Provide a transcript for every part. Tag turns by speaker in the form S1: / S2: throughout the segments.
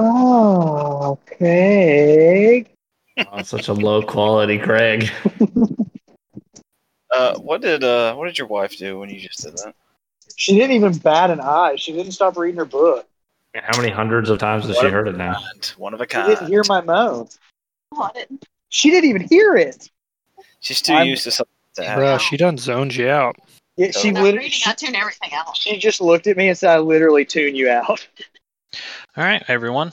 S1: Oh, Craig.
S2: Oh, such a low quality Craig.
S3: Uh, what did uh, what did your wife do when you just did that?
S1: She didn't even bat an eye. She didn't stop reading her book.
S2: How many hundreds of times has
S3: What
S2: she
S3: a-
S2: heard it now?
S3: And One of a
S1: She
S3: kind.
S1: didn't hear my moan.
S4: Got it.
S1: She didn't even hear it.
S3: She's too
S1: I'm-
S3: used to something to happen.
S5: Bro, she done zoned you out.
S1: Yeah, she
S4: Not
S1: literally.
S4: reading,
S1: She,
S4: I tune everything out.
S1: she just looked at me and said, "I literally tune you out."
S5: All right, everyone.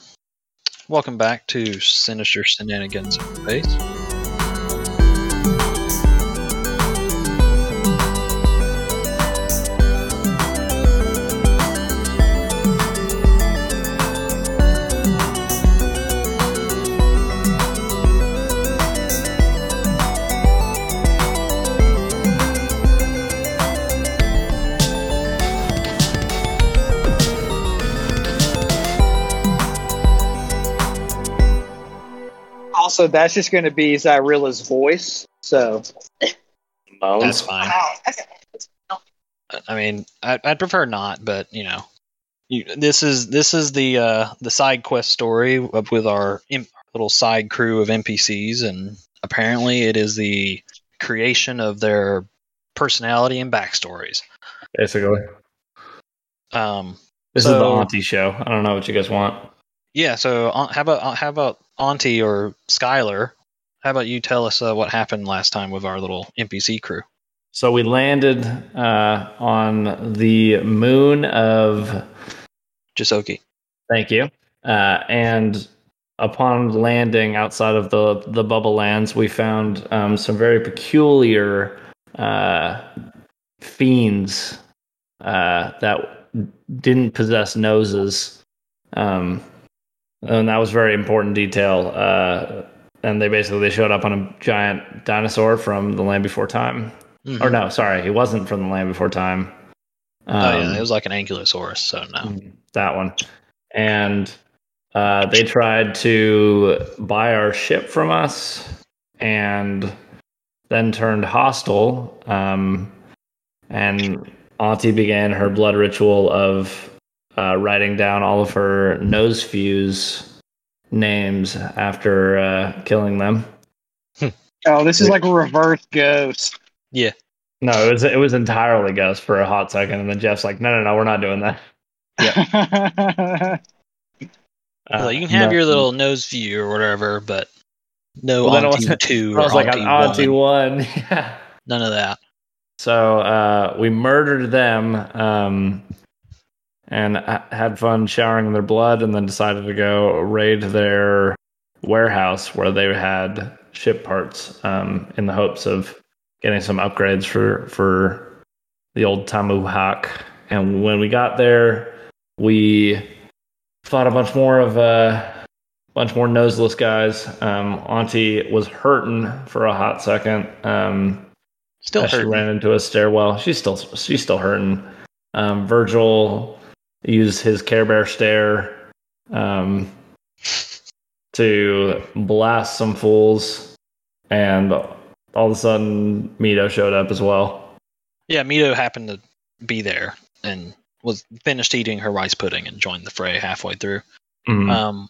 S5: Welcome back to Sinister Shenanigans in Space.
S1: Also, that's just going to be Zyrilla's voice. So
S5: That's
S2: Bones.
S5: fine.
S4: Wow. Okay.
S5: I mean, I, I'd prefer not, but you know, you, this is this is the uh, the side quest story of, with our imp, little side crew of NPCs, and apparently it is the creation of their personality and backstories.
S2: Basically,
S5: Um,
S2: this is the
S5: So-
S2: auntie show. I don't know what you guys want.
S5: yeah. So uh, how about uh, how about Auntie or Skylar? How about you tell us uh, what happened last time with our little NPC crew?
S2: So we landed uh, on the moon of
S5: Jisoki.
S2: Thank you. Uh, and upon landing outside of the the bubble lands, we found um, some very peculiar uh, fiends uh, that didn't possess noses, um, and that was very important detail. Uh, and they basically they showed up on a giant dinosaur from the land before time.
S5: Mm-hmm.
S2: Or no, sorry, he wasn't from the land before time.
S5: oh
S2: Um, uh,
S5: yeah, it was like an ankylosaurus. So no.
S2: Mm, that one. And uh, they tried to buy our ship from us and then turned hostile. Um, and Auntie began her blood ritual of uh, writing down all of her nose fuse names after uh, killing them.
S1: Oh, this is like a reverse ghost.
S2: No, it was it was entirely ghost for a hot second, and then Jeff's like, "No, no, no, we're not doing that." Uh,
S5: well, you can have
S2: no.
S5: your little nose view or whatever, but no
S2: Well, then I
S5: auntie
S2: wasn't-
S5: two
S2: I was
S5: or
S2: like,
S5: auntie,
S2: "Auntie
S5: one.
S2: one." Yeah.
S5: None of that.
S2: So uh, we murdered them um, and ha- had fun showering their blood, and then decided to go raid their warehouse where they had ship parts um, in the hopes of getting some upgrades for for the old Tamu Hawk. And when we got there, we fought a bunch more of a bunch more noseless guys. Um, Auntie was hurting for a hot second. Um,
S5: Still
S2: as she
S5: hurt.
S2: ran into a stairwell. She's still she's still hurting. Um, Virgil used his Care Bear stare um, to blast some fools, and all of a sudden Mito showed up as well.
S5: Yeah, Mito happened to be there and was finished eating her rice pudding and joined the fray halfway through.
S2: Mm.
S5: Um,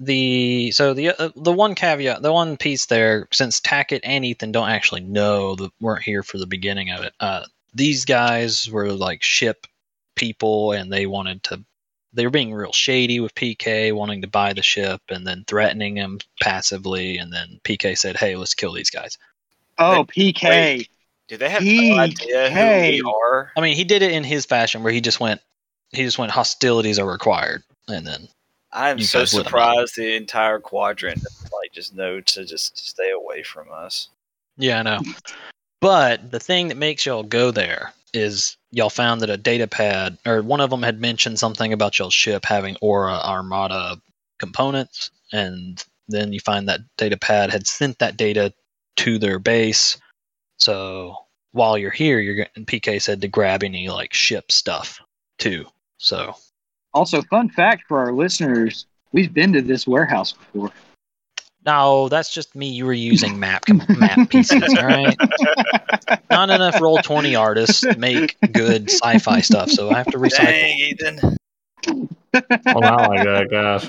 S5: the so the uh, the one caveat, the one piece there, since Tackett and Ethan don't actually know that weren't here for the beginning of it. Uh, these guys were like ship people, and they wanted to. They were being real shady with PK, wanting to buy the ship, and then threatening him passively. And then PK said, "Hey, let's kill these guys."
S1: oh, PK.
S3: Wait. Do they have
S1: He-
S3: no idea
S1: hey.
S3: who we are?
S5: I mean, he did it in his fashion, where he just went, he just went, hostilities are required, and then
S3: I'm
S5: You
S3: so
S5: guys let 'em
S3: surprised the entire quadrant like just know to just stay away from us.
S5: Yeah, I know. But the thing that makes y'all go there is y'all found that a data pad, or one of them had mentioned something about y'all's ship having Aura Armada components, and then you find that data pad had sent that data to their base. So while you're here, you're going PK said to grab any like ship stuff too. So
S1: Also, fun fact for our listeners: we've been to this warehouse before.
S5: no, that's just me. You were using map map pieces, all right? Not enough roll twenty artists make good sci-fi stuff, so I have to recycle.
S3: Dang, Ethan.
S2: Well, not like that, Oh, gosh.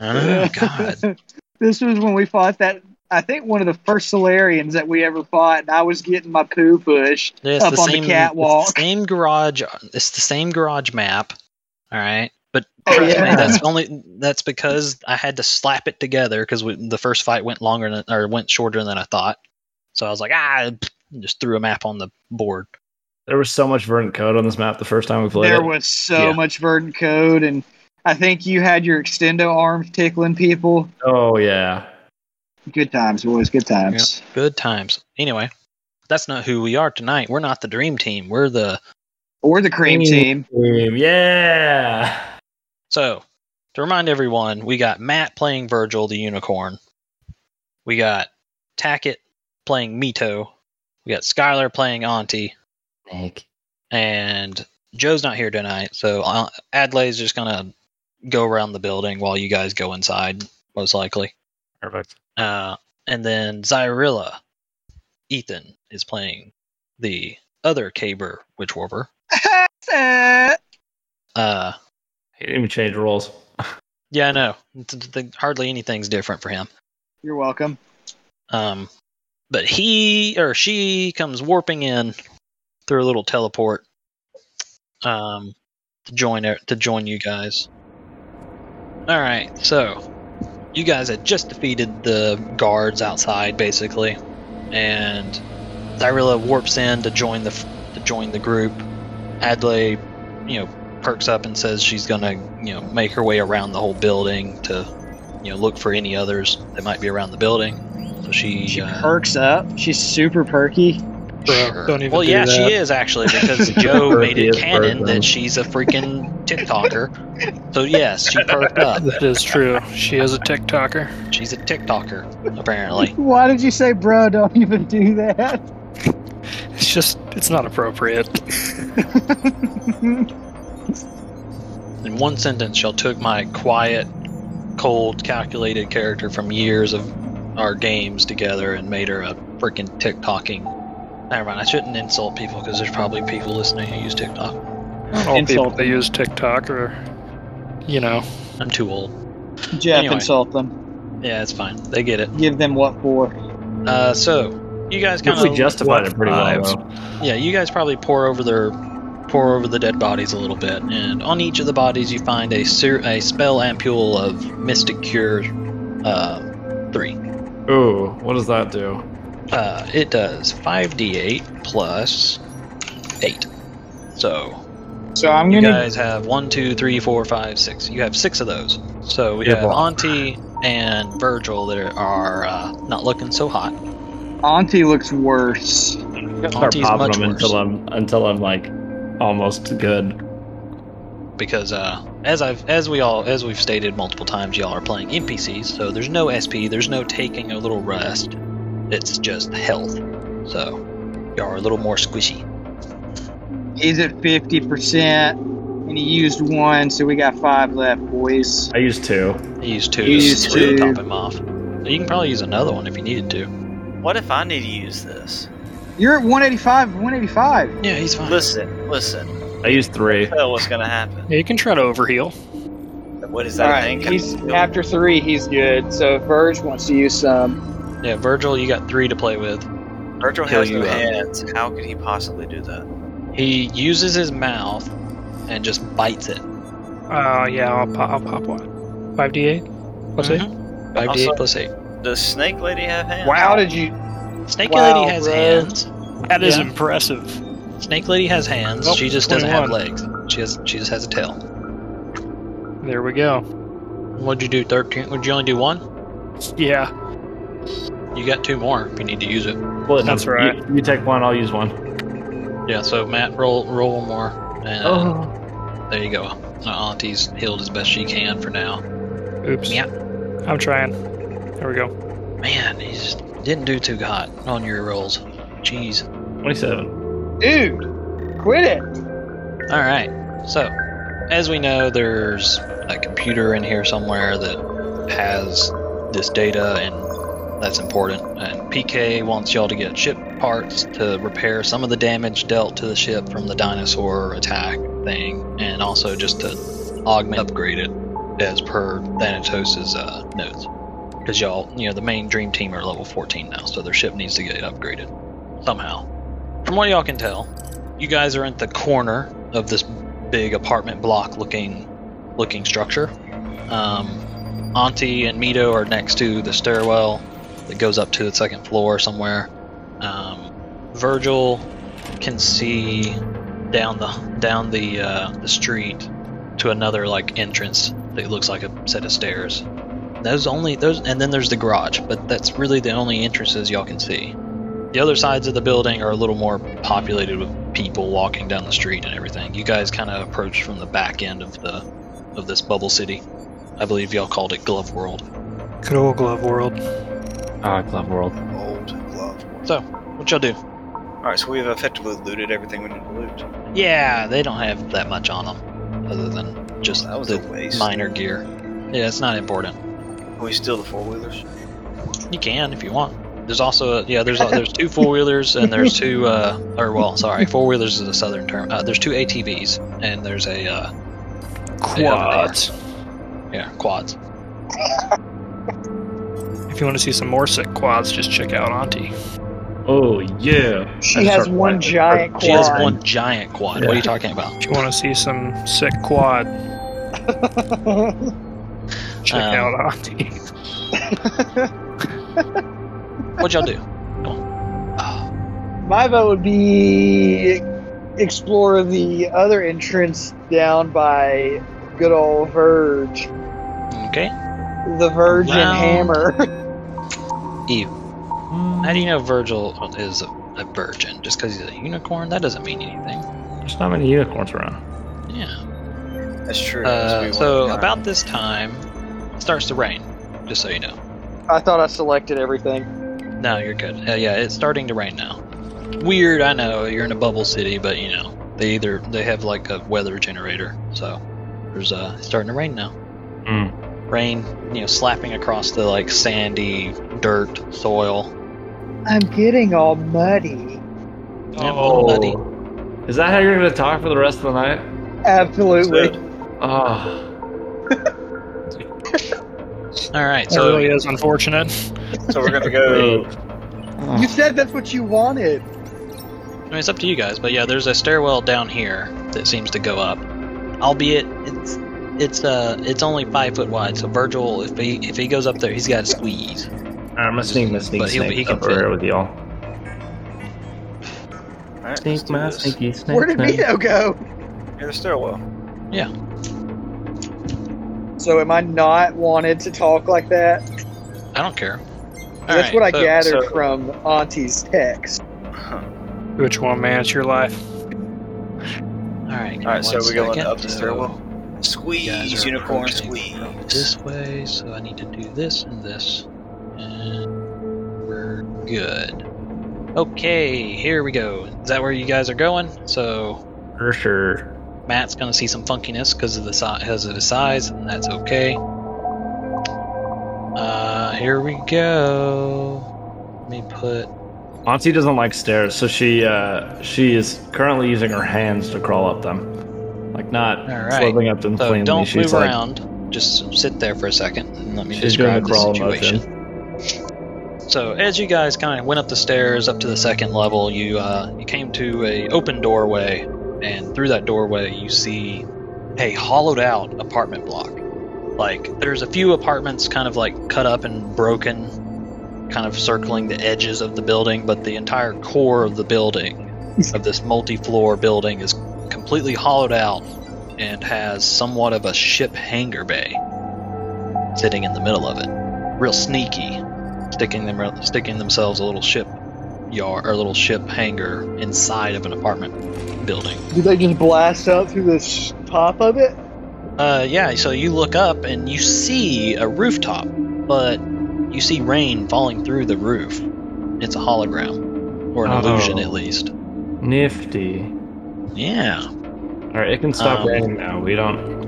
S5: I don't know. Oh, God.
S1: this was when we fought that. I think one of the first Solarians that we ever fought, and I was getting my poo pushed.
S5: Yeah, It's
S1: Up
S5: the
S1: on the
S5: same
S1: catwalk.
S5: It's the same garage. It's the same garage map. All right, but
S1: Oh,
S5: trust me,
S1: yeah.
S5: that's only that's because I had to slap it together because the first fight went longer than, or went shorter than I thought. So I was like, ah, and just threw a map on the board.
S2: There was so much verdant code on this map the first time we played
S1: There
S2: it.
S1: was so
S5: Yeah.
S1: much verdant code, and I think you had your extendo arms tickling people.
S2: oh yeah.
S1: Good times, boys. Good times.
S5: Good times. Anyway, that's not who we are tonight. We're not the dream team. We're the
S1: Or the cream
S2: Mm.
S1: team.
S2: Um, Yeah.
S5: So, to remind everyone, we got Matt playing Virgil the Unicorn. We got Tackett playing Mito. We got Skylar playing Auntie. And Joe's not here tonight, so uh, Adelaide's just going to go around the building while you guys go inside, most likely.
S2: Perfect.
S5: Uh, and then Zyrilla, Ethan, is playing the other Caber Witch Warper.
S1: Eh,
S5: Uh,
S2: He didn't even change roles.
S5: yeah, I know. Th- th- Hardly anything's different for him.
S1: You're welcome.
S5: Um, but he or she comes warping in through a little teleport um, to join er- to join you guys. All right, so you guys had just defeated the guards outside, basically, and Zyrilla warps in to join the f- to join the group. Adlai, you know, perks up and says she's gonna you know make her way around the whole building to you know look for any others that might be around the building. So she,
S1: She
S5: uh,
S1: perks up. She's super perky.
S6: Bro,
S5: Sure.
S6: don't even
S5: well,
S6: do
S5: yeah,
S6: that.
S5: she is actually because Joe made it
S2: Perkiest
S5: canon
S2: person.
S5: that she's a freaking TikToker. so yes, she perked up.
S6: That is true. She is a TikToker.
S5: She's a TikToker apparently.
S1: Why did you say, bro, don't even do that?
S6: It's just, it's not appropriate.
S5: In one sentence, she'll took my quiet, cold, calculated character from years of our games together and made her a freaking TikToking. Never mind, I shouldn't insult people because there's probably people listening who use TikTok.
S6: All people
S1: Insult.
S6: that use TikTok are, you know,
S5: I'm too old.
S1: Jeff,
S5: Anyway.
S1: insult them.
S5: Yeah, it's fine. They get it.
S1: Give them what for.
S5: Uh, so you guys kind
S2: If
S5: of
S2: we justified it pretty well
S6: lives.
S2: though.
S5: yeah you guys probably pour over their pour over the dead bodies a little bit and on each of the bodies you find a ser- a spell ampule of mystic cure uh, 3
S2: Ooh, what does that do?
S5: uh, it does 5d8 plus 8 so
S1: So I'm
S5: you
S1: going to
S5: guys have one, two, three, four, five, six. You have six of those. So we
S2: Yeah,
S5: have
S2: well.
S5: Auntie and Virgil that are uh, not looking so hot.
S1: Auntie looks worse.
S2: Start
S5: Auntie's
S2: popping
S5: much
S2: them
S5: worse.
S2: until I'm until I'm like almost good.
S5: because uh, as I've as we all as we've stated multiple times, y'all are playing NPCs, so there's no SP, there's no taking a little rest. It's just health, so y'all are a little more squishy.
S1: He's at 50%, and he used one, so we got five left, boys.
S2: I used two.
S5: Use two
S1: Use
S5: to really
S1: two.
S5: top him off. You can probably use another one if you needed to.
S3: What if I need to use this?
S1: You're at 185, 185.
S5: Yeah, he's fine.
S3: Listen, listen.
S2: I used three.
S3: Tell what's gonna happen.
S6: yeah, you can try to overheal.
S3: What is that
S1: Alright,
S3: thing?
S1: he's after three, he's good. So if Verge wants to use some.
S5: Yeah, Virgil, you got three to play with.
S3: Virgil
S5: Heal
S3: has no
S5: you uh, up.
S3: hands. How could he possibly do that?
S5: He uses his mouth and just bites it.
S6: Oh, yeah, I'll pop, I'll pop one. 5d8? Let's
S5: Mm-hmm. Five
S6: see.
S5: d
S3: Also-
S5: eight plus eight.
S3: Does Snake Lady have hands?
S1: Wow, did you?
S5: Snake
S1: Wow,
S5: Lady has
S1: bro.
S5: hands.
S6: That
S5: is
S6: impressive.
S5: Snake Lady has hands.
S6: Nope,
S5: she just doesn't have
S6: 21.
S5: legs. She has she just has a tail.
S6: There we go.
S5: What'd you do? Thirteen? Would you only do one?
S6: Yeah.
S5: You got two more if you need to use it.
S2: Split
S6: That's
S2: them.
S6: right.
S2: You, you take one, I'll use one.
S5: Yeah, so Matt, roll roll one more. And
S2: Oh.
S5: there you go. Uh, Auntie's healed as best she can for now.
S6: Oops.
S5: Yeah.
S6: I'm trying. There we go.
S5: Man, he just didn't do too hot on your rolls. Jeez.
S2: Twenty-seven.
S1: Dude, quit it.
S5: All right. So, as we know, there's a computer in here somewhere that has this data, and that's important. And PK wants y'all to get ship parts to repair some of the damage dealt to the ship from the dinosaur attack thing, and also just to augment upgraded as per Thanatos's uh, notes. Because y'all, you know, the main dream team are level 14 now, so their ship needs to get upgraded somehow. From what y'all can tell, you guys are at the corner of this big apartment block looking looking structure. Um, Auntie and Mito are next to the stairwell that goes up to the second floor somewhere. Um, Virgil can see down the down the uh, the street to another like entrance that looks like a set of stairs. Those only those, and then there's the garage, but that's really the only entrances y'all can see. The other sides of the building are a little more populated with people walking down the street and everything. You guys kind of approach from the back end of the of this bubble city. I believe y'all called it Glove World.
S6: Good old glove world.
S2: Ah, Club World.
S3: Old glove.
S5: So, what y'all do?
S3: All right, so we've effectively looted everything we need to loot.
S5: Yeah, they don't have that much on them, other than just
S3: That was
S5: the
S3: a waste.
S5: minor gear. Yeah, it's not important.
S3: Can we steal the four wheelers?
S5: You can if you want. There's also yeah, there's there's two four wheelers and there's two uh or well sorry four wheelers is a southern term. Uh, there's two ATVs and there's a uh, the other
S2: Quads.
S5: car. Yeah, quads.
S6: If you want to see some more sick quads, just check out Auntie.
S2: Oh yeah.
S1: She has one giant quad.
S5: She has one giant quad. What are you talking about?
S6: If you want to see some sick quad, check
S5: Um,
S6: out Auntie.
S5: What y'all do?
S3: Oh.
S1: My vote would be explore the other entrance down by good old Verge,
S5: Okay.
S3: Mm-hmm.
S1: the Verge
S5: Wow.
S1: and Hammer.
S5: How do you know Virgil is a, a virgin? Just because he's a unicorn, that doesn't mean anything.
S2: There's not many unicorns around.
S5: Yeah.
S3: That's true.
S5: Uh,
S3: that's what we
S5: so
S3: want.
S5: about this time, it starts to rain. Just so you know.
S1: I thought I selected everything.
S5: No, you're good. Uh, yeah, it's starting to rain now. Weird, I know. You're in a bubble city, but you know they either they have like a weather generator, so there's uh it's starting to rain now.
S2: Mm.
S3: Hmm.
S5: Rain, you know, slapping across the like sandy dirt soil.
S1: I'm getting all muddy.
S5: Yep, a
S3: Oh.
S6: Oh.
S5: little muddy.
S2: Is that how you're gonna talk for the rest of the night?
S1: Absolutely.
S3: So,
S2: Oh.
S5: All right,
S6: That really
S5: so
S6: is unfortunate.
S3: so we're
S6: Oh.
S3: gonna go.
S1: You said that's what you wanted.
S5: I mean, it's up to you guys, but yeah, there's a stairwell down here that seems to go up, albeit it's it's uh it's only five foot wide. So Virgil, if he if he goes up there, he's got to squeeze.
S2: I'm gonna sneak my sneak
S5: But he'll- he
S2: snake
S5: can
S2: up
S5: fit.
S2: over here with y'all.
S3: All right, let's do this.
S2: snake.
S1: Where did Vito go?
S3: Near the stairwell.
S1: So am I not wanted to talk like that?
S5: I don't care.
S1: that's what I
S5: get.
S1: gathered
S3: so-
S1: from Auntie's text.
S3: All
S6: Which one, man? It's your life.
S5: All right. All
S3: right, so we're going up the stairwell.
S5: Oh,
S3: Squeeze, unicorn, squeeze.
S5: This way, so I need to do this and this, and we're good. Okay, here we go. Is that where you guys are going? So
S2: For sure.
S5: Matt's gonna see some funkiness because of the size, because of his size, and that's okay. Uh, here we go. Let me put.
S2: Auntie doesn't like stairs, so she uh, she is currently using her hands to crawl up them, like not
S5: All right.
S2: flipping up them
S5: So
S2: cleanly.
S5: don't
S2: she's
S5: move
S2: like,
S5: around. Just sit there for a second and let me
S2: She's doing a
S5: describe the
S2: crawl
S5: situation. So as you guys kind of went up the stairs up to the second level, you uh, you came to a open doorway, and through that doorway you see a hollowed out apartment block. Like there's a few apartments kind of like cut up and broken, kind of circling the edges of the building, but the entire core of the building of this multi-floor building is completely hollowed out and has somewhat of a ship hangar bay sitting in the middle of it. Real sneaky, sticking them sticking themselves a little ship yard or a little ship hangar inside of an apartment building.
S1: Did they just blast out through the sh- top of it?
S5: Uh, yeah. So you look up and you see a rooftop, but you see rain falling through the roof. It's a hologram, or an
S2: Oh.
S5: illusion at least.
S2: Nifty.
S5: Yeah.
S2: All right, it can stop
S5: Um,
S2: raining now. We don't.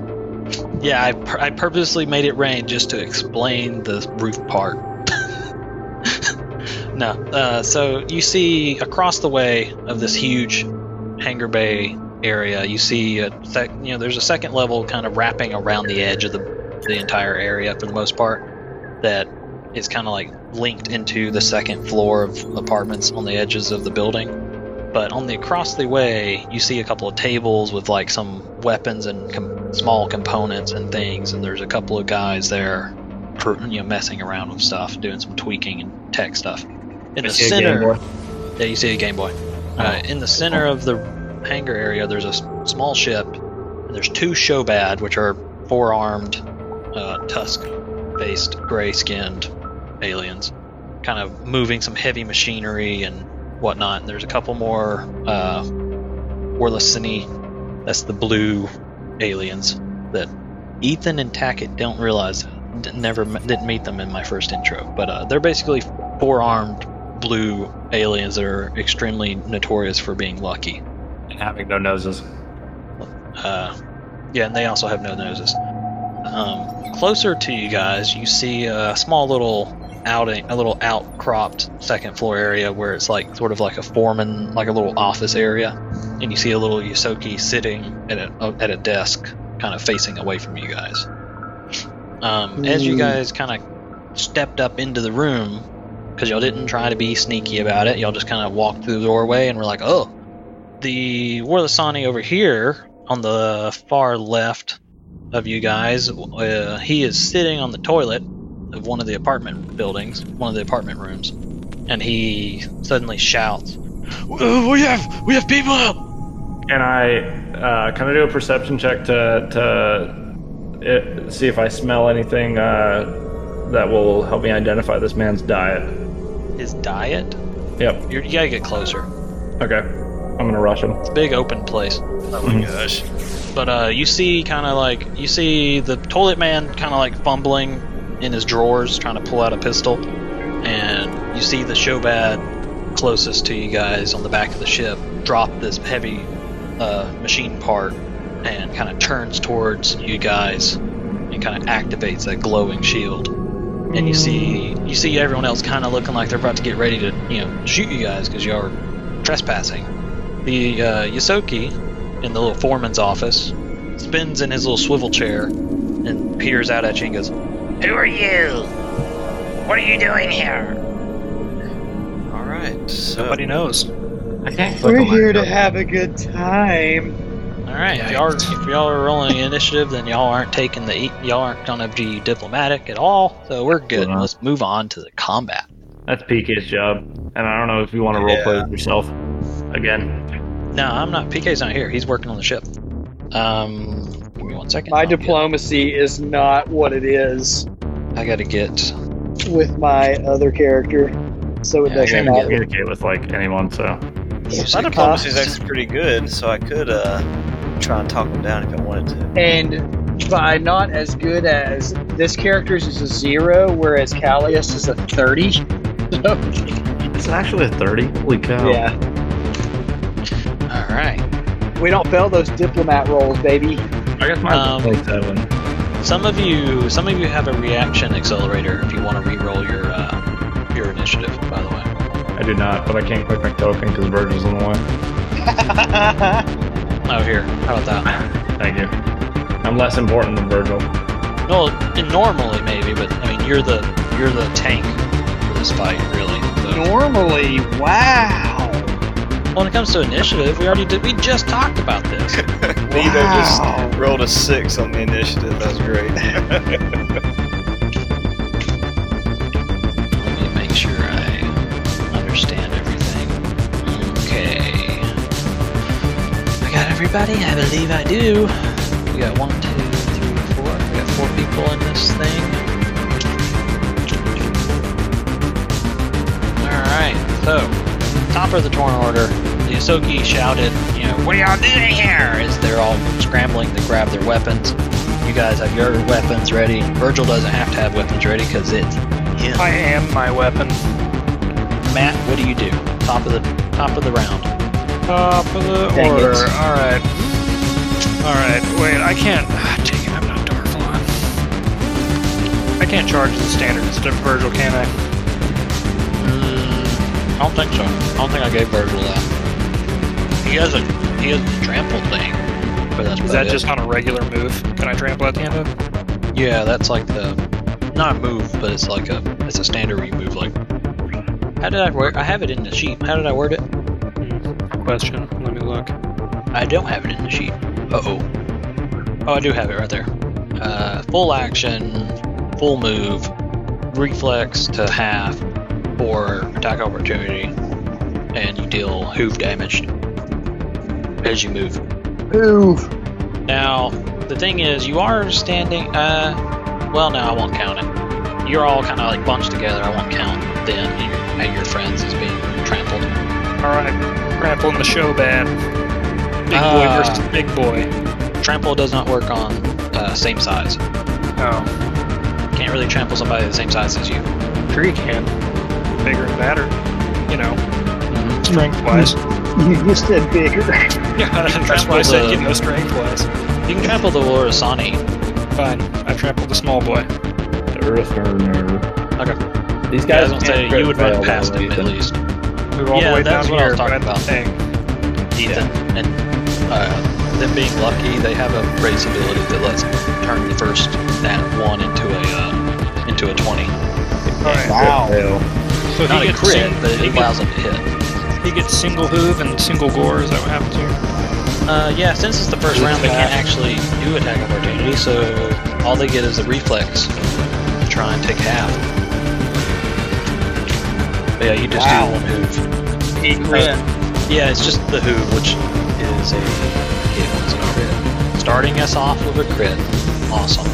S5: Yeah, I, pur- I purposely made it rain just to explain the roof part. no, uh, so you see across the way of this huge hangar bay area, you see a sec- you know there's a second level kind of wrapping around the edge of the the entire area for the most part that is kind of like linked into the second floor of apartments on the edges of the building. But on the across the way, you see a couple of tables with like some weapons and com- small components and things, and there's a couple of guys there, per- you know, messing around with stuff, doing some tweaking and tech stuff. In the
S2: See a Game
S5: center,
S2: Boy? Oh.
S5: yeah, you see a Game Boy. Uh, in the center of the hangar area, there's a s- small ship, and there's two Shobad, which are four armed, uh, tusk faced, gray skinned aliens, kind of moving some heavy machinery and whatnot. And there's a couple more uh, Orlesini, that's the blue aliens, that Ethan and Tackett don't realize. d- Never m- didn't meet them in my first intro, but uh, they're basically four armed blue aliens that are extremely notorious for being lucky.
S2: And having no noses.
S5: Uh, yeah, and they also have no noses. Um, closer to you guys, you see a small little outing, a little outcropped second floor area where it's like sort of like a foreman, like a little office area, and you see a little Yosoki sitting at a at a desk, kind of facing away from you guys. Um, As you
S1: Hmm.
S5: guys kind of stepped up into the room, because y'all didn't try to be sneaky about it, y'all just kind of walked through the doorway and were like, "Oh, the Warlasani over here on the far left of you guys, uh, he is sitting on the toilet of one of the apartment buildings, one of the apartment rooms, and he suddenly shouts, "Uh, "We have, we have people out!"
S2: And I uh, can I do a perception check to to it, see if I smell anything uh, that will help me identify this man's diet.
S5: His diet?
S2: Yep.
S5: You're, you gotta get closer.
S2: Okay. I'm gonna rush him.
S5: It's a big open place.
S3: Oh my gosh.
S5: But uh, you see, kind of like you see the toilet man, kind of like fumbling in his drawers, trying to pull out a pistol, and you see the Shobad closest to you guys on the back of the ship drop this heavy uh, machine part and kind of turns towards you guys and kind of activates that glowing shield. And you see, you see everyone else kind of looking like they're about to get ready to, you know, shoot you guys because y'all are trespassing. The uh, Yosoki in the little foreman's office, spins in his little swivel chair, and peers out at you and goes,
S7: Who are you? What are you doing here?
S3: All right. So
S6: Nobody knows.
S8: I can't click
S1: We're
S8: on my
S1: here to
S8: phone.
S1: have a good time.
S5: "All right, if y'all, are, if y'all are rolling initiative, then y'all aren't taking the e- y'all aren't gonna be diplomatic at all. So we're good.
S2: Uh-huh.
S5: Let's move on to the combat.
S2: That's PK's job, and I don't know if you want to roleplay play with yourself again.
S5: No, I'm not. PK's not here. He's working on the ship. Um, give me one second.
S1: My
S5: I'll get-
S1: diplomacy is not what it is
S5: I gotta get.
S1: with my other character, so it
S5: Yeah, I
S1: doesn't
S5: gotta
S1: matter.
S2: Communicate with like anyone, so
S3: my diplomacy is actually pretty good, so I could uh, try and talk him down if I wanted to.
S1: And by not as good as this character's is a zero, whereas Callias is a thirty.
S2: it's actually a thirty. Holy cow!
S1: Yeah,
S5: All right.
S1: we don't fail those diplomat roles, baby.
S2: I guess mine's
S5: Um,
S2: like seven.
S5: Some of you, some of you have a reaction accelerator. If you want to re-roll your uh, your initiative, by the way.
S2: I do not, but I can't click my token because Virgil's in the way.
S5: Oh, here. How about that?
S2: Thank you. I'm less important than Virgil.
S5: No, normally maybe, but I mean, you're the you're the tank for this fight, really. So.
S1: Normally, wow.
S5: When it comes to initiative, we already did. We just talked about this.
S3: Vito
S1: Wow.
S3: just rolled a six on the initiative. That was great.
S5: Let me make sure I understand everything. Okay. I got everybody. I believe I do. We got one, two, three, four. We got four people in this thing. All right. So, top of the torn order, the Yosoki shouted, "You know, what are y'all doing here?" As they're all scrambling to grab their weapons. You guys have your weapons ready. Virgil doesn't have to have weapons ready because it's him.
S6: I am my weapon.
S5: Matt, what do you do? Top of the top of the round.
S6: Top of the
S1: Dang it.
S6: order. All right. All right. Wait, I can't. Ah, dang it, I'm not Darflon. I can't charge the standard instead of Virgil, can I?
S5: Mm, I don't think so. I don't think I gave Virgil that. He has a he he does the trample thing. But that's
S6: Is
S5: about
S6: that
S5: it.
S6: just on a regular move? Can I trample at the end of it?
S5: Yeah, that's like the not a move, but it's like a it's a standard where you move like. How did I word? I have it in the sheet. How did I word it?
S6: Hmm, Question. Let me look.
S5: I don't have it in the sheet. Uh oh. Oh, I do have it right there. Uh, full action, full move, reflex to half, or attack opportunity, and you deal hoof damage as you move.
S1: Oof.
S5: Now, the thing is, you are standing. Uh, well, no, I won't count it. You're all kind of like bunched together. I won't count them and your, and your friends as being trampled.
S6: Alright. Trampling the show bad. Big
S5: Ah.
S6: boy versus big boy.
S5: Trample does not work on uh, same size.
S6: Oh.
S5: Can't really trample somebody the same size as you.
S6: Sure you can. Bigger and badder. You know, strength wise.
S1: You just said bigger.
S6: yeah, that's
S5: Trample
S6: why I said,
S5: the-
S6: you know, strength wise.
S5: You can trample the Lorasani.
S6: Fine. I trampled the small boy.
S2: Earthburner.
S5: Okay.
S2: These
S5: Yeah, I
S2: guys
S5: was gonna say you would run past him at least,
S6: Move all
S5: Yeah,
S6: the way
S5: that's
S6: down
S5: what I
S6: here.
S5: was talking
S6: grab the
S5: about.
S6: Thing.
S5: Ethan. And uh, them being lucky, they have a race ability that lets them turn the first that one into a uh, into a twenty.
S6: Alright. So
S5: Not
S6: he
S5: a
S6: gets
S5: crit,
S6: sing-
S5: but it
S6: he gets-
S5: allows them to hit.
S6: He gets single hoof and single gore. Is that what happens here?
S5: Uh, yeah, since it's the first round, they can't actually do attack opportunity, so all they get is the reflex to try and take half. But yeah, you just do one move. Uh, Yeah, it's just the hoof, which is a hit. It's a crit. Starting us off with a crit. Awesome.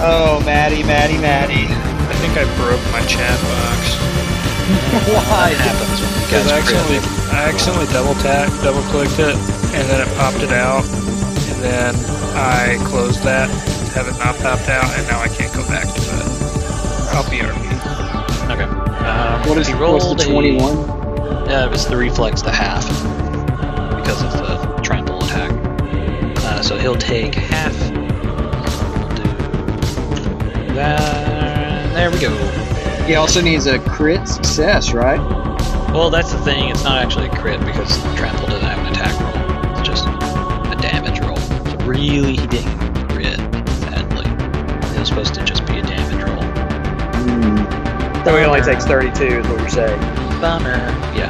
S1: Oh, Maddie, Maddie, Maddie.
S6: I think I broke my chat box.
S5: It
S1: Why?
S5: happens when you
S6: Because I
S5: guys
S6: accidentally,
S5: crit.
S6: I accidentally double tap, double clicked it, and then it popped it out, and then I closed that, have it not popped out, and now I can't go back to it. I'll be RP.
S5: Okay. Um,
S1: What is
S5: he
S1: what's
S5: rolled
S1: the
S5: a- uh,
S1: 21?
S5: Yeah, it was the reflex to half because of the trample attack. Uh, so he'll take half. Do that. There we go.
S1: He also needs a crit success, right?
S5: Well, that's the thing. It's not actually a crit because the trample doesn't have an attack roll. It's just a damage roll. So really, he didn't crit. Sadly, it was supposed to just be a damage roll.
S1: Hmm. So he only takes 32, is what you're saying.
S5: Bummer. Yeah.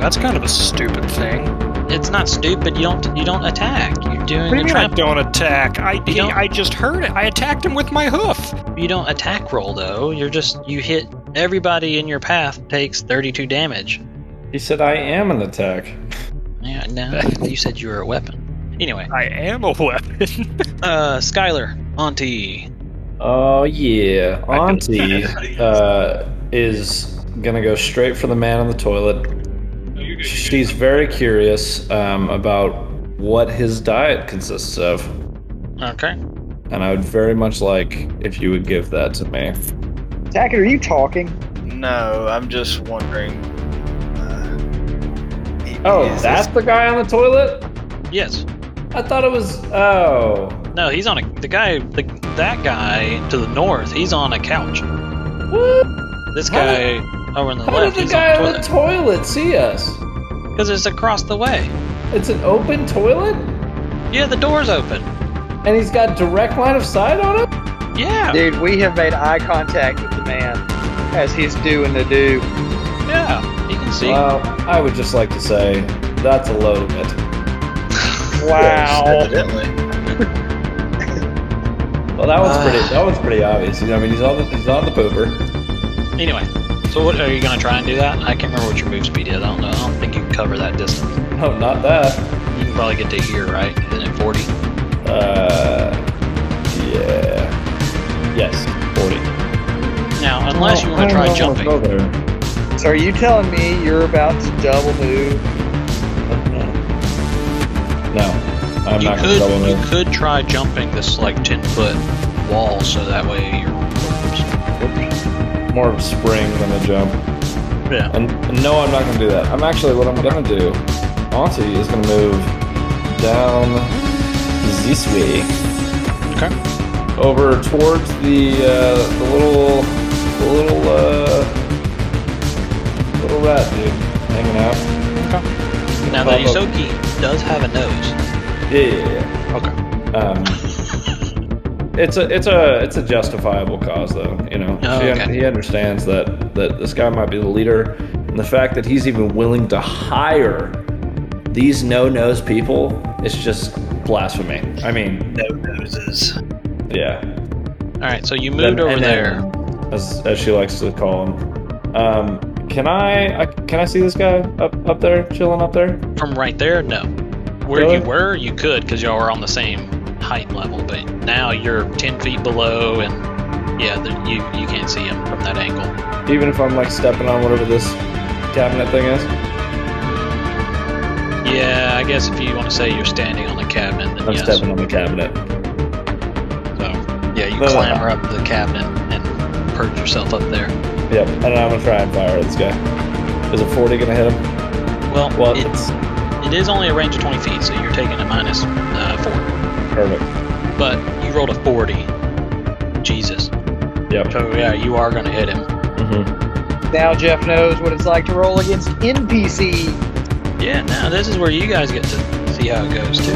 S6: That's kind of a stupid thing.
S5: It's not stupid. You don't. You don't attack. You're doing
S6: What do you
S5: a
S6: mean I
S5: trample.
S6: don't attack? I, he,
S5: don't-
S6: I just heard it. I attacked him with my hoof.
S5: You don't attack roll though. You're just you hit everybody in your path takes 32 damage.
S2: He said, "I am an attack."
S5: Yeah, no, you said you were a weapon. Anyway,
S6: I am a weapon.
S5: uh, Skylar, Auntie,
S2: Oh yeah,
S6: I can-
S2: Auntie uh, is gonna go straight for the man on the toilet. She's very curious um, about what his diet consists of,
S5: okay,
S2: and I would very much like if you would give that to me.
S1: Tackett, are you talking?
S3: No, I'm just wondering. Uh, i-
S2: Oh,
S3: is
S2: that's
S3: this-
S2: the guy on the toilet.
S5: yes,
S2: I thought it was. Oh,
S5: no, he's on a the guy the, that guy to the north. He's on a couch.
S2: what?
S5: This
S2: How
S5: guy over on the
S2: How did
S5: left.
S2: the
S5: he's
S2: guy
S5: on
S2: on
S5: a
S2: the
S5: toilet
S2: toilet see us?
S5: because it's across the way.
S2: It's an open toilet,
S5: Yeah, the door's open.
S2: and he's got direct line of sight on it.
S5: Yeah,
S1: Dude, we have made eye contact with the man as he's doing the do.
S5: yeah, you can see.
S2: Well, I would just like to say that's a load of it.
S3: Yes, evidently.
S2: Well, that one's pretty. That one's pretty obvious. I mean, he's on the he's on the pooper.
S5: Anyway, so what are you gonna try and do that? I can't remember what your move speed is. I don't know. I don't think you can cover that distance.
S2: No, Oh, not that.
S5: You can probably get to here, right? Isn't it 40?
S2: Uh, yeah. Yes, forty.
S5: Now, unless you want to try jumping.
S2: Oh, Go there.
S1: So are you telling me you're about to double move?
S2: No, I'm
S5: you
S2: not
S5: could
S2: going to double
S5: you
S2: move.
S5: could try jumping this like 10 foot wall so that way you're.
S2: More of a spring than a jump.
S5: Yeah.
S2: And and no, I'm not going to do that. I'm actually what I'm going to do. Auntie is going to move down this way.
S5: Okay.
S2: over towards the uh, the little the little uh, little rat dude hanging out.
S5: Now the Isoki does have a nose.
S2: Yeah, yeah, yeah. Okay. Um, it's a it's a it's a justifiable cause though. You know,
S5: Oh,
S2: She-
S5: okay.
S2: he understands that that this guy might be the leader, and the fact that he's even willing to hire these no nose people is just blasphemy. I mean,
S3: No noses.
S2: yeah.
S5: All right, so you moved
S2: Then-
S5: over
S2: and
S5: there.
S2: then, as as she likes to call him. Um, can I, I can I see this guy up up there chilling up there?
S5: From right there, no. Where
S2: Really?
S5: you were, you could because y'all were on the same height level, but now you're ten feet below, and yeah, the, you you can't see him from that angle.
S2: Even if I'm like stepping on whatever this cabinet thing is.
S5: Yeah, I guess if you want to say you're standing on the cabinet, then
S2: I'm
S5: yes.
S2: stepping on the cabinet.
S5: So, yeah, you
S2: No, no, no.
S5: clamber up the cabinet and perch yourself up there.
S2: Yep, and I'm gonna try and fire at this guy. Is a 40 gonna hit him?
S5: Well,
S2: Well,
S5: it's it is only a range of 20 feet, so you're taking a minus uh, four.
S2: Perfect.
S5: But you rolled a 40. Jesus.
S2: Yep.
S5: So yeah, you are gonna hit him.
S2: Mm-hmm.
S1: Now Jeff knows what it's like to roll against NPC.
S5: Yeah. Now this is where you guys get to see how it goes too.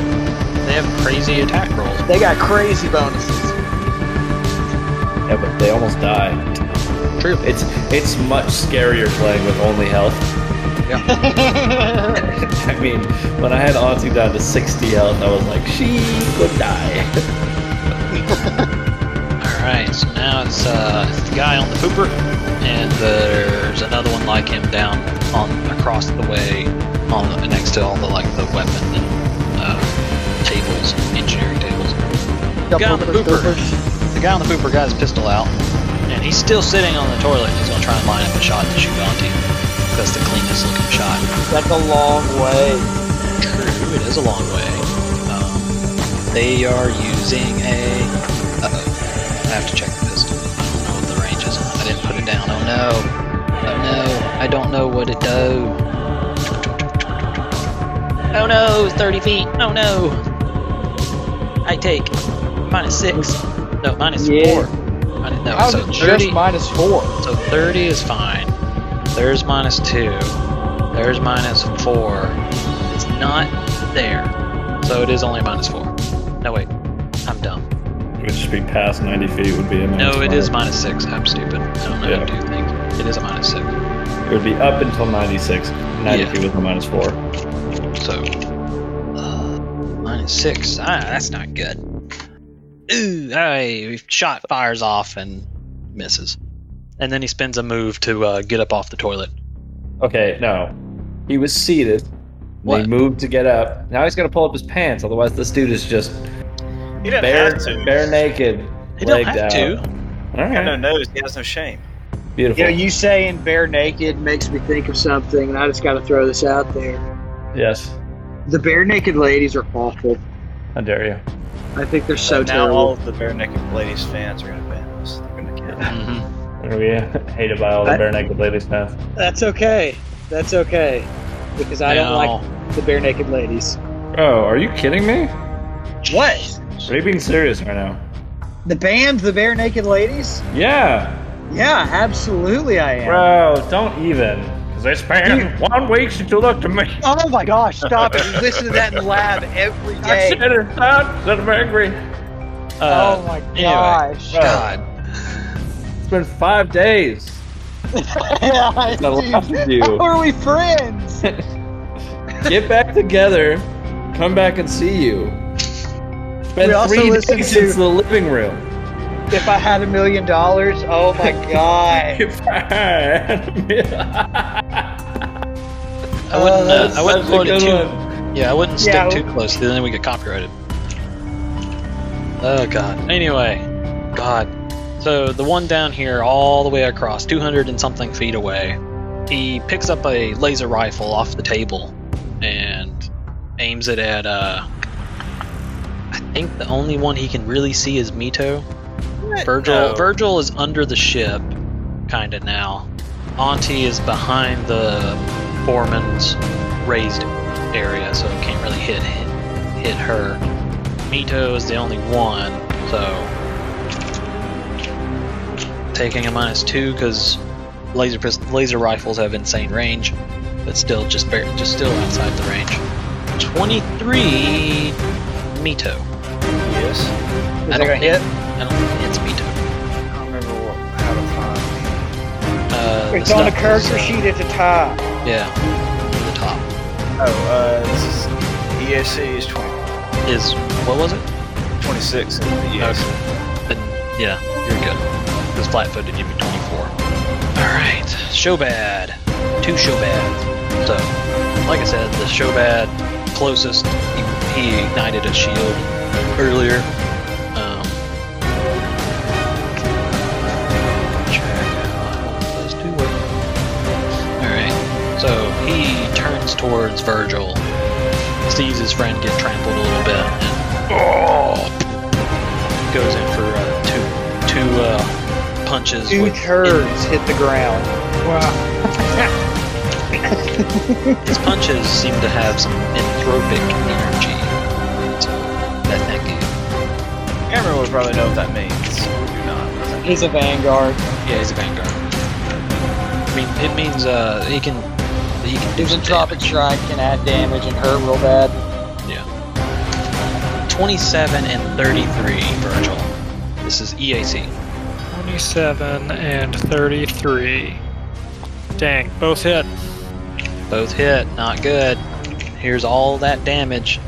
S5: They have crazy attack rolls.
S1: They got crazy bonuses.
S2: Yeah, but they almost die.
S5: True.
S2: It's it's much scarier playing with only health. I mean, when I had Auntie down to 60 health, I was like, she could die.
S5: All right. So now it's uh it's the guy on the pooper, and there's another one like him down on across the way on the, next to all the like the weapon and uh, tables, engineering tables. Guy on the pooper. The guy on the pooper got his pistol out, and he's still sitting on the toilet. He's gonna try and line up a shot to shoot onto you. That's the cleanest looking shot.
S1: That's a long way.
S5: True, it is a long way. Um, they are using a. Uh oh. I have to check the pistol. I don't know what the range is. I didn't put it down. Oh no. Oh no. I don't know what it do. Oh no, 30 feet. Oh no. I take minus 6. No, minus
S1: Yeah.
S5: 4. Minus, no,
S1: How's
S5: so
S1: it just
S5: 30
S1: minus four?
S5: so 30 is fine. There's minus 2. There's minus 4. It's not there. So it is only minus 4. No, wait. I'm dumb.
S2: It would just be past 90 feet would be a
S5: No, it is minus 6. I'm stupid. I don't know
S2: Yeah.
S5: how to do things. It is a minus 6.
S2: It would be up until 96. 90
S5: Yeah.
S2: feet with a minus four.
S5: So. Uh, minus 6. Ah, that's not good. Ooh, I shot fires off and misses. And then he spends a move to uh, get up off the toilet.
S2: Okay, no. He was seated. What? He
S5: What?
S2: moved to get up. Now he's gonna pull up his pants. Otherwise, this dude is just
S3: He doesn't
S2: bare,
S3: have to.
S2: bare naked.
S5: He don't
S2: legged
S5: have
S2: out.
S5: to.
S2: All
S3: He has no
S2: right,
S3: nose. He has no shame.
S2: beautiful.
S1: You know, you saying bare naked makes me think of something, and I just got to throw this out there.
S2: yes,
S1: The bare naked ladies are awful.
S2: I dare you.
S1: I think they're so
S3: now all
S1: terrible.
S3: of the bare naked ladies fans are gonna ban us. They're gonna kill us.
S5: Mhm.
S2: We're gonna be hated by all
S1: I-
S2: the bare naked ladies now.
S1: That's okay. That's okay. Because I don't like the bare naked ladies.
S2: Oh, are you kidding me?
S1: What?
S2: Are you being serious right now?
S1: The band, the bare naked ladies?
S2: Yeah.
S1: Yeah, absolutely, I am.
S2: Bro, don't even. Because I spent one week since you looked at me.
S1: Oh my gosh! Stop it! You listen to that in lab every
S2: I
S1: day.
S2: said it out that I'm angry.
S5: Uh,
S1: oh my
S5: anyway.
S1: gosh!
S2: Bro,
S5: God.
S2: it's been five days. I love
S1: Dude,
S2: you.
S1: How are we friends?
S2: Get back together. Come back and see you. It's been
S1: We also
S2: three days
S1: listened to-
S2: since the living room.
S1: if I had a million dollars, oh my god!
S2: If I had-
S5: I wouldn't.
S1: Uh,
S5: Uh, I wouldn't
S2: That's
S5: quote
S2: a good
S5: it too.
S2: one.
S5: Yeah, I wouldn't stick
S1: Yeah, I
S5: too close. Then we get copyrighted. Oh god. Anyway, God. So the one down here, all the way across, 200 and something feet away, he picks up a laser rifle off the table and aims it at. uh I think the only one he can really see is Mito. Virgil.
S3: No.
S5: Virgil is under the ship, kinda now. Auntie is behind the foreman's raised area, so it can't really hit hit, hit her. Mito is the only one, so taking a minus two because laser pist- laser rifles have insane range. but still just bar- just still outside the range. Twenty-three, Mito.
S3: Yes.
S1: Is
S5: I
S1: that
S5: don't
S1: gonna
S5: think-
S1: hit?
S5: I don't think it's Mito.
S3: I don't remember what, how to find.
S5: Uh,
S1: It's on the
S5: stuff is,
S1: character
S5: uh,
S1: sheet at the top.
S5: Yeah, at the top
S3: Oh, uh, this is ESC is 20,
S5: is what was it?
S3: 26. And the E ESC.
S5: Then yeah, you're good. Because flat-footed, you'd be twenty-four. All right, Shobad, two Shobads. So, like I said, the Shobad closest, he, he ignited a shield earlier. Um, check out those two work. All right, so he turns towards Virgil, sees his friend get trampled a little bit, and oh, goes in for uh, two two uh, punches.
S1: Two
S5: with-
S1: turds hit the ground.
S6: Wow.
S5: His punches seem to have some anthropic energy to that neck.
S3: Cameron will probably know what that means. We do not.
S1: He's a vanguard.
S5: Yeah, he's a vanguard. I mean, it means uh, he can he can do
S1: His
S5: some
S1: entropic
S5: damage.
S1: strike can add damage and hurt real bad.
S5: Twenty-seven and thirty-three, Virgil. This is E EAC.
S6: 27 and 33. Dang, both hit.
S5: Both hit, not good. Here's all that damage.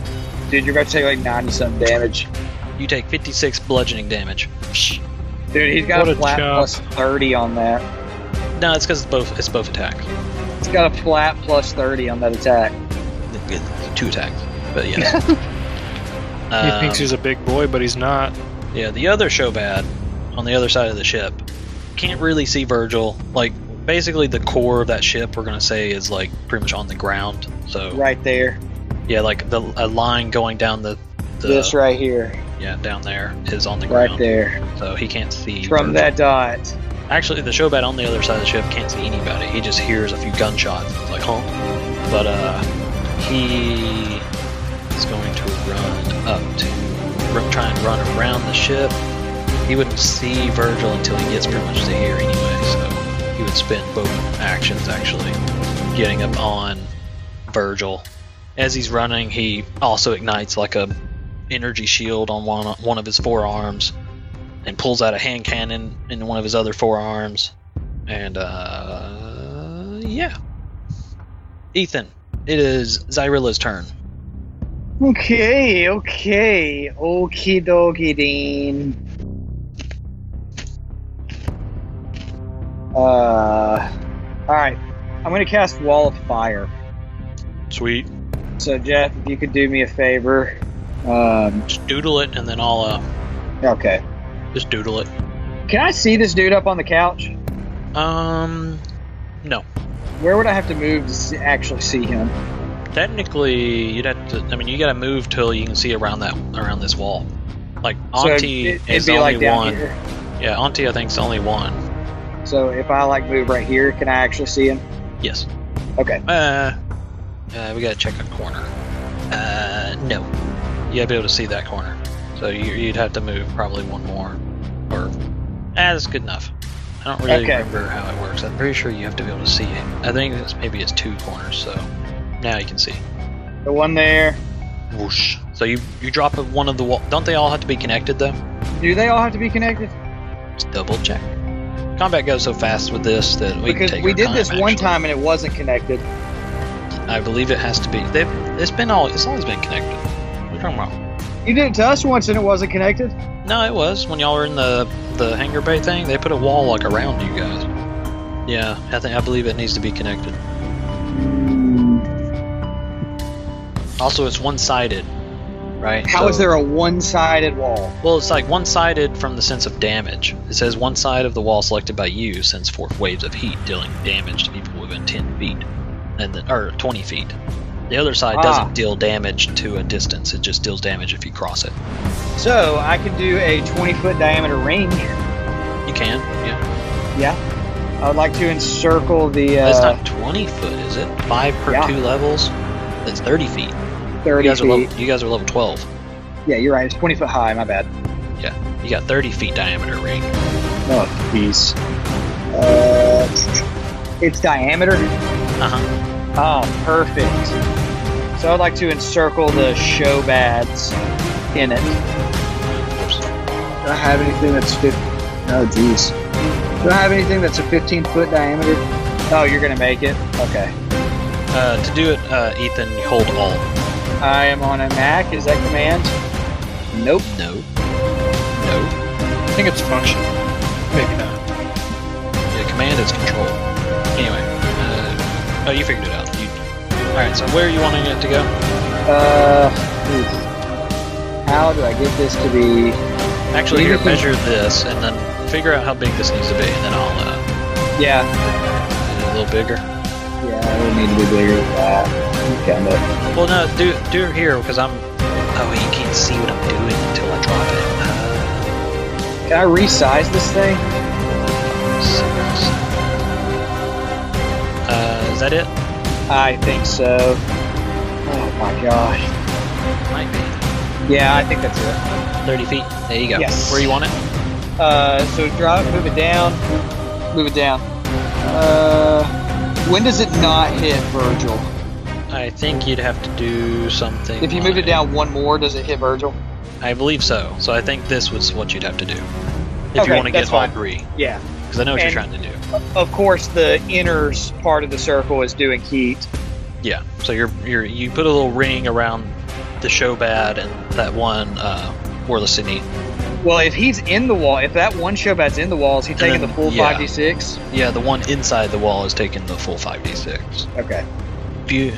S1: Dude, you're about to take like 90 something damage.
S5: You take fifty-six bludgeoning damage.
S1: Dude, he's got
S6: What
S1: a,
S6: a
S1: flat
S6: chump.
S1: plus 30 on that.
S5: No, it's because it's both it's both attack.
S1: He's got a flat plus 30 on that attack.
S5: Two attacks, but yes.
S6: He
S5: Um,
S6: thinks he's a big boy, but he's not.
S5: Yeah, the other Shobad on the other side of the ship can't really see Virgil. Like, basically, the core of that ship, we're going to say, is like pretty much on the ground. So,
S1: Right there.
S5: yeah, like the a line going down the. the
S1: This right here.
S5: Yeah, down there is on the ground.
S1: Right there.
S5: So he can't see.
S1: From
S5: Virgil.
S1: that dot.
S5: Actually, the Shobad on the other side of the ship can't see anybody. He just hears a few gunshots. It's like, huh? But, uh, he is going to run up to. r- try and run around the ship. He wouldn't see Virgil until he gets pretty much to here anyway, so he would spend both actions actually getting up on Virgil. As he's running, he also ignites like a energy shield on one one of his forearms and pulls out a hand cannon in one of his other forearms. And uh yeah. Ethan, it is Zyrilla's turn.
S1: Okay, okay. Okie dokie, Dean. Uh, alright. I'm gonna cast Wall of Fire.
S5: Sweet.
S1: So, Jeff, if you could do me a favor. Um,
S5: Just doodle it and then I'll uh
S1: okay.
S5: just doodle it.
S1: Can I see this dude up on the couch?
S5: Um no.
S1: Where would I have to move to see, actually see him?
S5: Technically, you'd have to. I mean, you got to move till you can see around that around this wall. Like
S1: So
S5: Auntie
S1: it- it'd
S5: is
S1: be
S5: only
S1: like down
S5: one.
S1: here.
S5: Yeah, Auntie I think's only one.
S1: So if I like move right here, can I actually see him?
S5: Yes.
S1: Okay.
S5: Uh, uh we gotta check a corner. Uh, no. You gotta be able to see that corner. So you, you'd have to move probably one more, or ah, that's good enough. I don't really
S1: Okay.
S5: remember how it works. I'm pretty sure you have to be able to see it. I think it's, maybe it's two corners. So now you can see.
S1: The one there.
S5: Whoosh. So you you drop it one of the wall. Don't they all have to be connected though?
S1: Do they all have to be connected?
S5: Let's double check. Combat goes so fast with this that we can
S1: because
S5: take
S1: we
S5: our
S1: did
S5: time,
S1: this one
S5: actually.
S1: time and it wasn't connected.
S5: I believe it has to be. They've, it's been all. It's always been connected. What are you talking about?
S1: You did it to us once and it wasn't connected.
S5: No, it was when y'all were in the the hangar bay thing. They put a wall like around you guys. Yeah, I think I believe it needs to be connected. Also, it's one sided, right?
S1: How is there a one-sided wall?
S5: Well, it's like one sided from the sense of damage. It says one side of the wall selected by you sends forth waves of heat, dealing damage to people within 10 feet, and then, or 20 feet. The other side
S1: Ah.
S5: doesn't deal damage to a distance, it just deals damage if you cross it.
S1: So I can do a 20-foot diameter ring.
S5: You can, yeah.
S1: I would like to encircle the
S5: That's
S1: uh,
S5: not 20 foot, is it? 5 per
S1: Yeah.
S5: 2 levels? That's 30 feet. You
S1: 30
S5: guys, are
S1: feet.
S5: level, you guys are level 12.
S1: Yeah, you're right. It's 20 foot high. My bad.
S5: You got 30 feet diameter ring.
S1: Oh, jeez. Uh, it's diameter.
S5: Uh huh.
S6: Uh-huh.
S1: Oh, perfect. So I'd like to encircle the show bads in it. Do I have anything that's 15? Oh, jeez. Do I have anything that's a 15 foot diameter? Oh, you're gonna make it. Okay.
S5: Uh, to do it, uh, Ethan, you hold Alt.
S1: I am on a Mac. Is that command? Nope.
S5: No. No.
S6: I think it's function. Maybe not.
S5: The command is control. Anyway. Uh, oh, you figured it out. You, all right. So where are you wanting it to go?
S1: Uh, oof. how do I get this to be?
S5: Actually,
S1: You
S5: here,
S1: can-
S5: measure this, and then figure out how big this needs to be, and then I'll uh,
S1: Yeah,
S5: do it a little bigger.
S1: yeah, it would need to be bigger than that. Kind of.
S5: Well, no, do do it here because I'm. Oh, you can't see what I'm doing until I drop it. Uh,
S1: Can I resize this thing?
S5: so- so- Uh, is that it?
S1: I think so. Oh my gosh.
S5: Might be.
S1: Yeah, I think that's it.
S5: 30 feet. There you go.
S1: Yes.
S5: Where you want it?
S1: Uh, so drop, move it down, move it down. Uh, when does it not hit Virgil?
S5: I think you'd have to do something.
S1: If you moved it
S5: like-
S1: down one more, does it hit Virgil?
S5: I believe so. So I think this was what you'd have to do. If
S1: Okay,
S5: you want to get
S1: that's
S5: all
S1: fine.
S5: three.
S1: Yeah.
S5: Because I know what you're
S1: And-
S5: trying to do.
S1: Of course, the inner s- part of the circle is doing heat.
S5: Yeah. So you're you're you put a little ring around the show bad and that one uh or the Sydney.
S1: Well, if he's in the wall, if that one show bat's in the wall, is he taking the full
S5: Yeah.
S1: 5d6?
S5: Yeah, the one inside the wall is taking the full five D six.
S1: Okay.
S5: You,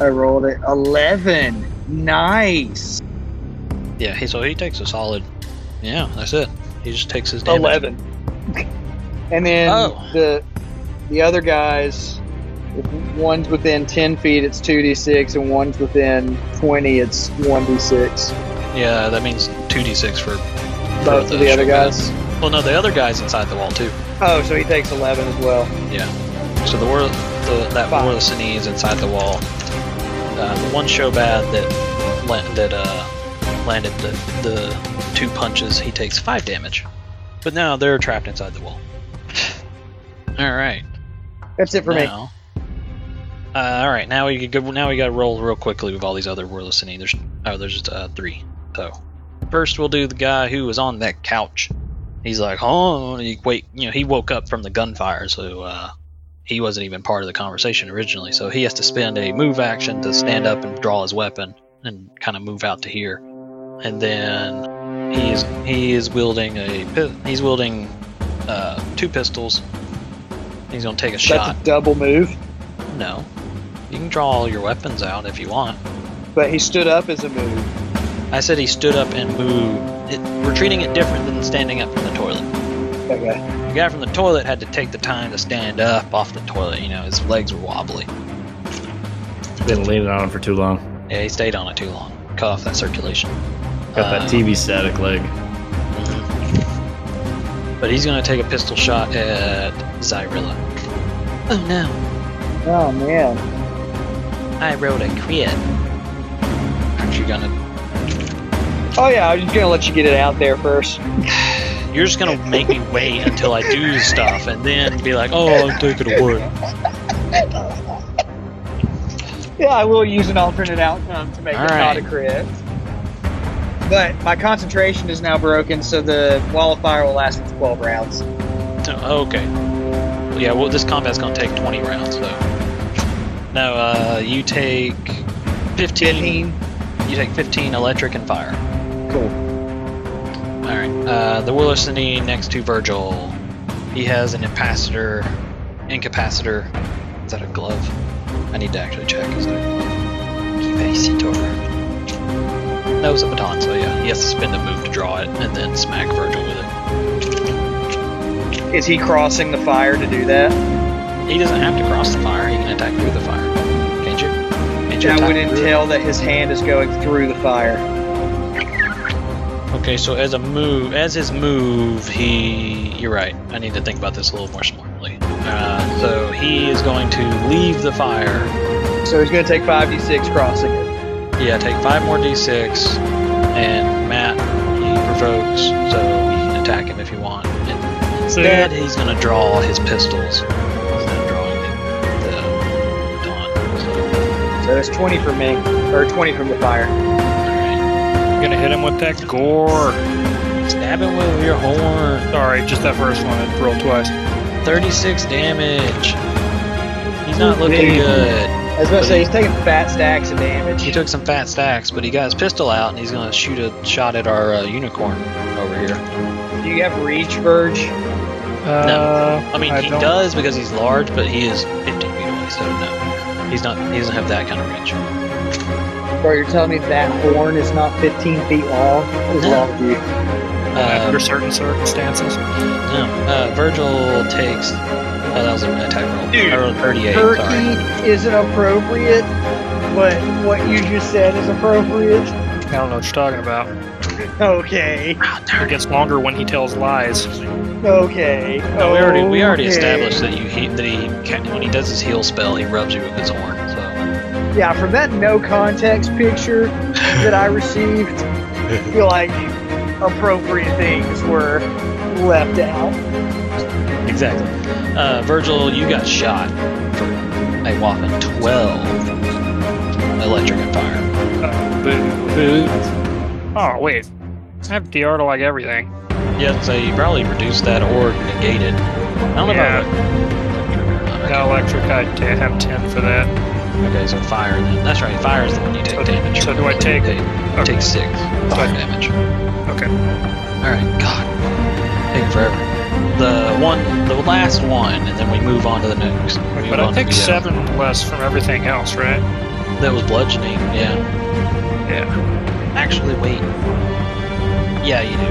S1: I rolled it. 11. Nice.
S5: yeah, he so he takes a solid Yeah, that's it. He just takes his damage.
S1: 11. And then
S5: Oh.
S1: the the other guys, if one's within 10 feet, it's 2d6, and one's within 20, it's 1d6.
S5: Yeah, that means two D six for
S1: Both
S5: the
S1: of the other
S5: show bad.
S1: guys.
S5: well no, the other guy's inside the wall too.
S1: Oh, so he takes 11 as well.
S5: Yeah. So the war, the, that
S1: Five.
S5: war of the Sinise is inside the wall. Uh, the one show bad that la- that uh, landed the, the two punches, he takes five damage. But now they're trapped inside the wall. All right.
S1: That's it for me.
S5: now, Uh, all right. Now we could go, now we got to roll real quickly with all these other war of the Sinise. There's oh there's uh, three. So first we'll do the guy who was on that couch. He's like, oh, he, wait, you know, he woke up from the gunfire, so uh, he wasn't even part of the conversation originally. So he has to spend a move action to stand up and draw his weapon and kind of move out to here. And then he is he is wielding a pi- he's wielding uh, two pistols. He's gonna take a shot.
S1: That's a double move.
S5: No, you can draw all your weapons out if you want.
S1: But he stood up as a move.
S5: I said he stood up and moved. It, we're treating it different than standing up from the toilet.
S1: Okay.
S5: The guy from the toilet had to take the time to stand up off the toilet. You know, his legs were wobbly.
S2: Been leaning on it for too long.
S5: Yeah, he stayed on it too long. Cut off that circulation. Um,
S2: Got that TV static leg.
S5: But he's gonna take a pistol shot at Zyrilla. Oh no!
S1: Oh, man.
S5: I rolled a crit. Aren't you gonna?
S1: Oh, yeah, I was just going to let you get it out there first.
S5: You're just gonna make me wait until I do stuff and then be like, "Oh, I'm taking a word."
S1: Yeah, I will use an alternate outcome to make
S5: All
S1: it not a
S5: right.
S1: crit. But my concentration is now broken, so the wall of fire will last 12 rounds.
S5: Oh, okay. Yeah, well, this combat's gonna take 20 rounds, though. No, uh, you take 15,
S1: 15.
S5: You take 15 electric and fire.
S1: Cool.
S5: All right. Uh, the Willisony next to Virgil. He has an capacitor. Incapacitor. Is that a glove? I need to actually check. Is that a glove? Capacitor. That was a baton, so yeah, he has to spend a move to draw it and then smack Virgil with it.
S1: Is he crossing the fire to do that?
S5: He doesn't have to cross the fire. He can attack through the fire. Can't you? Can't you
S1: That
S5: attack
S1: would
S5: through it?
S1: entail that his hand is going through the fire.
S5: Okay, so as a move, as his move, he. You're right. I need to think about this a little more smartly. Uh, so he is going to leave the fire.
S1: So he's going to take 5d6 crossing it.
S5: Yeah, take five more d6, and Matt he provokes, so you can attack him if you want. And instead, he's going to draw his pistols instead of drawing the, the
S1: So it's 20 for me, or 20 from the fire.
S6: I'm gonna hit him with that gore.
S5: Stab him with your horn.
S6: Sorry, just that first one. It rolled twice.
S5: 36 damage. He's not looking
S1: Dude.
S5: good.
S1: I was about to say, he's taking fat stacks of damage.
S5: He took some fat stacks, but he got his pistol out and he's going to shoot a shot at our uh, unicorn over here.
S1: Do you have reach, Verge?
S6: Uh,
S5: I mean,
S6: I
S5: he
S6: don't-
S5: does because he's large, but he is 15 feet away, so no. He's not. He doesn't have that kind of reach.
S1: Bro, you're telling me that horn is not 15 feet long? It was long for you.
S5: Um,
S6: Uh, under certain circumstances.
S5: No. Uh, Virgil takes. Oh, that was an attack roll. I rolled 38. Sorry.
S1: Turkey isn't appropriate, but what you just said is appropriate.
S6: I don't know what you're talking about.
S1: Okay,
S6: It gets longer when he tells lies.
S1: okay.
S5: No, we already we already
S1: okay.
S5: established that you he, that he can, when he does his heal spell he rubs you with his horn. So
S1: Yeah, from that no context picture that I received, I feel like appropriate things were left out.
S5: exactly. Uh, Virgil, you got shot for a whopping 12 electric and fire.
S6: Boo. Oh wait, I have DR to like everything.
S5: Yeah, so you probably reduced that or negated. I don't know
S6: Yeah.
S5: if I
S6: Now electric, I t- have ten for that.
S5: Okay, so fire. Then. That's right. Fire is the one you take
S6: So-
S5: damage.
S6: so
S5: from.
S6: do I
S5: you
S6: take- okay.
S5: Take six fire damage.
S6: Okay.
S5: All right. God, take forever. The one, the last one, and then we move on to the next. We move
S6: But
S5: on
S6: I
S5: to
S6: take
S5: the, uh,
S6: seven less from everything else, right?
S5: That was bludgeoning. Yeah.
S6: Yeah.
S5: Actually, wait. Yeah, you do.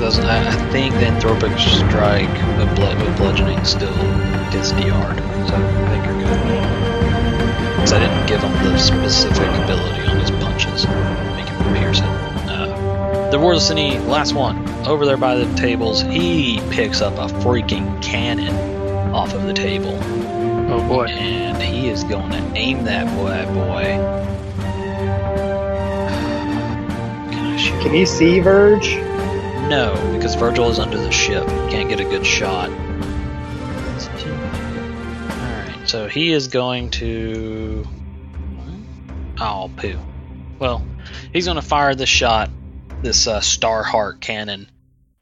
S5: Doesn't I, I think the anthropic strike with, blood, with bludgeoning still gets DR'd. So I think you're good. Because I didn't give him the specific ability on his punches. Make him pierce it. Uh, the Warzini, last one, over there by the tables, he picks up a freaking cannon off of the table.
S6: Oh boy.
S5: And he is going to aim that boy, boy. Can I shoot?
S1: Can you see Verge?
S5: No, because Virgil is under the ship. Can't get a good shot. Alright, so he is going to. Oh, poo. Well, he's going to fire this shot, this uh, Starheart cannon,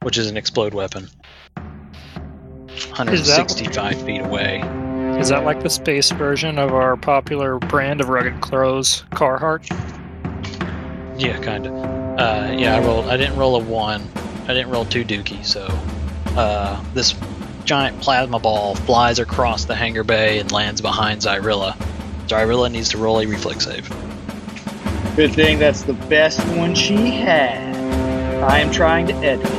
S5: which is an explode weapon. 165 feet away.
S6: Is that like the space version of our popular brand of rugged clothes, Carhartt?
S5: Yeah, kind of. Uh, yeah, I rolled. I didn't roll a one. I didn't roll two dookie. So uh, this giant plasma ball flies across the hangar bay and lands behind Zyrilla. Zyrilla needs to roll a reflex save.
S1: Good thing that's the best one she had. I am trying to edit.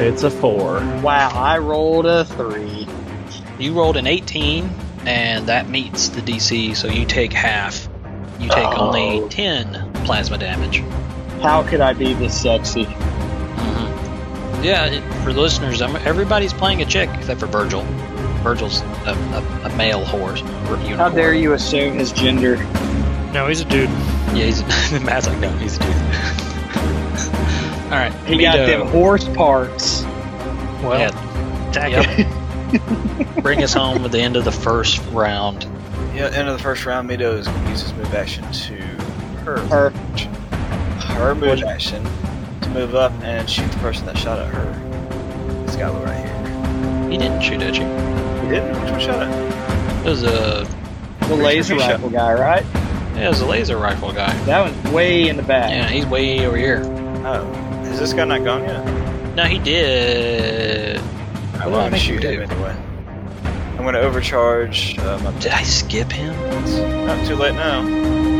S2: It's a four.
S1: Wow, I rolled a three.
S5: You rolled an 18, and that meets the DC. So you take half. You take
S1: Oh.
S5: only 10 plasma damage.
S1: How could I be this sexy?
S5: Mm-hmm. Yeah, it, for the listeners, um, everybody's playing a chick except for Virgil. Virgil's a, a, a male horse.
S1: How dare you assume his gender?
S6: No, he's a dude.
S5: Yeah, he's the Matt's like, no, he's a dude. All right,
S1: He
S5: Mido.
S1: got them horse parts.
S6: Well,
S5: Yeah. Yep. Bring us home at the end of the first round.
S3: Yeah, end of the first round, Mido is going to use his move action to her
S1: Her.
S3: her move action to move up and shoot the person that shot at her. This guy over right here.
S5: He didn't shoot at you.
S3: He didn't. Which one shot at? him?
S5: It was a
S1: The laser
S3: Shot.
S1: rifle guy, right?
S5: yeah, it was a laser rifle guy.
S1: That one's way in the back.
S5: Yeah, he's way over here.
S3: Oh, is this guy not gone yet?
S5: No, he did.
S3: I
S5: Well, I
S3: want to
S5: think you
S3: shoot him
S5: did.
S3: anyway. I'm going to overcharge uh, my
S5: Did I skip him?
S3: pistons. Not too late now.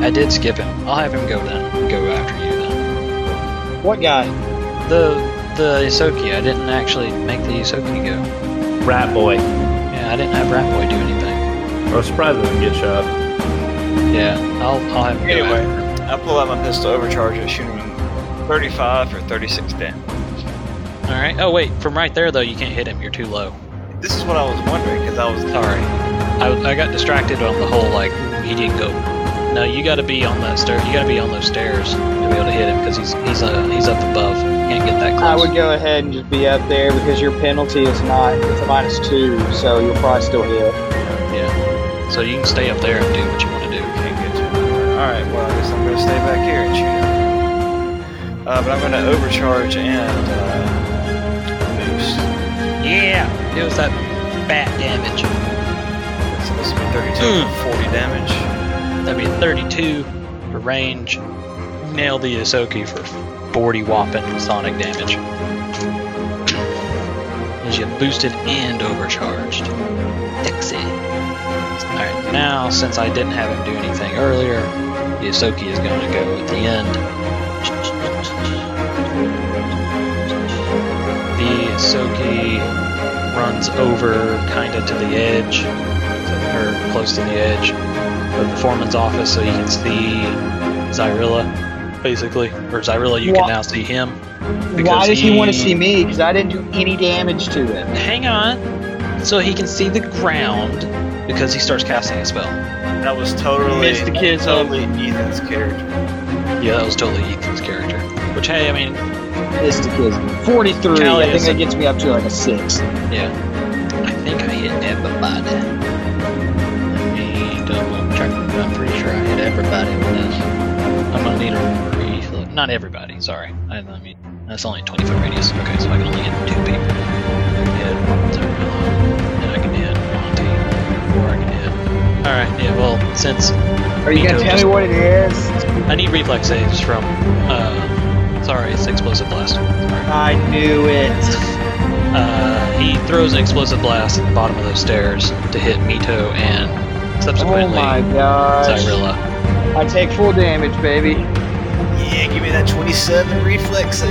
S5: I did skip him. I'll have him go then. Go after you then.
S1: What guy?
S5: The the Isoki. I didn't actually make the Isoki go.
S2: Rat boy.
S5: Yeah, I didn't have Rat Boy do anything.
S2: I was surprised I didn't get shot.
S5: Yeah, I'll I'll have him go
S3: Anyway,
S5: after.
S3: I pull out my pistol, overcharge it, shoot him in 35 or 36 damage.
S5: All right. Oh wait, from right there though, you can't hit him. You're too low.
S3: This is what I was wondering because I was
S5: Sorry, I, I got distracted on the whole like he didn't go. No, you got to be on that stair. You got to be on those stairs to be able to hit him because he's he's uh, he's up above. Can't get that close.
S1: I would go ahead and just be up there because your penalty is not, it's a minus two, so you'll probably still hit.
S5: Yeah. So you can stay up there and do what you want to do.
S3: Can't get Alright, well, I guess I'm gonna stay back here and shoot him. Uh, but I'm gonna overcharge and uh, boost.
S7: Yeah.
S5: It was that bat damage.
S3: So this will be 32
S5: Mm.
S3: 40 damage.
S5: That'd be 32 for range. Nail the Isoki for 40 whopping sonic damage. As you boosted and overcharged. Dixie. Alright, now since I didn't have him do anything earlier, the Isoki is going to go at the end. The Isoki runs over kinda to the edge, or close to the edge of the foreman's office so you can see Zyrilla, basically. Or Zyrilla, you
S1: Wha-
S5: can now see him.
S1: Why
S5: because
S1: does he, want to
S5: he-
S1: see me? Because I didn't do any damage to it.
S5: Hang on. So he can see the ground because he starts casting a spell.
S3: That was totally,
S1: Missed the kids, huh?
S3: totally Ethan's character.
S5: Yeah, that was totally Ethan's character. Which, hey, I mean,
S1: Mystic 43. I
S5: Callie
S1: think
S5: is a-
S1: that gets me up to like a 6.
S5: yeah. I think I hit everybody. Let me double check. I'm pretty sure I hit everybody with this. I'm gonna need a reload. Not everybody, sorry. I, I mean, that's only 25 radius. Okay, so I can only hit two people. I can hit Zyrilla, and I can hit Monty, or I can hit. Alright, yeah, well, since
S1: Are you going
S5: Miko
S1: to tell
S5: just-
S1: me what it is?
S5: I need reflex saves from. Uh, sorry, it's explosive blast. Sorry.
S1: I knew it.
S5: Uh, he throws an explosive blast at the bottom of those stairs to hit Mito and
S1: Oh
S5: subsequently
S1: my gosh.
S5: Zyrilla.
S1: I take full damage, baby.
S3: Yeah, give me that 27 reflex eh?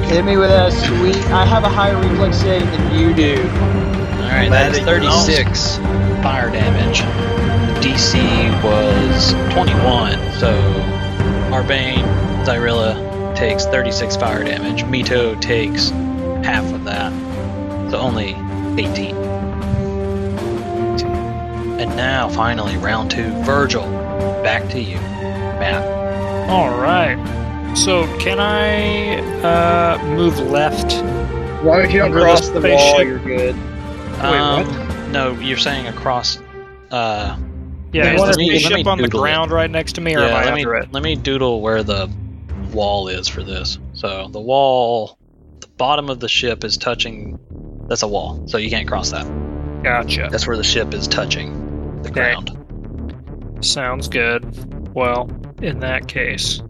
S3: save.
S1: Hit me with that sweet. I have a higher reflex save than you do.
S5: All right,
S3: Glad
S5: that's
S3: that you lost.
S5: 36 fire damage. The DC was 21, so Arbane Zyrilla takes 36 fire damage. Mito takes half of that, so only 18. And now, finally, round two. Virgil, back to you. Matt.
S6: All right. So can I uh, move left?
S1: As long as you don't
S6: Under the
S1: cross the wall,
S6: spaceship.
S1: you're good.
S5: um, No, you're saying across. Uh,
S6: Yeah,
S5: Wait,
S6: is
S5: let
S6: the
S5: me- let me
S6: spaceship on the
S5: Google it.
S6: ground right next to me, or am I
S5: let
S6: under
S5: me,
S6: it?
S5: Let me doodle where the wall is for this. So the wall, the bottom of the ship is touching. That's a wall, so you can't cross that.
S6: Gotcha.
S5: That's where the ship is touching the
S6: Okay.
S5: ground.
S6: Sounds good. Well, in that case,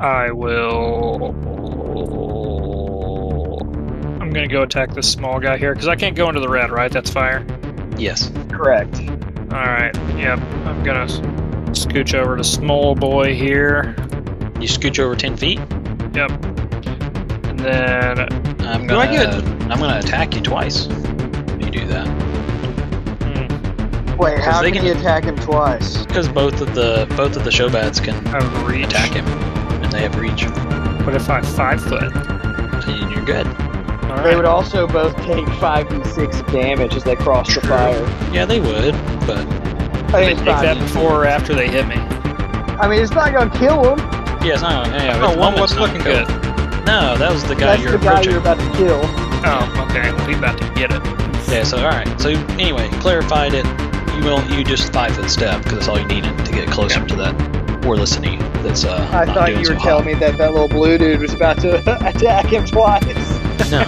S6: I will. I'm gonna go attack this small guy here because I can't go into the red, right? That's fire.
S5: Yes.
S1: Correct.
S6: All right. Yep. I'm gonna s- scooch over to small boy here.
S5: You scooch over ten feet.
S6: Yep. And then,
S5: I'm
S6: Do I
S5: gonna. I'm gonna attack you twice. If you do that,
S6: hmm,
S1: Wait,
S5: Because
S1: how
S5: they
S1: can,
S5: can-
S1: you attack him twice?
S5: because both of the both of the showbats can
S6: I have reach.
S5: attack him, and they have reach.
S6: But if I five foot,
S5: And you're good.
S6: all
S1: They
S6: right.
S1: would also both take 5d6 damage as they cross the fire.
S5: Yeah, they would, but
S1: I mean,
S6: Take
S1: it's
S6: that
S1: not,
S6: before or after they hit me.
S1: I mean, it's not going to kill him.
S5: yeah, it's not. Yeah,
S6: Oh,
S5: it's
S6: one
S5: moment's
S6: was
S5: not
S6: looking
S5: good.
S6: good.
S5: No, that was the guy
S1: That's
S5: you're
S1: the guy
S5: approaching.
S1: you're about to kill.
S6: Oh, okay. Well, he about to get it.
S5: Yeah, so alright. So anyway, clarified it. You will you just five foot step because that's all you needed to get closer to that or listening. That's uh.
S1: I
S5: not
S1: thought
S5: doing
S1: you
S5: so
S1: were telling me that that little blue dude was about to attack him twice.
S5: hot. No.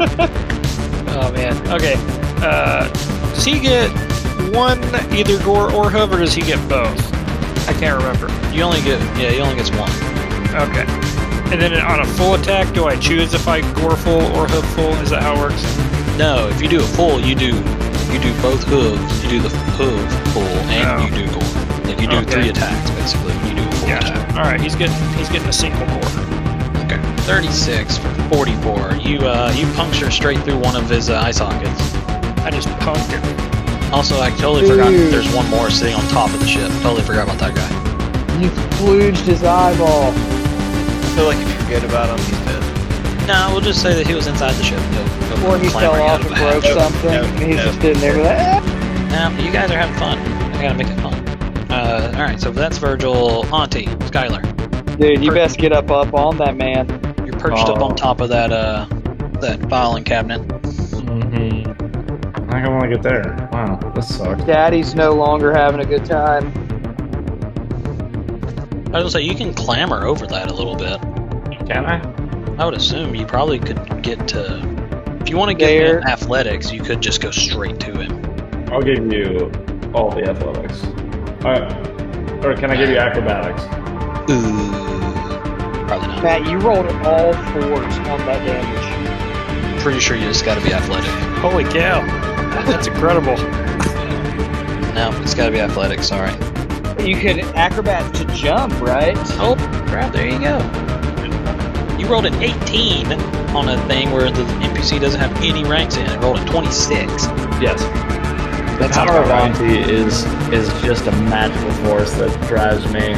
S6: Oh man. Okay. Uh, does he get one either Gore or Hoof, or does he get both? I can't remember.
S5: You only get yeah. You only get one.
S6: Okay. And then on a full attack, do I choose if I Gore full or Hoof full? Is that how it works?
S5: No, if you do a full, you do you do both hooves. You do the hoof full and
S6: Oh.
S5: you do gore. Like you do
S6: Okay.
S5: three attacks basically. when You do a full
S6: Gotcha.
S5: attack.
S6: All right. He's getting he's getting a single Gore.
S5: Okay. Thirty six for forty four. You uh you puncture straight through one of his uh, eye sockets.
S6: I just punked him.
S5: Also, I totally forgot
S1: Dude.
S5: there's one more sitting on top of the ship. Totally forgot about that guy.
S1: You splooged his eyeball.
S3: I feel like if you forget about him, he's dead.
S5: No, we'll just say that he was inside the ship.
S1: Or he fell off and broke
S3: No,
S1: something,
S3: no,
S1: and he's
S3: no.
S1: just sitting there like, "Ah."
S5: Now, you guys are having fun. I gotta make it fun. Uh, alright, so that's Virgil. Auntie, Skylar,
S1: Dude, you best get up up on that man.
S5: you're perched up
S2: Oh.
S5: on top of that, uh, that filing cabinet.
S2: Mm-hmm. I think I want to get there. Wow, this sucks.
S1: Daddy's no longer having a good time.
S5: I was gonna say you can clamber over that a little bit.
S2: Can I?
S5: I would assume you probably could get to. If you want to get
S1: There.
S5: in athletics, you could just go straight to him.
S2: I'll give you all the athletics. Uh, or can I give you acrobatics?
S5: Ooh, probably not.
S1: Matt, you rolled all fours on that damage.
S5: Pretty sure you just got to be athletic.
S6: Holy cow. That's incredible.
S5: No, it's got to be athletic. Sorry.
S1: You could acrobat to jump, right?
S5: Oh, crap! There you go. You rolled an 18 on a thing where the NPC doesn't have any ranks in. It rolled a 26.
S2: Yes. The
S5: That sounds
S2: power of
S5: about right.
S2: Auntie is is just a magical force that drives me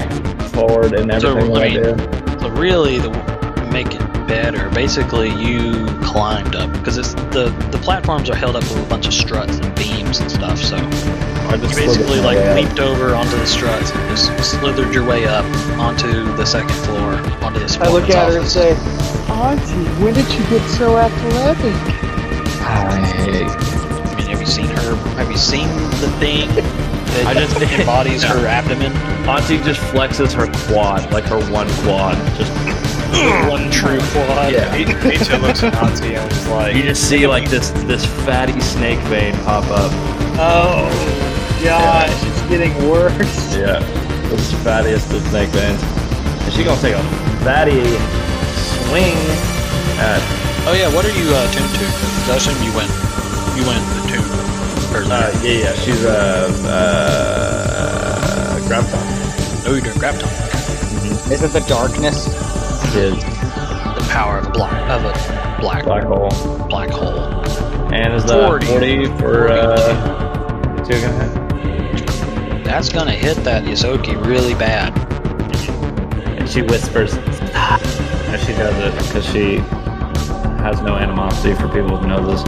S2: forward in everything that I
S5: mean-
S2: do.
S5: So really, the to make it better, basically you climbed up because it's the the platforms are held up with a bunch of struts and beams and stuff. So
S2: I
S5: you
S2: just
S5: basically
S2: slid it
S5: like
S2: way up.
S5: leaped over onto the struts and just slithered your way up onto the second floor onto this.
S1: I look
S5: woman's
S1: at her and
S5: office.
S1: say, Auntie, when did you get so athletic?
S5: I mean, have you seen her? Have you seen the thing that
S2: I just-
S5: embodies her abdomen?
S2: Auntie just flexes her quad, like her one quad. Just
S5: One true quad.
S2: yeah.
S3: Nietzsche looks at Auntie and was
S2: You
S3: like,
S2: just see like this this fatty snake vein pop up.
S1: Oh, gosh, it's getting worse.
S2: Yeah. This fattiest of snake veins. And she gonna take a fatty swing at
S5: Oh yeah. What are you uh, tuned to? 'Cause I assume you went. You went the tune. Or
S2: uh yeah yeah, she's a uh graviton.
S5: oh, you're doing grab time. mm-hmm.
S1: Isn't the darkness?
S2: She's
S5: the power of a black of a black black,
S2: black hole.
S5: hole.
S2: And is that 40,
S5: 40.
S2: for uh, two gonna hit?
S5: That's gonna hit that Yosoki really bad.
S2: And she whispers, "Stop," as she does it because she has no animosity for people with noses.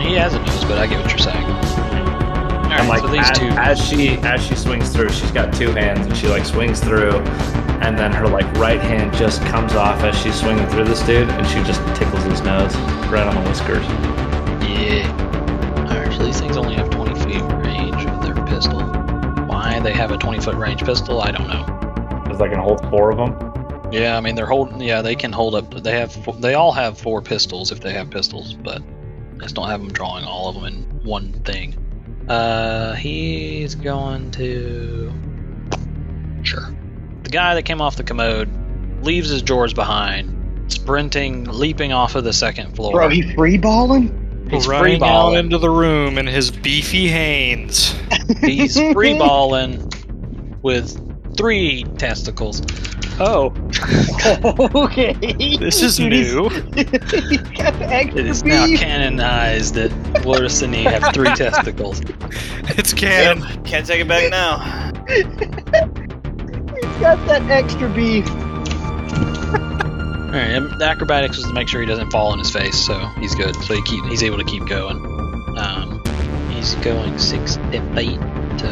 S5: He has a nose, but I get what you're saying. All right,
S2: I'm like,
S5: so these
S2: as,
S5: two.
S2: as she as she swings through, she's got two hands, and she like swings through, and then her like right hand just comes off as she's swinging through this dude, and she just tickles his nose right on the whiskers.
S5: yeah. All right, so these things only have 20 feet range with their pistol. Why they have a 20 foot range pistol, I don't know.
S2: There's like an whole four of them.
S5: Yeah, I mean they're holding. Yeah, they can hold up. They have. They all have four pistols if they have pistols, but I just don't have them drawing all of them in one thing. Uh, he's going to. Sure. The guy that came off the commode leaves his drawers behind, sprinting, leaping off of the second floor.
S1: Bro, he free balling?
S5: he's free
S6: Running out
S5: balling.
S6: into the room in his beefy hands.
S5: He's free balling with three testicles.
S6: Oh,
S1: okay.
S6: this is
S1: Dude, he's-
S6: new.
S1: he's got extra
S5: It is now
S1: beef.
S5: canonized that Lotus and he have three testicles.
S6: It's canon.
S3: can't take it back now.
S1: He's got that extra beef.
S5: All right, and the acrobatics was to make sure he doesn't fall on his face, so he's good. So he keep he's able to keep going. Um, he's going six step eight to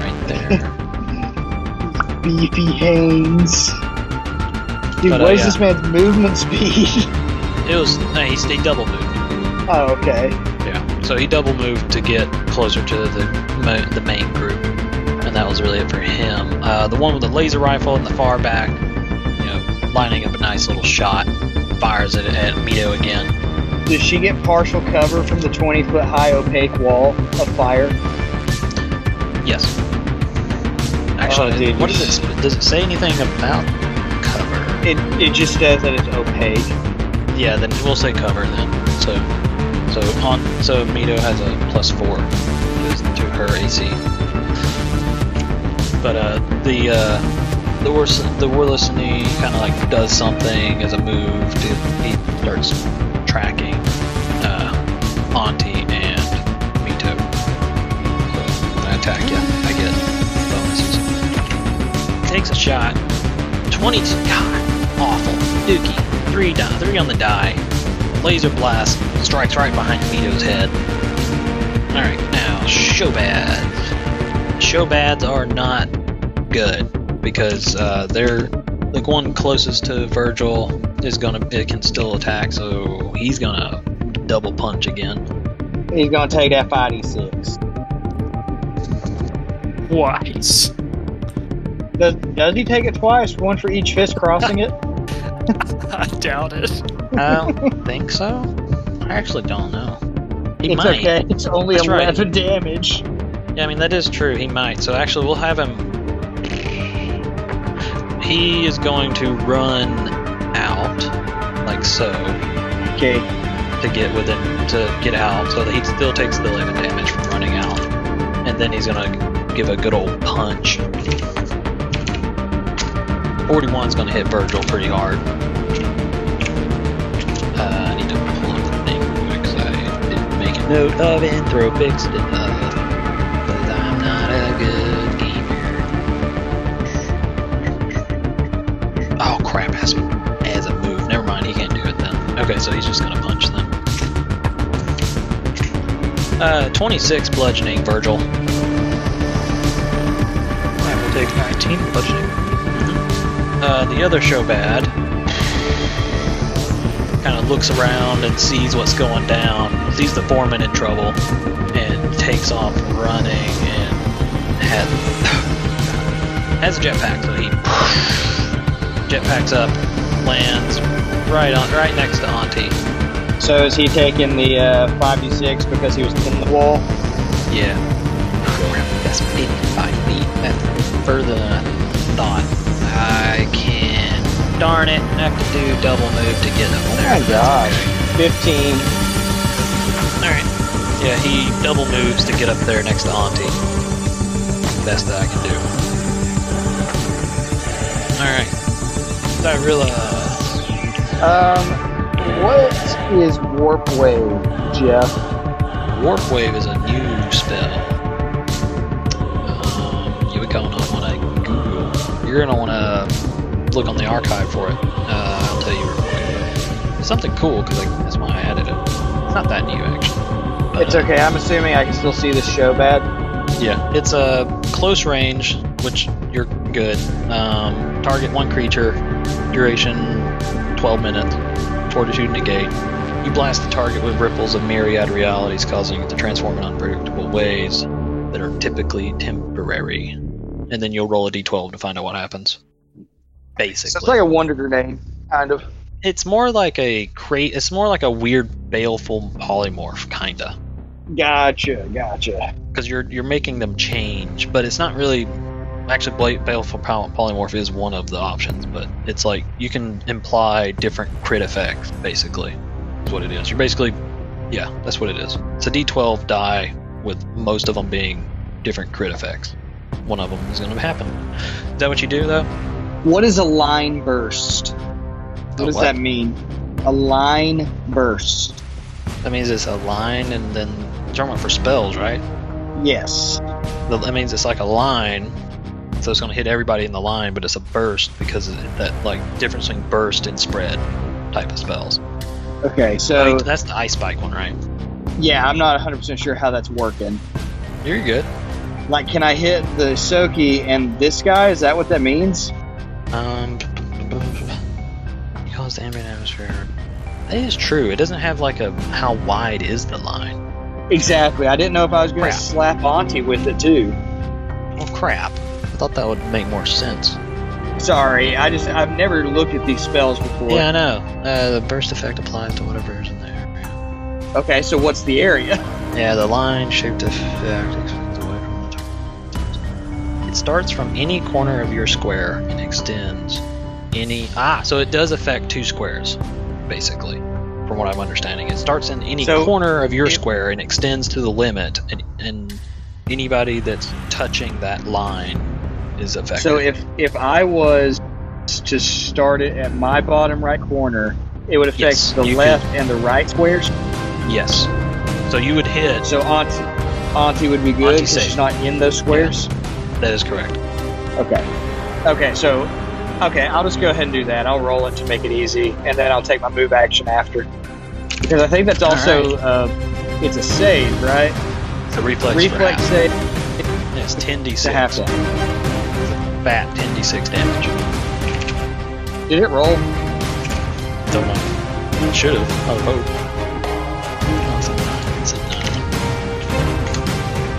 S5: right there.
S1: Beefy Haynes. Dude,
S5: But, uh,
S1: what is
S5: yeah.
S1: this man's movement speed?
S5: it was no, he, he double moved.
S1: oh, okay.
S5: Yeah, so he double moved to get closer to the mo- the main group, and that was really it for him. Uh, the one with the laser rifle in the far back, you know, lining up a nice little shot, fires it at Mito again.
S1: Does she get partial cover from the 20 foot high opaque wall of fire?
S5: Yes. Actually,
S1: Oh, dude,
S5: what
S1: you
S5: does it does it say anything about cover?
S1: It, it just says that it's opaque.
S5: Yeah, then we'll say cover then. So, so on. So Mito has a plus four is to her AC. But uh, the uh, the worst the Warlessony kind of like does something as a move. To, he starts tracking uh, Auntie and Mito. So when I attack you, I get bonuses. Takes a shot. Twenty. God, awful. Dookie three die, three on the die. Laser blast strikes right behind Mito's head. All right, now Shobads. Shobads are not good because uh, they're the one closest to Virgil is gonna it can still attack, so he's gonna double punch again.
S1: He's gonna take that 5d6.
S6: Wise.
S1: Does, does he take it twice? One for each fist crossing it?
S6: I doubt it.
S5: I don't think so. I actually don't know. He
S1: it's
S5: might.
S1: okay. It's only
S5: That's right.
S1: 11 damage.
S5: Yeah, I mean that is true. He might. So actually, we'll have him. He is going to run out, like so,
S1: Okay.
S5: to get within to get out, so that he still takes the 11 damage from running out, and then he's gonna give a good old punch. 41's gonna hit Virgil pretty hard. Uh, I need to pull up the thing because I didn't make a note of it. Throw fixed it up. But I'm not a good gamer. Oh crap, has has a move. Never mind, he can't do it then. Okay, so he's just gonna punch then. Uh, 26 bludgeoning, Virgil.
S6: I will take 19 bludgeoning.
S5: Uh, the other Shobad kind of looks around and sees what's going down, sees the foreman in trouble, and takes off running and has, has a jetpack, so he jetpacks up, lands right on right next to Auntie.
S1: So is he taking the uh, 5d6 because he was in the wall?
S5: Yeah. That's 55 feet. That's further than I thought. I can. Darn it. I have to do double move to get up there.
S1: gosh. 15.
S5: Alright. Yeah, he double moves to get up there next to Auntie. Best that I can do. Alright. Dyrilla.
S1: Um, what is warp wave, Jeff?
S5: Warp Wave is a new spell. Um, you would going to want to Google. You're going to want to look on the archive for it. Uh, I'll tell you real quick. It's something cool because that's why I added it. It's not that new, actually. But,
S1: It's
S5: uh,
S1: okay. I'm assuming I can still see the show bad.
S5: Yeah, it's a close range, which you're good. Um, target one creature, duration 12 minutes, fortitude negate. You blast the target with ripples of myriad realities, causing it to transform in unpredictable ways that are typically temporary. And then you'll roll a d12 to find out what happens. Basically,
S1: So it's like a wonder grenade, kind of.
S5: it's more like a crate. It's more like a weird baleful polymorph, kinda
S1: Gotcha, gotcha.
S5: because you're you're making them change, but it's not really. Actually, Bla- Baleful Poly- Polymorph is one of the options, but it's like you can imply different crit effects. Basically, is what it is. You're basically, yeah, that's what it is. It's a D12 die with most of them being different crit effects. One of them is going to happen. Is that what you do though?
S1: What is a line burst? What
S5: A
S1: does
S5: what?
S1: that mean? A line burst.
S5: That means it's a line, and then German for spells, right?
S1: Yes.
S5: That that means it's like a line, so it's going to hit everybody in the line, but it's a burst because of that like difference between burst and spread type of spells.
S1: Okay,
S5: I
S1: so
S5: mean, that's the ice spike one, right?
S1: yeah, I'm not 100% sure how that's working.
S5: You're good.
S1: Like, can I hit the Soki and this guy? Is that what that means?
S5: Um, you cause the ambient atmosphere. That is true. It doesn't have like a how wide is the line.
S1: Exactly. I didn't know if I was going
S5: Crap.
S1: to slap Auntie with it, too.
S5: Well, crap. I thought that would make more sense.
S1: Sorry, I just, I've never looked at these spells before.
S5: Yeah, I know. Uh, the burst effect applies to whatever is in there.
S1: Okay, so what's the area?
S5: Yeah, the line shaped effect extends away from the target. It starts from any corner of your square and extends any ah, so it does affect two squares, basically. From what I'm understanding, it starts in any
S1: So-
S5: corner of your
S1: it-
S5: square and extends to the limit, and, and anybody that's touching that line is affected.
S1: So if if I was to start it at my bottom right corner, it would affect
S5: Yes,
S1: the
S5: you could-
S1: left and the right squares.
S5: yes, so you would hit.
S1: So Auntie, Auntie would be good
S5: Auntie
S1: because she's
S5: safe.
S1: not in those squares.
S5: That is correct.
S1: Okay. Okay, so okay, I'll just go ahead and do that. I'll roll it to make it easy, and then I'll take my move action after. Because I think that's
S5: All
S1: also uh, it's a save, right?
S5: The reflex.
S1: Reflex
S5: for half.
S1: save
S5: It's 10d6.
S1: to half
S5: Fat 10d6 damage.
S1: Did it roll?
S5: Don't know. Should have. I would hope. No, it's a nine. It's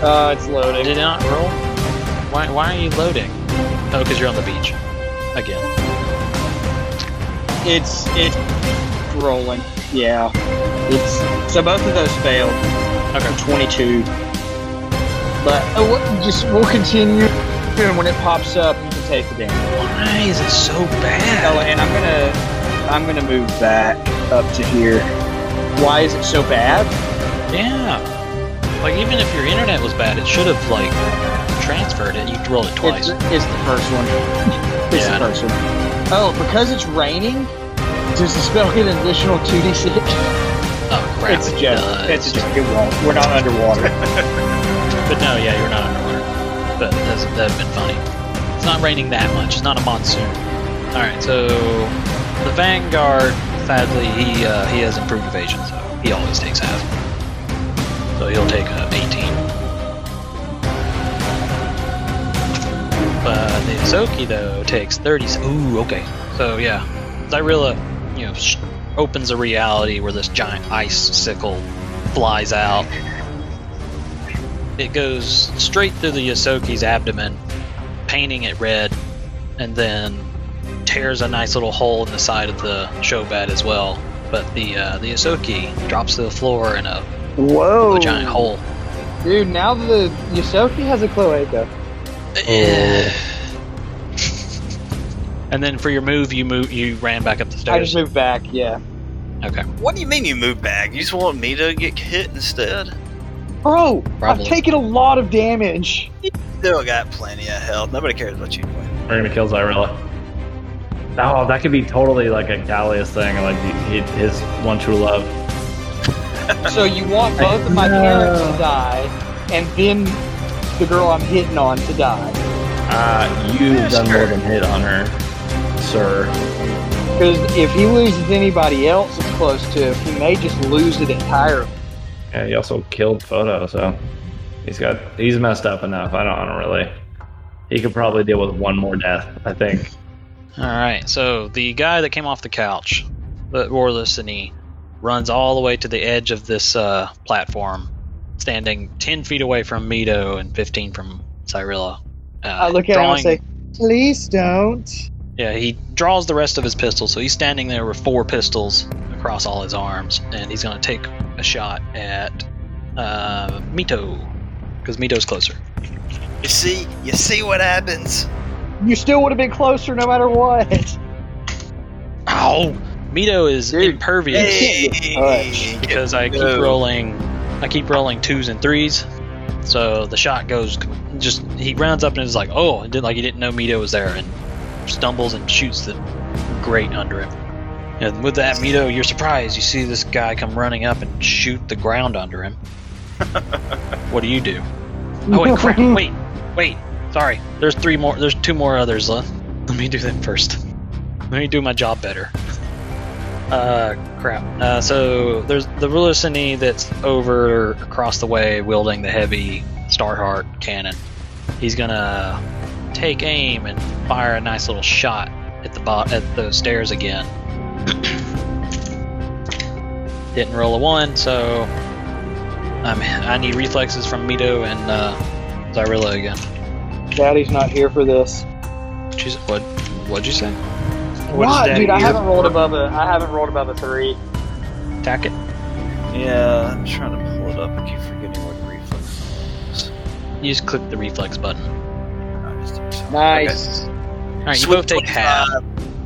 S5: a nine.
S1: Uh, it's loaded.
S5: Did it not roll? Why, why are you loading? Oh, because you're on the beach. Again.
S1: It's it's rolling. Yeah. It's so both of those failed.
S5: Okay.
S1: Twenty-two. But oh, what, just we'll continue, and when it pops up, you can take the damage.
S5: Why is it so bad?
S1: Oh, and I'm gonna I'm gonna move that up to here. Why is it so bad?
S5: Yeah. Like even if your internet was bad, it should have like transferred it. You rolled it
S1: It's,
S5: twice.
S1: it's the first one. It's
S5: Yeah.
S1: the first one. Oh, because it's raining, does the spell get an additional two d six?
S5: oh crap!
S1: It's a
S5: it
S1: joke.
S5: does.
S1: It's a joke. It won't. We're not underwater.
S5: But no, yeah, you're not underwater. But that's, that'd been funny. It's not raining that much. It's not a monsoon. All right, so the Vanguard, sadly, he uh, he has improved evasion, so he always takes half. So he'll take uh, 18. But the Isoki though takes 30. Ooh, okay. So yeah, Zyrilla, you know, sh- opens a reality where this giant ice sickle flies out it goes straight through the Yosoki's abdomen, painting it red, and then tears a nice little hole in the side of the Shobat as well. But the uh, the Yosoki drops to the floor in a
S1: Whoa,
S5: a giant hole.
S1: dude! Now the Yosoki has a cloaca. Oh.
S5: Eh. and then for your move, you move you ran back up the
S1: I just
S5: stairs.
S1: moved back. Yeah,
S5: Okay,
S3: What do you mean you move back? You just want me to get hit instead?
S1: bro.
S5: Probably.
S1: I've taken a lot of damage.
S3: Still got plenty of health. Nobody cares about you anyway.
S2: We're gonna kill Zyrilla. Oh, that could be totally like a Gallius thing, like he, his one true love.
S1: So you want both of my parents to die, and then the girl I'm hitting on to die,
S2: Uh, you've done more than hit on her, sir.
S1: because if he loses anybody else that's close to him, he may just lose it entirely.
S2: Yeah, he also killed Photo, so he's got he's messed up enough. I don't, I don't really. He could probably deal with one more death, I think.
S5: all right. So the guy that came off the couch, uh, the Orlisini, runs all the way to the edge of this uh, platform, standing ten feet away from Mito and fifteen from Cyrilla. Uh,
S1: I look at
S5: drawing-
S1: him and I say, "Please don't."
S5: Yeah, he draws the rest of his pistols, so he's standing there with four pistols across all his arms, and he's going to take a shot at uh, Mito, because Mito's closer.
S3: You see? You see what happens?
S1: You still would have been closer no matter what.
S5: Ow! Mito is
S1: Dude.
S5: impervious
S1: Hey.
S5: because I keep
S3: No.
S5: rolling, I keep rolling twos and threes, so the shot goes. Just he rounds up and is like, "Oh!" and did like he didn't know Mito was there, and stumbles and shoots the grate under him. And with that, Mito, you're surprised. You see this guy come running up and shoot the ground under him. what do you do? Oh wait, crap! Wait, wait. Sorry. There's three more. There's two more others left. Let me do them first. Let me do my job better. Uh, crap. Uh, so there's the Rulicini that's over across the way, wielding the heavy Starheart cannon. He's gonna take aim and fire a nice little shot at the bot at those stairs again. Didn't roll a one, so I'm I need reflexes from Mito and uh, Zyrilla again.
S1: Daddy's not here for this.
S5: She's what? What'd you say?
S6: What is
S1: What,
S6: that
S1: dude? I
S6: here?
S1: haven't rolled above a. I haven't rolled above a three.
S5: Attack it.
S3: Yeah, I'm trying to pull it up. I keep forgetting what reflex is.
S5: You just click the reflex button.
S3: I just did something.
S1: Nice.
S5: All right, you
S3: Sweet
S5: both take half.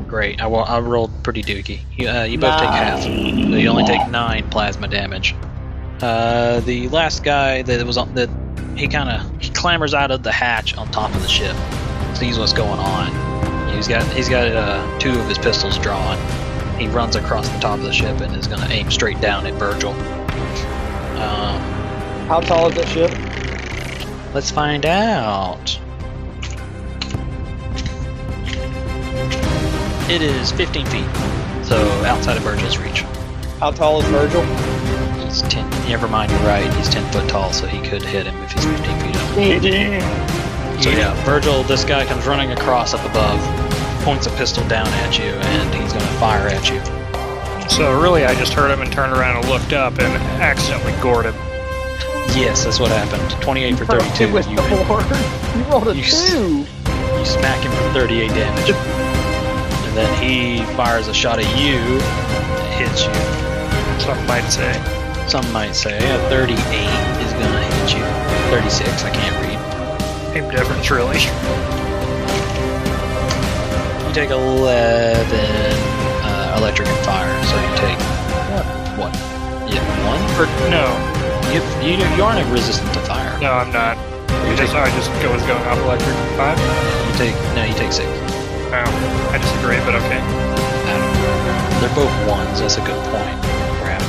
S5: Great. I, wa- I rolled pretty dookie. You, uh, you both take half. So you only take nine plasma damage. Uh, the last guy that was on that he kind of he clambers out of the hatch on top of the ship, sees what's going on. He's got he's got uh, two of his pistols drawn. He runs across the top of the ship and is going to aim straight down at Virgil. Um,
S1: How tall is that ship?
S5: let's find out. It is 15 feet, so outside of Virgil's reach.
S1: How tall is Virgil?
S5: He's ten. Never mind. You're right. He's ten foot tall, so he could hit him if he's fifteen feet up. So yeah, Virgil. This guy comes running across up above, points a pistol down at you, and he's gonna fire at you.
S6: So really, I just heard him and turned around and looked up and accidentally gored him.
S5: Yes, that's what happened. Twenty-eight for
S1: Perfect
S5: thirty-two.
S1: with
S5: You,
S1: the board. You rolled a
S5: You s-
S1: two.
S5: You smack him for 38 damage. And then he fires a shot at you. It hits you.
S6: Some might say.
S5: Some might say a 38 is going to hit you. 36, I can't read.
S6: Name difference, really.
S5: You take 11 uh, electric and fire, so you take. What? What? Yeah, one?
S6: Or, no,
S5: You, you, you aren't resistant to fire.
S6: no, I'm not.
S5: You
S6: I
S5: take,
S6: just, I just go was going off electric five.
S5: you take, no, you take six.
S6: No, I disagree, but okay.
S5: They're both ones. That's a good point. Crap.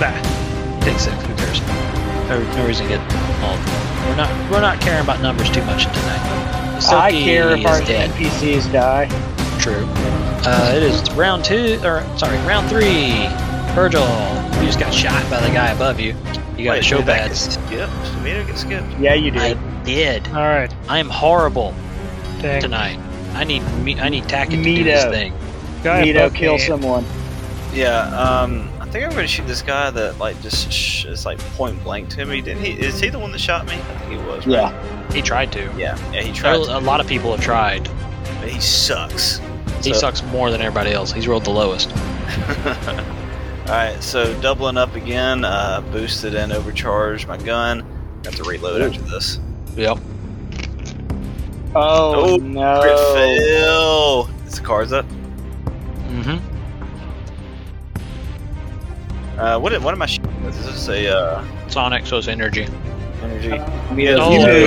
S5: Bah. Take six. Who cares? No, no reason to get all. We're not. We're not caring about numbers too much tonight.
S1: I
S5: Silky
S1: care if
S5: is
S1: our
S5: dead.
S1: NPCs die.
S5: True. Uh, it is round two, or sorry, round three. Virgil, you just got shot by the guy above you. You got a
S3: Wait,
S5: show
S3: did that get
S5: bad.
S3: Skipped. Did Mito get skipped?
S1: Yeah, you
S5: I
S1: did.
S5: did.
S6: All right,
S5: I am horrible
S6: dang.
S5: tonight. I need me. I need Tackett to do this
S1: Meato.
S5: thing.
S6: Guy
S1: Nito
S6: above
S1: kill
S6: me-
S1: someone.
S3: Yeah. Um, I think I'm gonna shoot this guy that like just sh- is like point blank to me. Didn't he? Is he the one that shot me? I think he was. Right?
S1: Yeah.
S5: He tried to.
S3: Yeah. Yeah. He
S5: There-
S3: tried.
S5: A lot of people have tried.
S3: to, but he sucks.
S5: He
S3: So-
S5: sucks more than everybody else. He's rolled the lowest.
S3: Alright, so doubling up again, uh, boosted and overcharged my gun. Have to reload after this.
S5: Yep.
S1: Oh,
S3: Oh, Crit
S1: no.
S3: fail! It's the cards up.
S5: Mm-hmm.
S3: Uh, what, what am I shooting with? Is this a uh,
S5: Sonic, so it's energy.
S3: energy?
S1: Mito,
S5: oh,
S1: you moved.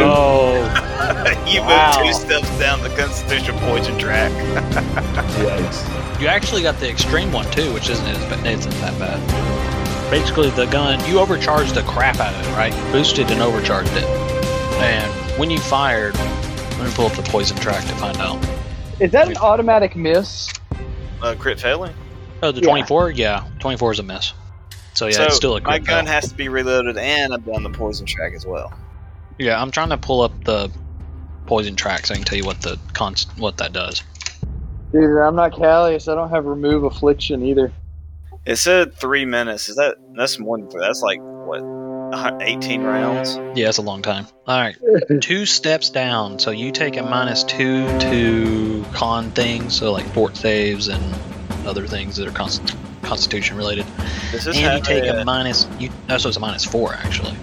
S5: no.
S3: you
S1: Wow.
S3: moved two steps down the constitutional poison track.
S5: You actually got the extreme one too, which isn't as bad. Isn't that bad? Basically, the gun you overcharged the crap out of it, right? Boosted and overcharged it. And when you fired, I'm gonna pull up the poison track to find out.
S1: Is that an automatic miss?
S3: Uh, crit failing?
S5: Oh, the
S1: Yeah.
S5: 24. Yeah, 24 is a miss. So yeah,
S3: so
S5: it's still a
S3: my
S5: crit
S3: gun
S5: fail.
S3: has to be reloaded and I'm on the poison track as well.
S5: yeah, I'm trying to pull up the poison track so I can tell you what the const- what that does.
S1: Dude, I'm not Callius. I don't have remove affliction either.
S3: It said three minutes. Is that that's more than three? That's like what, a hun- 18 rounds?
S5: Yeah, it's a long time. All right, two steps down. So you take a minus two to con things, so like fort saves and other things that are const- constitution related.
S3: This is
S5: And you take
S3: a,
S5: a minus. You oh, so it's a minus four actually.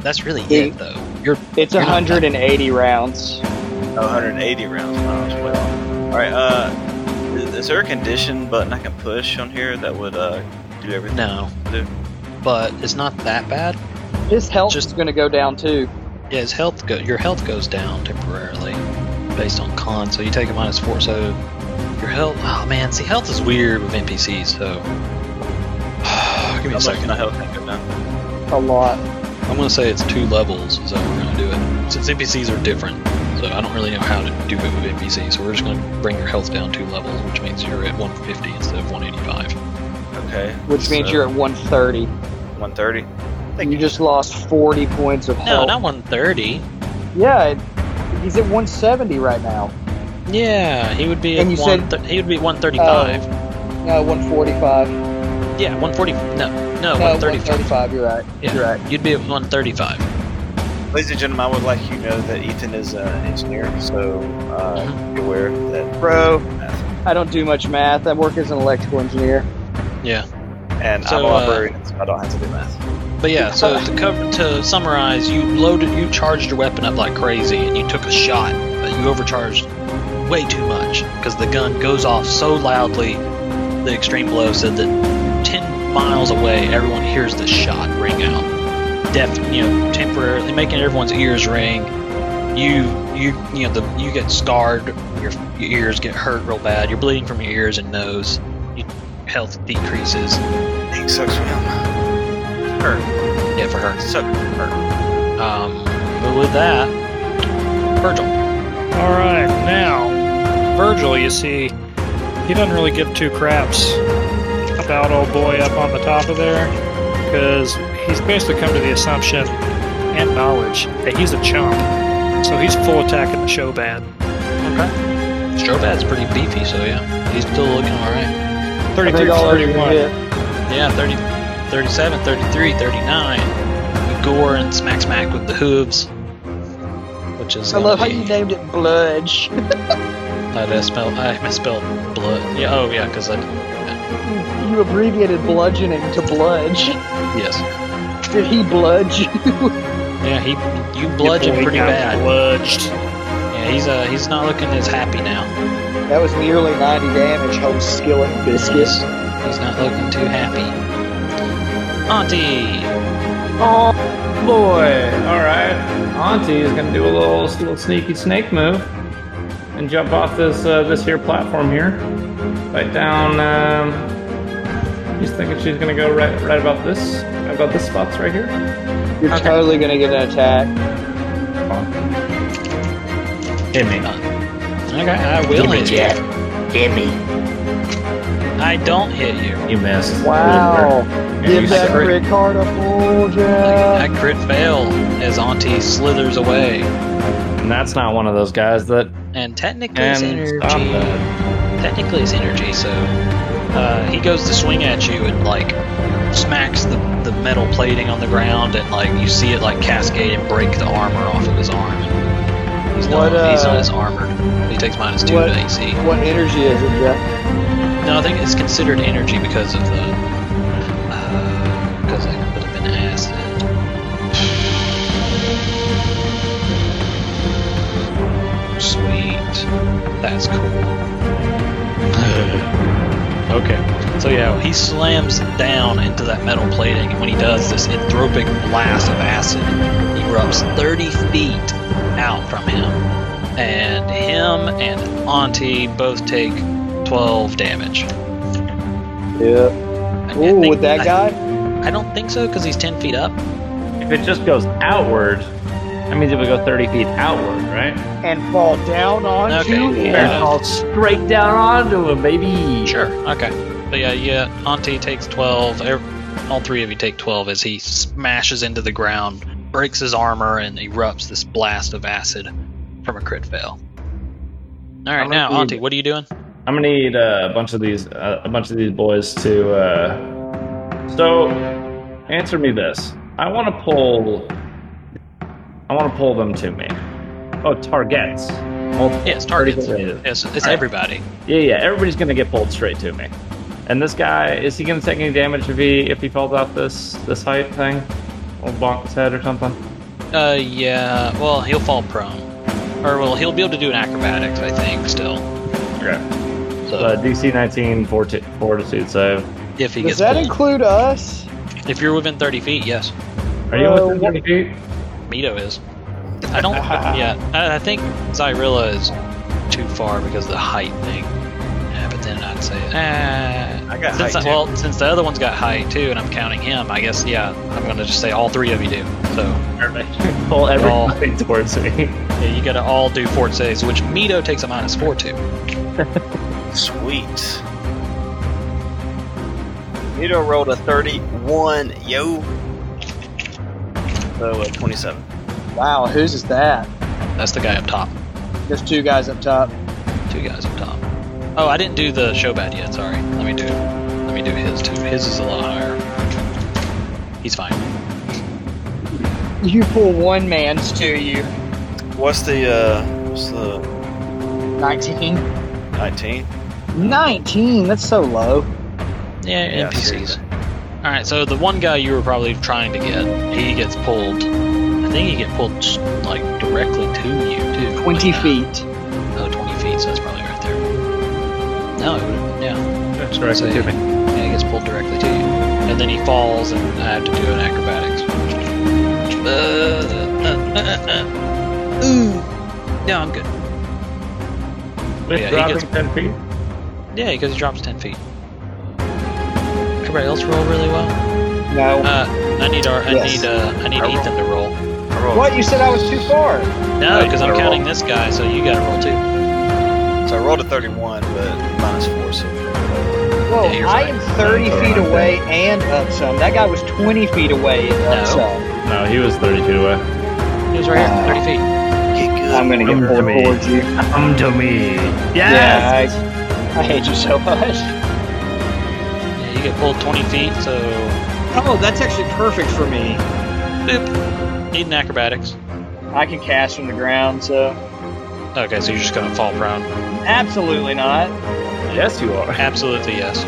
S5: That's really
S1: Yeah.
S5: it though. You're
S1: It's
S5: You're not-
S1: 180 rounds.
S3: Oh, 180 rounds. Oh, well. All right. Uh, is, is there a condition button I can push on here that would uh do everything?
S5: no,
S3: Dude.
S5: but it's not that bad.
S1: His health
S5: Just-
S1: is going to go down too.
S5: Yeah, his health go- your health goes down temporarily based on con. So you take a minus four. So your health. Oh man, see, health is weird with NPCs. So give me
S3: How
S5: a
S3: much
S5: second.
S3: can I help think of now?
S1: A lot.
S5: I'm gonna say it's two levels is how we're gonna do it. Since NPCs are different, so I don't really know how to do it with NPCs. So we're just gonna bring your health down two levels, which means you're at 150 instead of 185.
S3: Okay,
S1: Which means
S5: So-
S1: you're at 130.
S3: 130. Thank
S1: You just lost 40 points of
S5: No,
S1: health.
S5: not 130.
S1: Yeah, it, he's at 170 right now.
S5: Yeah, he would be
S1: And
S5: at
S1: you said-
S5: one. Th- he would be 135.
S1: No, 145.
S5: Oh,
S1: No,
S5: yeah, 140. No, no, 135.
S1: 135. You're right.
S5: Yeah.
S1: You're right.
S5: You'd be at 135.
S3: Ladies and gentlemen, I would like you to know that Ethan is uh, an engineer, so
S5: Mm-hmm.
S3: uh, be aware that.
S1: Bro, I don't do much math. I work as an electrical engineer.
S5: Yeah.
S3: And
S5: So,
S3: I'm
S5: uh,
S3: an librarian, so I don't have to do math.
S5: But yeah, so to cover, to summarize, you loaded, you charged your weapon up like crazy, and you took a shot, but you overcharged way too much because the gun goes off so loudly. The extreme blow said that ten miles away, everyone hears the shot ring out, deaf, you know, temporarily making everyone's ears ring. You, you, you know, the you get scarred, your, your ears get hurt real bad. You're bleeding from your ears and nose. Your health decreases.
S3: It sucks for him. Her.
S5: Yeah, for her.
S3: Suck. Her.
S5: Um, but with that, Virgil.
S6: All right, now Virgil, you see, he doesn't really give two craps about old boy up on the top of there because he's basically come to the assumption and knowledge that he's a chump, so he's full attacking the show bad.
S5: Okay. Strobad's pretty beefy, so yeah, he's still looking all right.
S1: I
S6: 33
S1: think all of you
S6: 31.
S1: hit.
S5: Yeah, 30, 37, 33, 39. You Gore and smack smack with the hooves. With which is
S1: I love how
S5: gonna
S1: you
S5: be-
S1: named it Bludge.
S5: I misspelled. I misspelled blood. Yeah. Oh yeah, because I
S1: You abbreviated bludgeoning to bludge.
S5: yes.
S1: Did he bludge you?
S5: Yeah, he you bludgeoned
S6: Your boy
S5: pretty
S6: got
S5: bad.
S6: Bludged.
S5: Yeah, he's uh he's not looking as happy now.
S1: That was nearly 90 damage, home skillet biscuit.
S5: He's, he's not looking too happy. Auntie,
S2: Oh boy! All right, Auntie is gonna do a little little sneaky snake move and jump off this uh, this here platform here, right down. Um, she's thinking she's gonna go right right about this right about this spot's right here.
S1: You're
S2: Okay.
S1: totally gonna get an attack.
S2: Hit me.
S5: okay, I will hit you.
S7: Jeff. Give me.
S5: I don't hit you.
S2: You missed.
S1: Wow.
S2: Yeah, you
S1: Give that
S2: crit.
S1: crit card a full
S5: I
S1: jab.
S5: crit fail as Auntie slithers away,
S2: And that's not one of those guys that
S5: and technically
S2: can
S5: it's
S2: stop
S5: energy.
S2: that.
S5: technically it's energy, so uh, he goes to swing at you and like smacks the, the metal plating on the ground and like you see it like cascade and break the armor off of his arm. He's not,
S1: What, uh,
S5: he's not as armored. He takes minus two
S1: what-
S5: to AC.
S1: What energy is it, Jeff?
S5: No, I think it's considered energy because of the uh, because I would have been acid. Sweet, that's cool. okay, so yeah, he slams down into that metal plating, and when he does this anthropic blast of acid erupts 30 feet out from him, and him and Auntie both take 12 damage.
S1: Yep.
S5: I
S1: Ooh,
S5: think-
S1: with that
S5: I-
S1: guy?
S5: I don't think so because he's 10 feet up.
S2: If it just goes outward, that means it would go 30 feet outward, right?
S1: And fall down onto
S5: Okay,
S1: him.
S5: fair enough.
S2: Fall straight down onto him, baby.
S5: Sure. Okay. But yeah, yeah. Auntie takes 12. ev- All three of you take 12 as he smashes into the ground, breaks his armor, and erupts this blast of acid from a crit fail. All right,
S2: I'm
S5: now
S2: gonna-
S5: Auntie, what are you doing?
S2: I'm gonna need uh, a bunch of these, uh, a bunch of these boys to. Uh... So, answer me this: I want to pull, I want to pull them to me. Oh, targets. Multiple
S5: Yes, targets.
S2: targets.
S5: Yes, it's
S2: All right.
S5: everybody.
S2: Yeah, yeah. Everybody's gonna get pulled straight to me. And this guy, is he gonna take any damage if he if he falls off this this height thing, or bonk his head or something?
S5: Uh, yeah. Well, he'll fall prone, or well, he'll be able to do an acrobatics, I think, still.
S2: Okay.
S5: So
S2: Uh, DC 19 forti- fortitude save.
S5: if he
S1: Does
S5: gets
S1: that
S5: pulled,
S1: include us?
S5: if you're within 30 feet, yes.
S2: Are you
S1: Uh,
S2: within 30 feet?
S5: Mito is. I don't. yeah, I, I think Zyrilla is too far because of the height thing. Yeah, but then I'd say, ah.
S3: I got
S5: Since
S3: height
S5: I-
S3: too.
S5: well, since the other one's got height too, and I'm counting him, I guess yeah, I'm gonna just say all three of you do. So
S2: Perfect. Pull everybody towards me.
S5: yeah, you gotta all do fort saves, which Mito takes a minus four to.
S3: Sweet. Nito rolled a 31, yo. So, uh, 27.
S1: Wow, whose is that?
S5: That's the guy up top.
S1: There's two guys up top.
S5: Two guys up top. Oh, I didn't do the show bad yet. Sorry. Let me do. Let me do his too. His is a lot higher. He's fine.
S1: You pull one man's to you.
S3: What's the, uh, what's the
S1: 19?
S3: 19?
S1: 19? That's so low.
S5: Yeah,
S3: Yeah,
S5: NPCs.
S3: seriously.
S5: All right, so the one guy you were probably trying to get, he gets pulled. I think he get pulled s- like directly to you too.
S1: 20
S5: Like, uh,
S1: feet.
S5: Oh, 20 feet. So that's probably right there. No, it would've- yeah.
S2: That's right.
S5: So, Yeah, he gets pulled directly to you, and then he falls, and I have to do an acrobatics. Uh, uh, uh, uh. Ooh. No, I'm good.
S2: With
S5: Yeah, he
S2: dropping
S5: gets-
S2: 10 feet?
S5: Yeah, because he drops 10 feet. Everybody else roll really well.
S1: No.
S5: Uh, I need our, I
S1: Yes.
S5: need, uh, I need
S3: I roll.
S5: Ethan to
S3: I
S5: roll.
S3: rolled.
S1: what? You said I was too far.
S5: No,
S3: Uh,
S5: because
S3: you
S5: I'm
S3: gotta
S5: counting
S3: roll.
S5: this guy, so you gotta roll too.
S3: So I rolled a 31, but minus 4, so.
S1: Whoa,
S5: Yeah, you're
S1: I
S5: right.
S1: am 30
S2: Alright,
S1: feet
S2: alright.
S1: away and up some. That guy was 20 feet away and up
S5: No.
S1: some.
S2: No, he was 30 feet away.
S5: He was right
S1: Uh,
S5: here, 30 feet.
S3: Get good.
S1: I'm gonna get
S2: Come
S1: pulled
S2: to me.
S1: towards you.
S2: Come to me.
S1: Yeah, I, I hate you so much.
S5: Yeah, you get pulled 20 feet, so.
S1: Oh, that's actually perfect for me.
S5: Boop. Need an acrobatics.
S1: I can cast from the ground, so
S5: Okay, so you're just gonna fall prone.
S1: absolutely not.
S2: Yes, you are.
S5: Absolutely yes.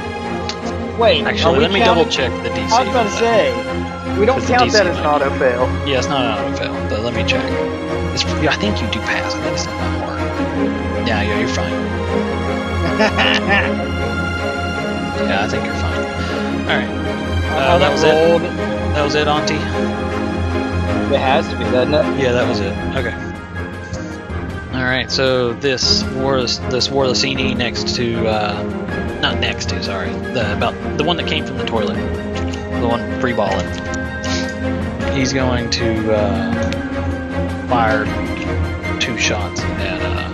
S1: Wait, are
S5: Actually,
S1: we
S5: let me
S1: counting-
S5: double check the DC.
S1: I was about to
S5: for
S1: say we don't
S5: It's a
S1: count
S5: DC
S1: that as an
S5: mod.
S1: auto fail.
S5: that. Yeah, it's not an auto fail, but let me check. It's, yeah, I think you do pass. I think it's not gonna work. Yeah, yeah, you're fine. Yeah, I think you're fine. All right,
S1: Oh,
S5: that was it?
S1: rolled.
S5: that was it, Auntie.
S1: It has to be, doesn't it?
S5: Yeah, that was it. Okay. All right. So this war, this Warlessini next to, uh, not next to, sorry, the about the one that came from the toilet, the one free balling. He's going to uh, fire two shots at uh,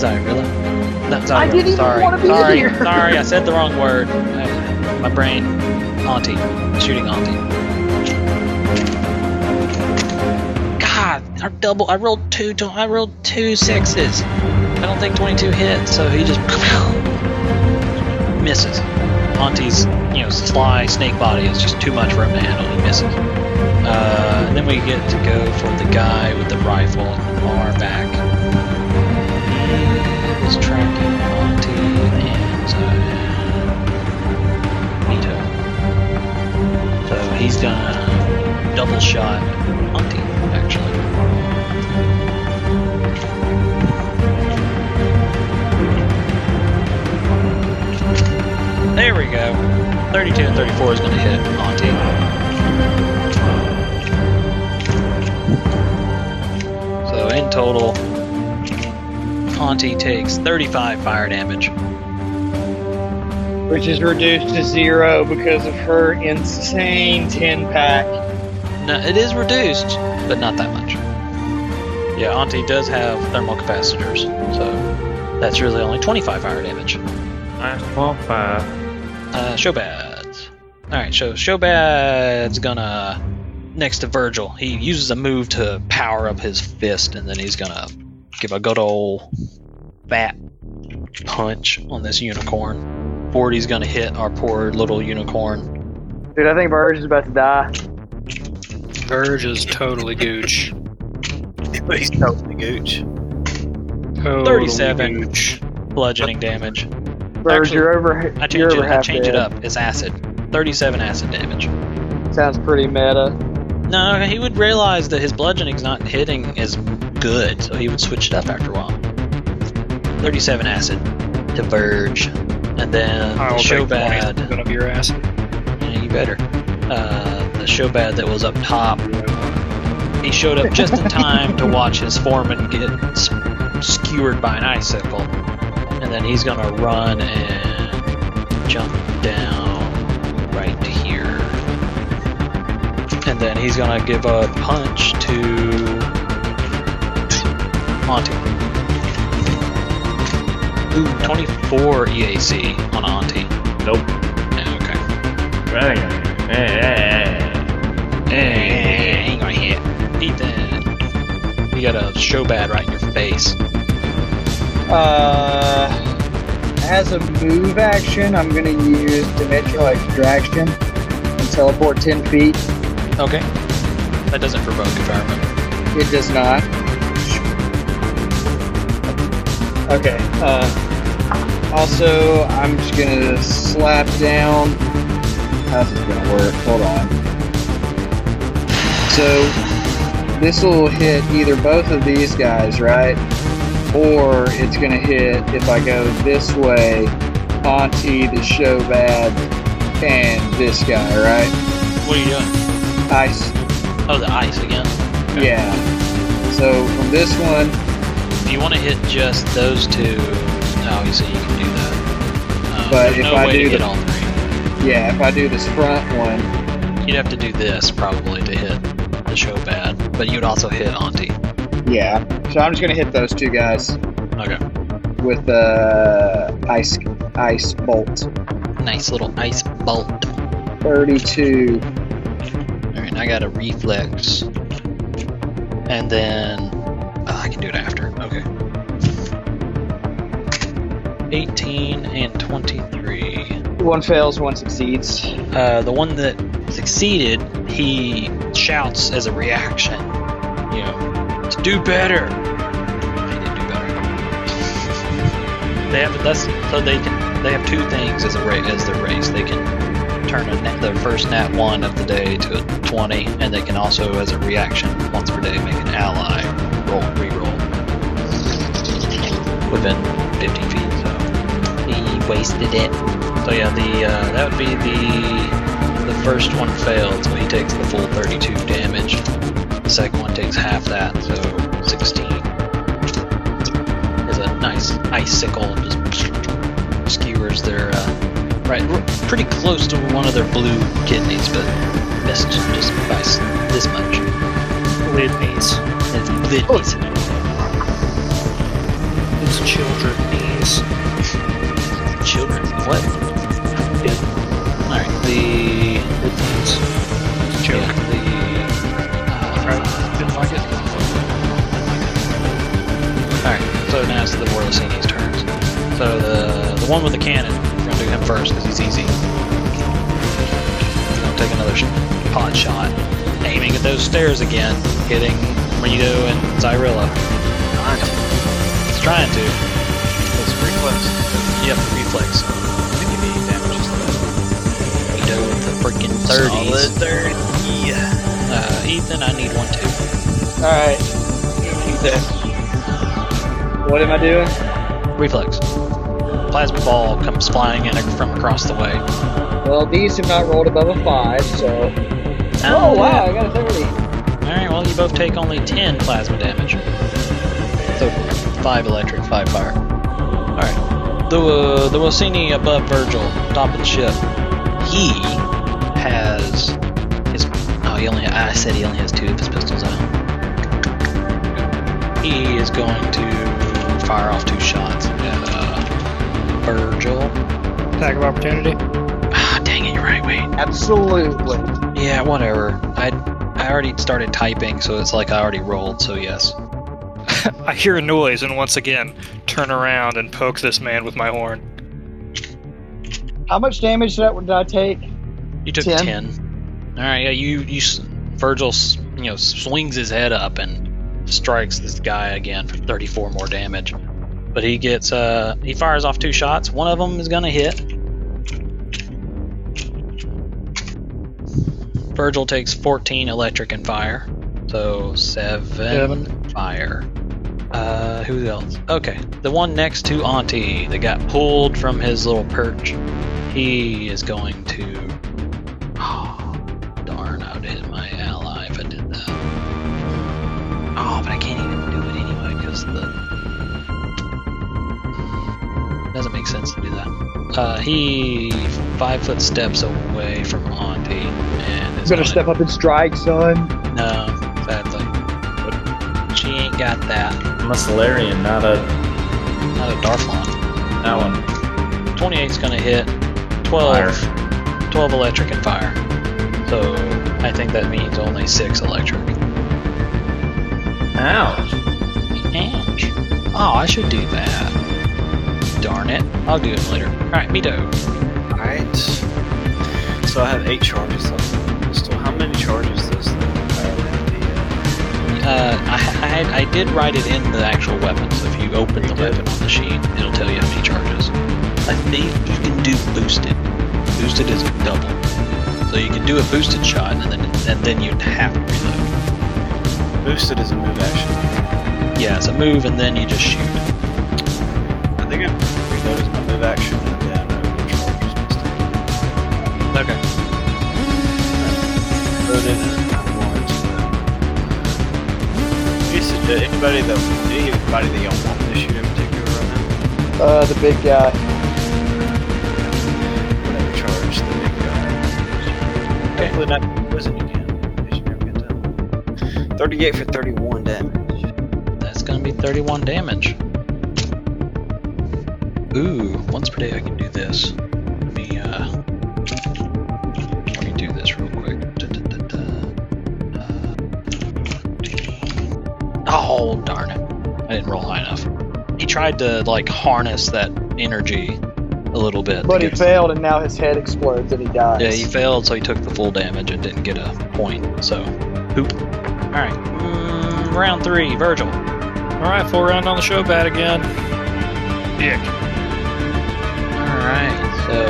S5: Zyrilla. Not Zyrilla.
S1: I didn't even
S5: sorry,
S1: wanna be
S5: sorry,
S1: here.
S5: sorry. I said the wrong word. I- my brain, Auntie, shooting Auntie. God, I double. I rolled two. tw- I rolled two sixes. I don't think 22 hit, so he just misses. Auntie's, you know, sly snake body is just too much for him to handle. He misses. Uh, and then we get to go for the guy with the rifle far back. He was tracking Auntie and uh, Mito. So uh, he's gonna double shot Auntie, actually. There we go. 32 and 34 is going to hit Auntie. So in total, Auntie takes 35 fire damage.
S1: Which is reduced to zero because of her insane ten pack.
S5: Now, it is reduced, but not that much. Yeah, Auntie does have thermal capacitors, so that's really only 25 fire damage. Uh, Shobad. Alright, so Shobad's gonna. Next to Virgil, he uses a move to power up his fist, and then he's gonna give a good old bat punch on this unicorn. 40's gonna hit our poor little unicorn.
S1: Dude, I think Burge is about to die.
S6: Verge is totally gooch.
S3: He's totally gooch.
S6: Totally
S5: 37.
S6: Gooch.
S5: Bludgeoning damage.
S1: Burge,
S5: Actually,
S1: you're over.
S5: I
S1: you're
S5: change it,
S1: over
S5: I
S1: half
S5: change it
S1: dead.
S5: up. It's acid. 37 acid damage.
S1: Sounds pretty meta.
S5: No, he would realize that his bludgeoning's not hitting as good, so he would switch it up after a while. 37 acid to Verge. And then
S6: I
S5: the
S6: will take
S5: Shobad.
S6: 20 out of your ass.
S5: Yeah, you better. Uh, the Shobad that was up top. He showed up just in time to watch his foreman get s- skewered by an icicle. And then he's gonna run and jump down right here. And then he's gonna give a punch to Monty. Ooh, 24 EAC on Auntie.
S2: Nope.
S5: Yeah, okay.
S2: Running. Eh, eh, eh. Eh.
S5: Ain't gonna hit. Ethan. You got a show bad right in your face.
S1: Uh, as a move action, I'm going to use dimensional extraction and teleport 10 feet.
S5: Okay. That doesn't provoke if I remember.
S1: It does not. Okay. Uh, also, I'm just going to slap down. How's this going to work? Hold on. So, this will hit either both of these guys, right? Or it's going to hit, if I go this way, Auntie, the show bad, and this guy, right?
S5: What are you doing?
S1: I s-
S5: Oh, the ice again.
S1: yeah. So from this one,
S5: You want to hit just those two. Obviously, you can do that.
S1: But
S5: Um, there's
S1: if
S5: no
S1: I
S5: way
S1: do
S5: to hit
S1: the-
S5: all three.
S1: yeah, if I do this front one,
S5: You'd have to do this probably to hit the show bad, but you'd also hit Auntie.
S1: yeah. So I'm just gonna hit those two guys
S5: Okay.
S1: with uh, ice ice bolt.
S5: Nice little ice bolt.
S1: Thirty-two.
S5: Alright, I got a reflex. And then. Oh, I can do it after. Okay. 18 and 23.
S1: One fails, one succeeds.
S5: Uh, the one that succeeded, he shouts as a reaction, you know, to do better. They did do better. They have that's so they can they have two things as a ra- as their race. They can turn a, nat- their first nat one of the day to a twenty, and they can also as a reaction once per day make an ally roll reroll within fifty feet. So he wasted it. So yeah, the uh, that would be the the first one failed, so he takes the full 32 damage. The second one takes half that, so 16. Is a nice icicle and just skewers their uh, right, r- pretty close to one of their blue kidneys, but missed just by s- this much.
S6: Lidneys.
S5: Oh, It's lit-
S6: It's children knees.
S5: children. What? Yeah. All right. The
S6: Lidneys. It's
S5: yeah,
S6: children.
S5: the uh,
S6: I didn't like it.
S5: Alright, so now it's the Warlessini's turns. So the the one with the cannon, we're gonna do him first because he's easy. He's gonna take another sh- pot shot, aiming at those stairs again, hitting Rito and Zyrilla.
S3: Not
S5: He's trying to.
S3: It's reflex.
S5: Yep, reflex.
S3: Can you be damage just a bit?
S5: Rito with the freaking 30s.
S3: Solid 30.
S5: Uh, Ethan, I need one too.
S1: Alright. What am I doing?
S5: Reflex. Plasma ball comes flying in from across the way.
S1: Well, these have not rolled above a 5, so. Oh, wow, I got a 30.
S5: Alright, well, you both take only 10 plasma damage. So, 5 electric, 5 fire. Alright. The, uh, the Rossini above Virgil, top of the ship, he has his. Oh, he only. I said he only has two of his pistols out. He is going to fire off two shots at uh, Virgil.
S6: Attack of opportunity.
S5: Ah, dang it, you're right, wait.
S1: Absolutely.
S5: Yeah, whatever. I I already started typing, so it's like I already rolled, so yes.
S6: I hear a noise and once again turn around and poke this man with my horn.
S1: How much damage did I, did I take?
S5: You took ten.
S1: Ten.
S5: All right. Yeah. You you. s- Virgil, s- you know, swings his head up and strikes this guy again for 34 more damage. But he gets uh he fires off two shots. One of them is gonna hit. Virgil takes 14 electric and fire, so seven, fire. Uh, who else? Okay, the one next to Auntie that got pulled from his little perch. He is going to Oh, darn, I would hit my ally if I did that. Oh, but I can't even do it anyway because the. Doesn't make sense to do that. Uh, he five foot steps away from Auntie and
S1: I'm
S5: is
S1: gonna
S5: gonna-
S1: step up and strike, son.
S5: No, sadly. She ain't got that.
S2: I'm a Solarian, not a
S5: Not a Darflon.
S2: that one.
S5: 28's gonna hit. 12. 12 electric and fire. So I think that means only 6 electric.
S2: Ouch.
S5: Ouch. Oh, I should do that. Darn it. I'll do it later. Alright, Mito.
S3: Alright. So I have eight charges left. Pistol. How many charges does the uh, power have?
S5: Uh, I, I, had, I did write it in the actual weapon, so if you open the
S3: You did.
S5: weapon on the sheet, it'll tell you how many charges. I think you can do boosted. Boosted is double. So you can do a boosted shot, and then and then you'd have to reload.
S3: The boosted is a move action.
S5: Yeah, it's a move, and then you just shoot.
S3: I think I reload is my move action and then uh, overcharge is pistol.
S5: Okay.
S3: Loaded and I'm going to- You suggest- uh, Anybody that anybody that y'all want to shoot in particular right now?
S1: Uh, the big guy.
S3: whatever charge the big guy.
S5: Okay.
S3: Hopefully not prison you can. because you never get that. 38 for 31 damage.
S5: That's gonna be 31 damage. Ooh, once per day I can do this. Let me uh, let me do this real quick. Da, da, da, da. Uh, oh darn it! I didn't roll high enough. He tried to like harness that energy a little bit. to
S1: But he
S5: get-
S1: failed, and now his head explodes and he dies.
S5: yeah, he failed, so he took the full damage and didn't get a point. So, hoop. All right, mm, round three, Virgil.
S6: All right, full round on the show bat again. Dick.
S5: All right, so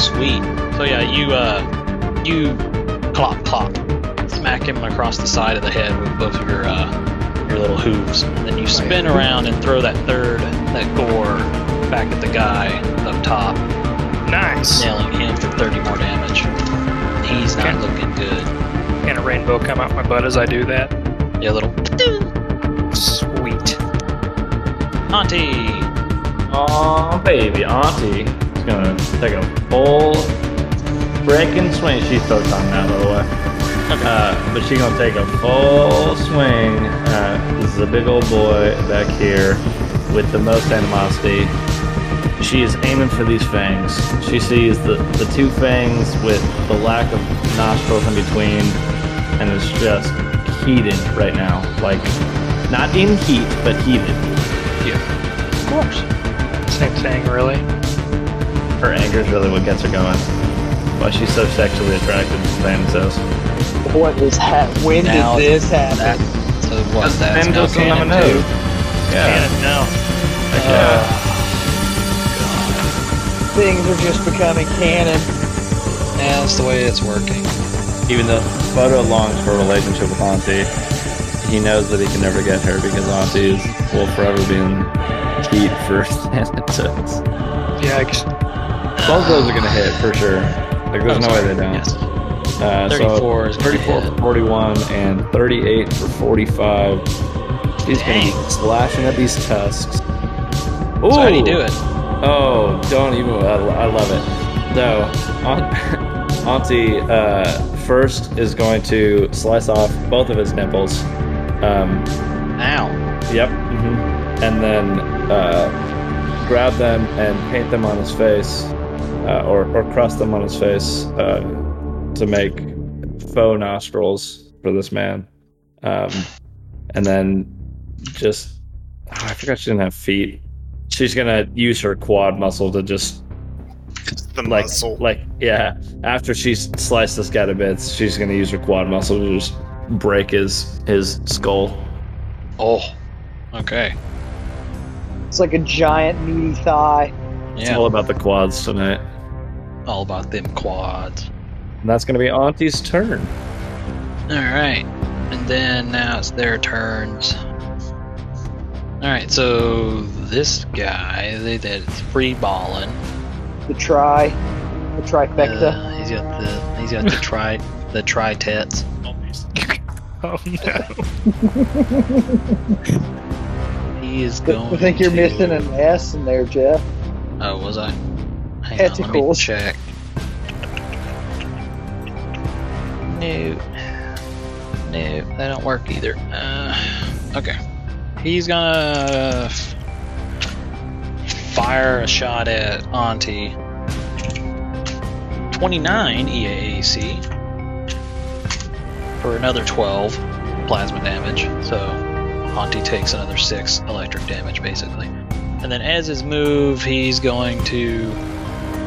S5: sweet. So yeah, you uh, you clop clop, smack him across the side of the head with both of your uh, your little hooves. Then you spin around and throw that third that gore back at the guy up top,
S6: Nice.
S5: nailing him for 30 more damage. He's not
S6: Okay.
S5: looking good.
S6: And a rainbow come out my butt as I do that.
S5: Yeah, little
S6: Sweet.
S5: auntie.
S2: Aw, baby, Auntie is gonna take a full breaking swing. She's photon now, by the way. Uh, but she's gonna take a full swing. Uh, this is a big old boy back here with the most animosity. She is aiming for these fangs. She sees the, the two fangs with the lack of nostrils in between, and it's just heated right now. Like, not in heat, but heated.
S6: Of course. Same thing, really.
S2: Her anger is really what gets her going. Why she's so sexually attracted to Thanatos.
S1: What is ha- When
S5: Now-
S1: did this happen?
S5: That, so what? That's now
S2: Thanatos will never
S5: cannon
S2: know.
S5: too.
S2: Yeah.
S6: And no.
S1: Things are just becoming canon.
S5: Now it's the way it's working.
S2: Uh, Even though Photo longs for a relationship with Auntie, he knows that he can never get her because Auntie is, will forever be in heat for Thanatos.
S6: Yikes.
S2: Both of those are going to hit for sure. Like, there's
S5: Oh,
S2: no
S5: sorry.
S2: way they don't.
S5: Yes.
S2: Uh,
S5: 34 is
S2: so 34 for 41 and 38 for 45. He's going to be slashing at these tusks. Ooh!
S5: So how do you do it?
S2: Oh, don't even. I, I love it. So, Aunt, Auntie uh, first is going to slice off both of his nipples. Um,
S5: Now.
S2: yep. hmm And then uh, grab them and paint them on his face, uh, or, or cross them on his face uh, to make faux nostrils for this man. Um, and then just. oh, I forgot she didn't have feet. She's gonna use her quad muscle to just
S3: The
S2: like
S3: muscle.
S2: like yeah after she's sliced this guy to bits she's gonna use her quad muscle to just break his his skull
S5: Oh. Okay.
S1: It's like a giant meaty thigh.
S2: it's
S5: Yeah.
S2: all about the quads tonight
S5: all about them quads.
S2: and that's gonna be auntie's turn
S5: All right. And then now it's their turns. All right. So this guy they, that's free balling.
S1: The tri, the trifecta.
S5: Uh, he's got the he's got the tri the tri tets.
S6: Oh no.
S5: He is
S1: Th-
S5: going.
S1: I think you're
S5: to-
S1: missing an S in there, Jeff.
S5: Oh, was I? Hang on, let me
S1: Tentacles.
S5: check. No. No, they don't work either. Uh, okay. He's gonna fire a shot at Auntie. E 29 EAAC for another 12 plasma damage. So Auntie takes another 6 electric damage basically. And then as his move, he's going to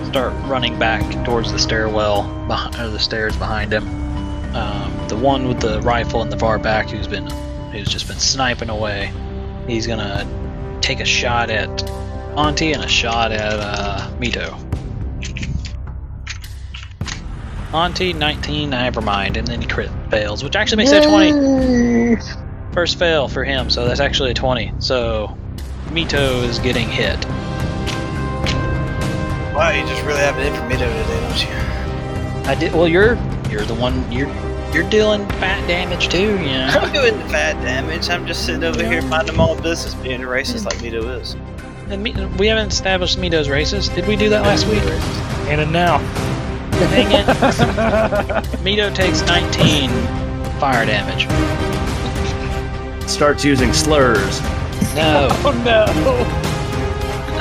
S5: start running back towards the stairwell, behind, or the stairs behind him. Um, the one with the rifle in the far back, who's been, who's just been sniping away. He's gonna take a shot at Auntie and a shot at uh, Mito. Auntie 19, never mind, and then he crit fails, which actually makes it a 20. First fail for him, so that's actually a 20. So Mito is getting hit.
S3: Wow, you just really have it in for Mido today, don't you?
S5: I did well you're you're the one you're you're dealing fat damage too, you know.
S3: I'm doing the bad damage. I'm just sitting over here minding my own business, being racist like Mido is.
S5: And Mi- we haven't established Mito's racist. Did we do that last week?
S6: And and now.
S5: Dang it. Mito takes 19 fire damage.
S2: starts using slurs
S5: No.
S1: Oh no!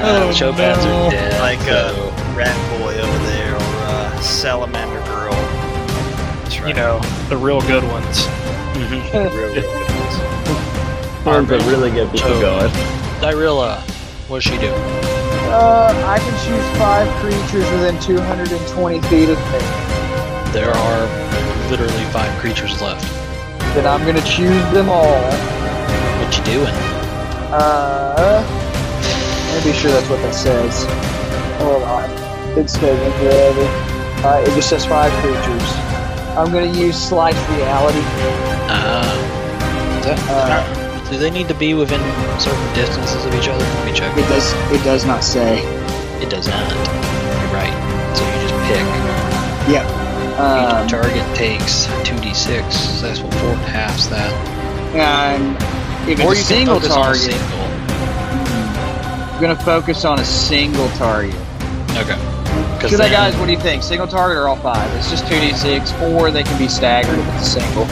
S5: Uh, show pads are dead.
S3: Like uh,
S5: so-
S3: Rat Boy over there, or uh, Salamander Girl. That's right.
S6: You know, the real good ones.
S3: real, real good ones.
S2: arms that really get people
S5: Oh.
S2: going
S5: Dyrilla, what's she doing?
S1: Uh, I can choose five creatures within 220 feet of me.
S5: There are literally five creatures left.
S1: Then I'm gonna choose them all.
S5: What you doing?
S1: Uh, I'm be sure that's what that says. Hold on. Big statement forever. Uh, it just says five creatures. I'm gonna use slice reality.
S5: Uh,
S1: Uh,
S5: do they need to be within certain distances of each other? Let me check.
S1: it does. It does not say.
S5: It does not. You're right. So you just pick.
S1: Um,
S5: Each target takes 2d6. So that's what four halves that.
S1: and if
S5: Or
S1: it's a
S5: you can
S1: single
S5: focus on a
S1: target,
S5: single.
S1: I'm gonna focus on a single target.
S5: Okay. 'Cause
S1: Should I,
S5: then-
S1: guys? What do you think? Single target or all five? It's just two d six, or they can be staggered if it's a single.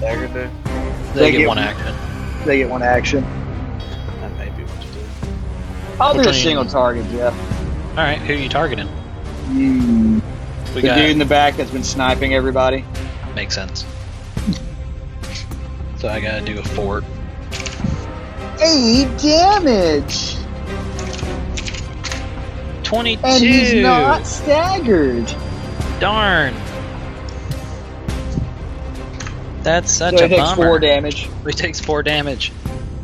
S3: Dagger dude?
S5: They,
S1: They
S5: get,
S1: get-
S5: one action.
S1: They get one action.
S3: That may be what to do.
S1: I'll do a
S5: Between-
S1: single target, Jeff.
S5: All right, who are you targeting?
S1: Hmm.
S5: We
S1: the
S5: got
S1: dude in the back that's been sniping everybody.
S5: makes sense. So I gotta do a fort.
S1: Eight damage,
S5: 22.
S1: and he's not staggered.
S5: Darn. That's such
S1: so
S5: a
S1: he takes
S5: bummer.
S1: four damage.
S5: he takes four damage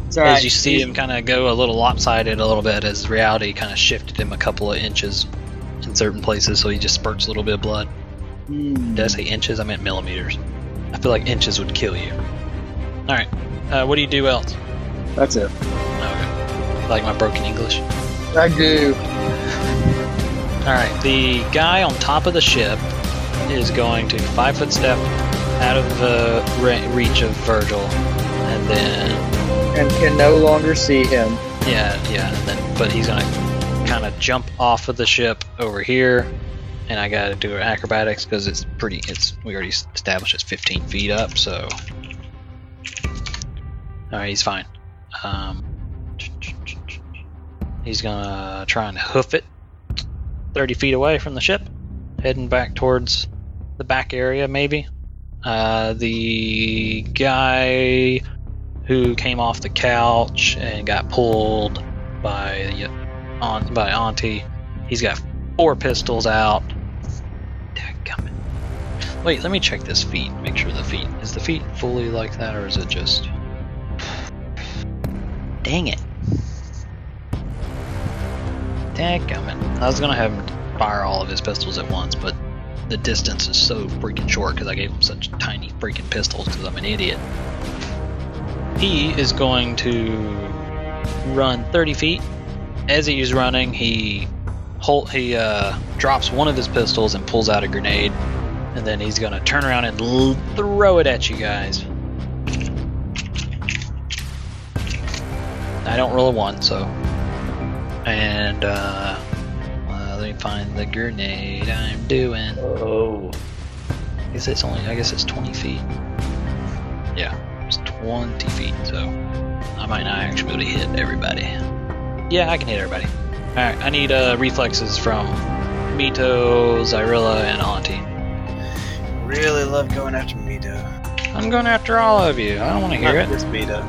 S1: It's all right.
S5: as you see him kind of go a little lopsided a little bit as reality kind of shifted him a couple of inches in certain places. So he just spurts a little bit of blood.
S1: Hmm.
S5: Did I say inches? I meant millimeters. I feel like inches would kill you. All right. Uh, what do you do else?
S1: That's it.
S5: Okay. Like my broken English.
S1: I do.
S5: All right, the guy on top of the ship is going to five foot step out of the re- reach of Virgil, and then
S1: And can no longer see him.
S5: yeah, yeah, and then but he's gonna kind of jump off of the ship over here, and I gotta do acrobatics because it's pretty. It's we already established it's 15 feet up, so all right, he's fine. Um, he's gonna try and hoof it 30 feet away from the ship, heading back towards the back area, maybe. Uh, the guy who came off the couch and got pulled by the aunt, by auntie. He's got four pistols out. Dadgummit. Wait, let me check this feet. Make sure the feet is the feet fully like that, or is it just? Dang it! Dadgummit. I was gonna have him fire all of his pistols at once, but the distance is so freaking short because I gave him such tiny freaking pistols because I'm an idiot. He is going to run 30 feet. As he's running, he hold, he uh, drops one of his pistols and pulls out a grenade, and then he's going to turn around and l- throw it at you guys. I don't roll a one, so. And uh, uh, let me find the grenade I'm doing.
S2: Oh.
S5: I guess it's only. I guess it's 20 feet. Yeah, it's 20 feet. So I might not actually be able to hit everybody. Yeah, I can hit everybody. All right, I need uh, reflexes from Mito, Zyrilla, and Auntie.
S3: Really love going after Mito.
S5: I'm going after all of you. I don't want to hear
S3: Not
S5: it.
S3: this Mito.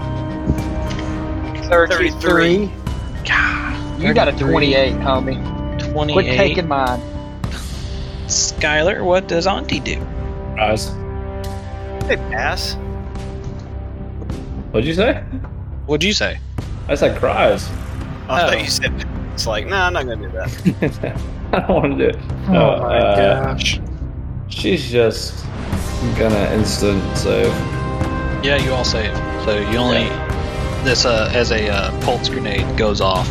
S1: 33. You got a 28, homie. Quit
S5: 28.
S1: taking mine.
S5: Skylar, what does Auntie do?
S2: Guys,
S3: They pass. Oh,
S2: what'd you say?
S5: What'd you say?
S2: I said cries.
S3: I
S5: Oh.
S3: thought you said it's like, nah, I'm not gonna do that.
S2: I don't want to do it. uh,
S6: Oh my gosh.
S2: She's just gonna instant save.
S5: Yeah, you all say it. So you only this uh, as a uh, pulse grenade goes off.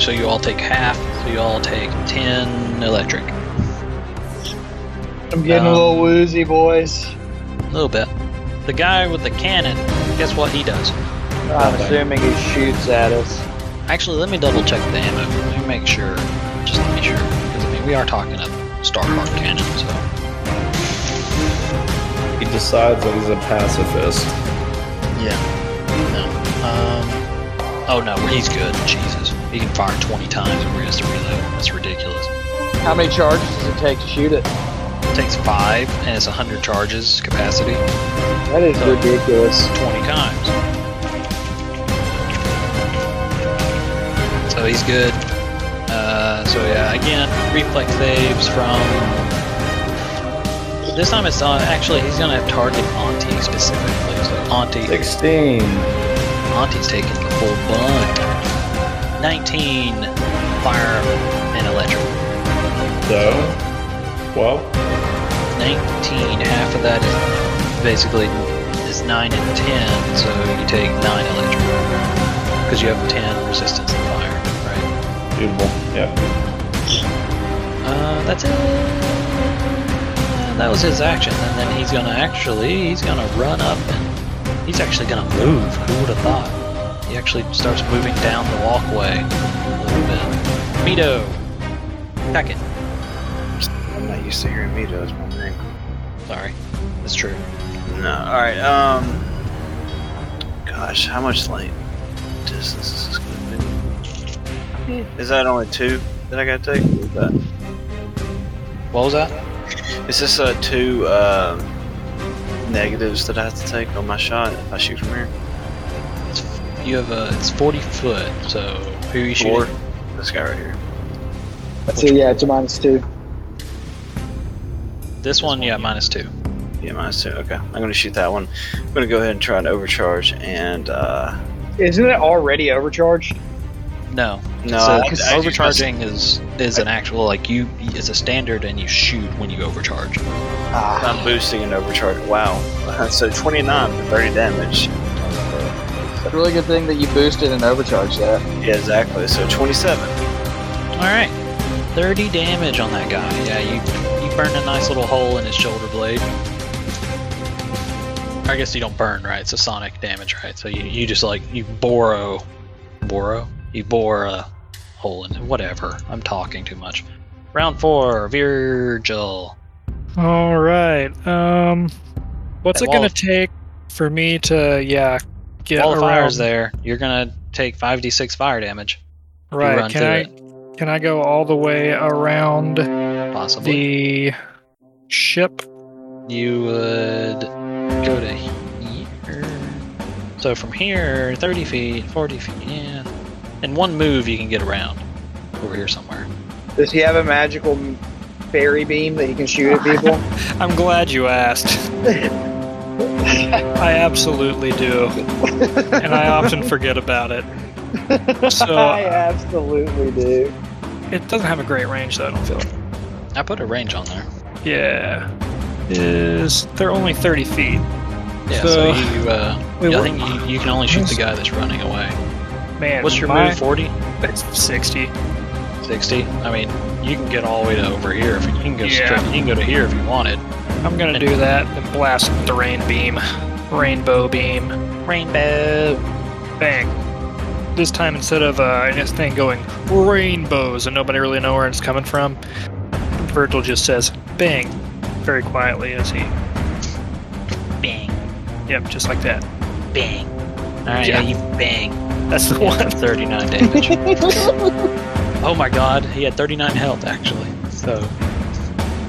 S5: So you all take half. So you all take ten electric, a
S1: I'm getting
S5: Um,
S1: a little woozy, boys.
S5: little bit. The guy with the cannon, guess what he does?
S1: I'm assuming he shoots at us.
S5: Actually, let me double check the ammo. Let me make sure, just to be sure, because I mean we are talking a Starhawk cannon, so
S2: He decides that he's a pacifist.
S5: yeah. No. Um. Oh no, he's good. Jesus, he can fire twenty times and we're just reload. That's ridiculous.
S1: How many charges does it take to shoot it?
S5: takes five and it's hundred charges capacity.
S1: That is
S5: So-
S1: ridiculous.
S5: 20 times. So he's good. Uh, so yeah, again, reflex saves from. This time it's on. Actually, he's gonna have target Auntie specifically. So Auntie,
S2: 16.
S5: Auntie's taking the full bun. Nineteen fire and electric.
S2: So, well,
S5: Nineteen. Half of that is basically is nine and ten. So you take nine electric because you have ten resistance to fire, right?
S2: beautiful. Yeah.
S5: Uh, that's it. That was his action, and then he's gonna actually he's gonna run up and he's actually gonna move. Who would have thought? He actually starts moving down the walkway a little bit. Mito, attack it.
S3: I'm not used to hearing me does my thing.
S5: Sorry, that's true.
S3: No. All right. Um. Gosh, how much like distance is this gonna be? Is that only two that I gotta take? Or is that-
S5: What was that?
S3: Is this uh two um negatives that I have to take on my shot if I shoot from here?
S5: It's, you have a it's forty foot. So who are you shooting?
S3: Four. This guy right here.
S1: So yeah, it's a minus two.
S5: This one, yeah, minus two.
S3: Yeah, minus two. Okay, I'm gonna shoot that one. I'm gonna go ahead and try and overcharge. And uh,
S1: Isn't it already overcharged?
S5: No,
S3: no,
S5: so,
S3: I- I-
S5: overcharging is is an actual like you it's a standard, and you shoot when you overcharge.
S1: Ah.
S3: I'm boosting and overcharge. Wow. Uh, So 29 for 30 damage.
S1: It's a really good thing that you boosted and overcharged that.
S3: Yeah, exactly. So 27.
S5: All right, thirty damage on that guy. Yeah, you you burned a nice little hole in his shoulder blade. I guess you don't burn, right? It's a sonic damage, right? So you, you just like you borrow, borrow, you bore a hole in whatever. I'm talking too much. Round four, Virgil.
S6: All right. Um, what's
S5: That
S6: it gonna
S5: wall-
S6: take for me to yeah get
S5: All the
S6: around?
S5: fire's there. You're gonna take five d6 fire damage. if you
S6: Right?
S5: run
S6: Can
S5: through
S6: I can I go all the way around
S5: it, possibly?
S6: the ship?
S5: You would go to here. So from here, 30 feet, 40 feet, yeah. In one move, you can get around over here somewhere.
S1: Does he have a magical fairy beam that he can shoot at people?
S6: I'm glad you asked. I absolutely do, and I often forget about it. So
S5: Oh,
S1: I absolutely do.
S6: it doesn't have a great range, though. I don't feel it.
S5: I put a range on there.
S6: Yeah, is they're only 30 feet.
S5: Yeah, so,
S6: So-
S5: you, uh,
S6: Wait,
S5: yeah, I
S6: what-
S5: think you, you can only shoot the guy that's running away.
S6: Man,
S5: What's your
S6: my-
S5: move? 40?
S6: It's 60.
S5: 60? I mean, you can get all the way to over here. If you, you can go
S6: Yeah.
S5: straight, you can go to here if you wanted.
S6: I'm gonna do that and blast the rain beam, rainbow beam,
S5: Rainbow.
S6: bang. This time instead of uh, this thing going rainbows and nobody really know where it's coming from, Virgil just says bang, very quietly as he
S7: Bang,
S6: yep, just like that.
S7: bang.
S5: All right, yeah,
S6: Yeah.
S5: you bang.
S6: That's the
S5: Yeah,
S6: one.
S5: 39 damage. oh my god, he had 39 health actually. So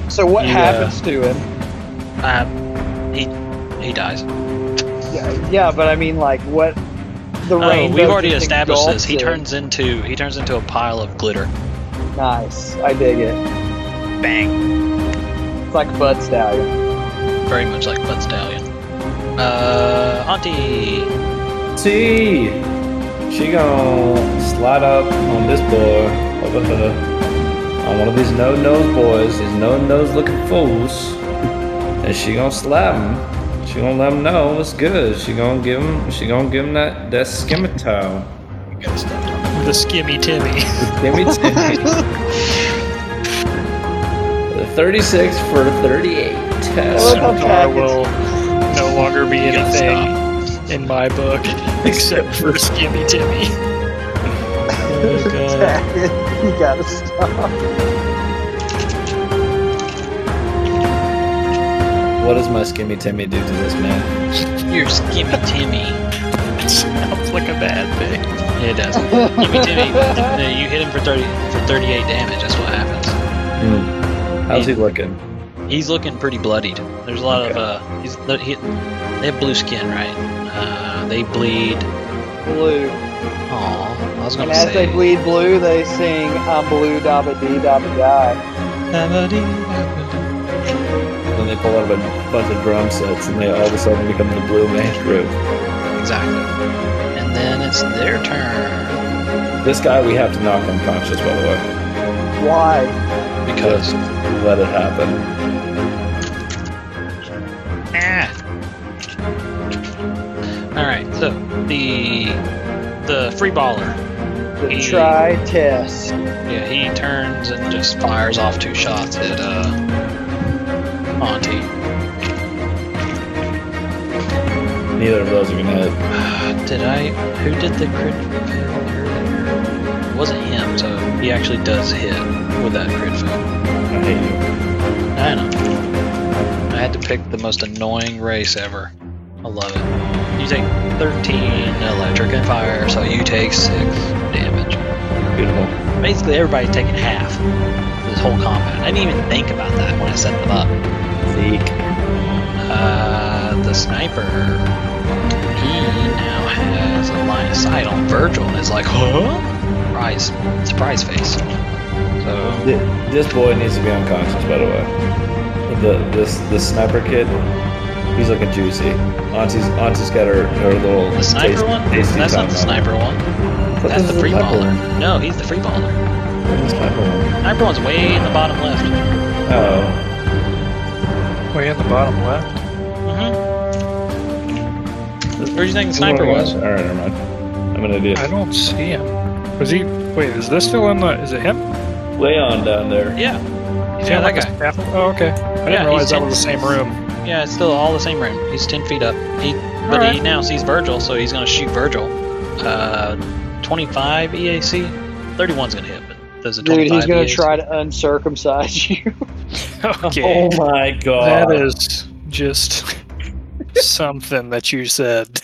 S1: So what
S5: Yeah.
S1: happens to him?
S5: um, he he dies.
S1: Yeah, yeah, but I mean, like, what? The
S5: Oh,
S1: rainbow
S5: we've already
S1: just
S5: established
S1: engulfs
S5: this. He
S1: him.
S5: turns into he turns into a pile of glitter.
S1: Nice. I dig it.
S7: Bang.
S1: It's like Bud Stallion.
S5: Very much like Bud Stallion. Uh Auntie
S2: See, she gonna slide up on this boy over her, on one of these no-nose boys, these no-nose looking fools, and she gonna slap him. She gonna let him know what's good. She gonna give him. She gonna give him that that scimitar.
S6: The skimmy Timmy.
S2: Give me ten. Thirty-six for thirty-eight.
S1: Look how
S6: I
S1: packed it's-
S6: will no longer be
S5: gotta
S6: anything in my book except for skimmy Timmy.
S1: you gotta stop.
S2: What does my skimmy Timmy do to this man?
S5: You're Skimmy Timmy.
S6: Sounds like a bad thing.
S5: It does. Skimmy Timmy. No, you hit him for thirty for thirty eight damage, that's what happens.
S2: Hmm. How's he looking?
S5: He's looking pretty bloodied. There's a lot of uh he's he, they have blue skin, right? Uh, they bleed
S1: Blue.
S5: Aw, I was
S1: And
S5: gonna
S1: as
S5: say.
S1: they bleed blue, they sing "I'm blue, dabba dee, dabba die."
S2: Then they pull out a bunch of drum sets, and they all of a sudden become the Blue Man Group.
S5: Exactly. And then it's their turn
S2: This guy we have to knock unconscious, by the way.
S1: Why?
S5: because
S2: Let it happen.
S5: ah. All right. So the the free baller.
S1: The
S5: He-
S1: try test.
S5: Yeah, he turns and just fires off two shots at uh Monty.
S2: Neither of those are gonna hit.
S5: did I? Who did the crit fail earlier? It wasn't him, so he actually does hit with that crit fail.
S2: I hate
S5: I know. I had to pick the most annoying race ever. I love it. You take 13 electric and fire, so you take 6 damage.
S2: you. Beautiful.
S5: Basically, everybody's taking half this whole combat. I didn't even think about that when I set them up.
S2: Zeke.
S5: Uh, the sniper. He now has a line of sight on Virgil and is like, huh? Surprise, surprise face. So
S2: Th- This boy needs to be unconscious, by the way. The this the sniper kid, he's looking juicy. Auntie's Auntie's got her, her little
S5: the sniper
S2: tasty-
S5: one?
S2: tasty
S5: That's not
S2: time
S5: the
S2: on.
S5: sniper one.
S2: What
S5: That's
S2: is
S5: the free
S2: sniper
S5: baller.
S2: one?
S5: No, he's the free baller.
S2: What is the sniper one?
S5: Sniper one's way in the bottom left.
S2: Oh,
S6: Way in the bottom left.
S5: Mm-hmm. Where do you think the sniper
S2: Oh my
S5: was?
S2: gosh. All right, never mind. I'm an idiot.
S6: I don't see him. Was he? Wait, is this still in the? Is it him?
S2: Leon down there.
S5: Yeah.
S6: He's
S5: Yeah,
S6: got
S5: that
S6: like a
S5: guy.
S6: staff- Oh, okay. I didn't
S5: Yeah,
S6: realize
S5: he's
S6: that
S5: in-
S6: was the same room.
S5: Yeah, it's still all the same room. He's ten feet up. He, but he
S6: Alright.
S5: now sees Virgil, so he's gonna shoot Virgil. Uh, twenty-five E EAC, 31's gonna hit, but there's a
S1: Dude,
S5: twenty-five.
S1: he's gonna
S5: EAC.
S1: try to uncircumcise you.
S6: Okay.
S2: Oh my god.
S6: That is just something that you said.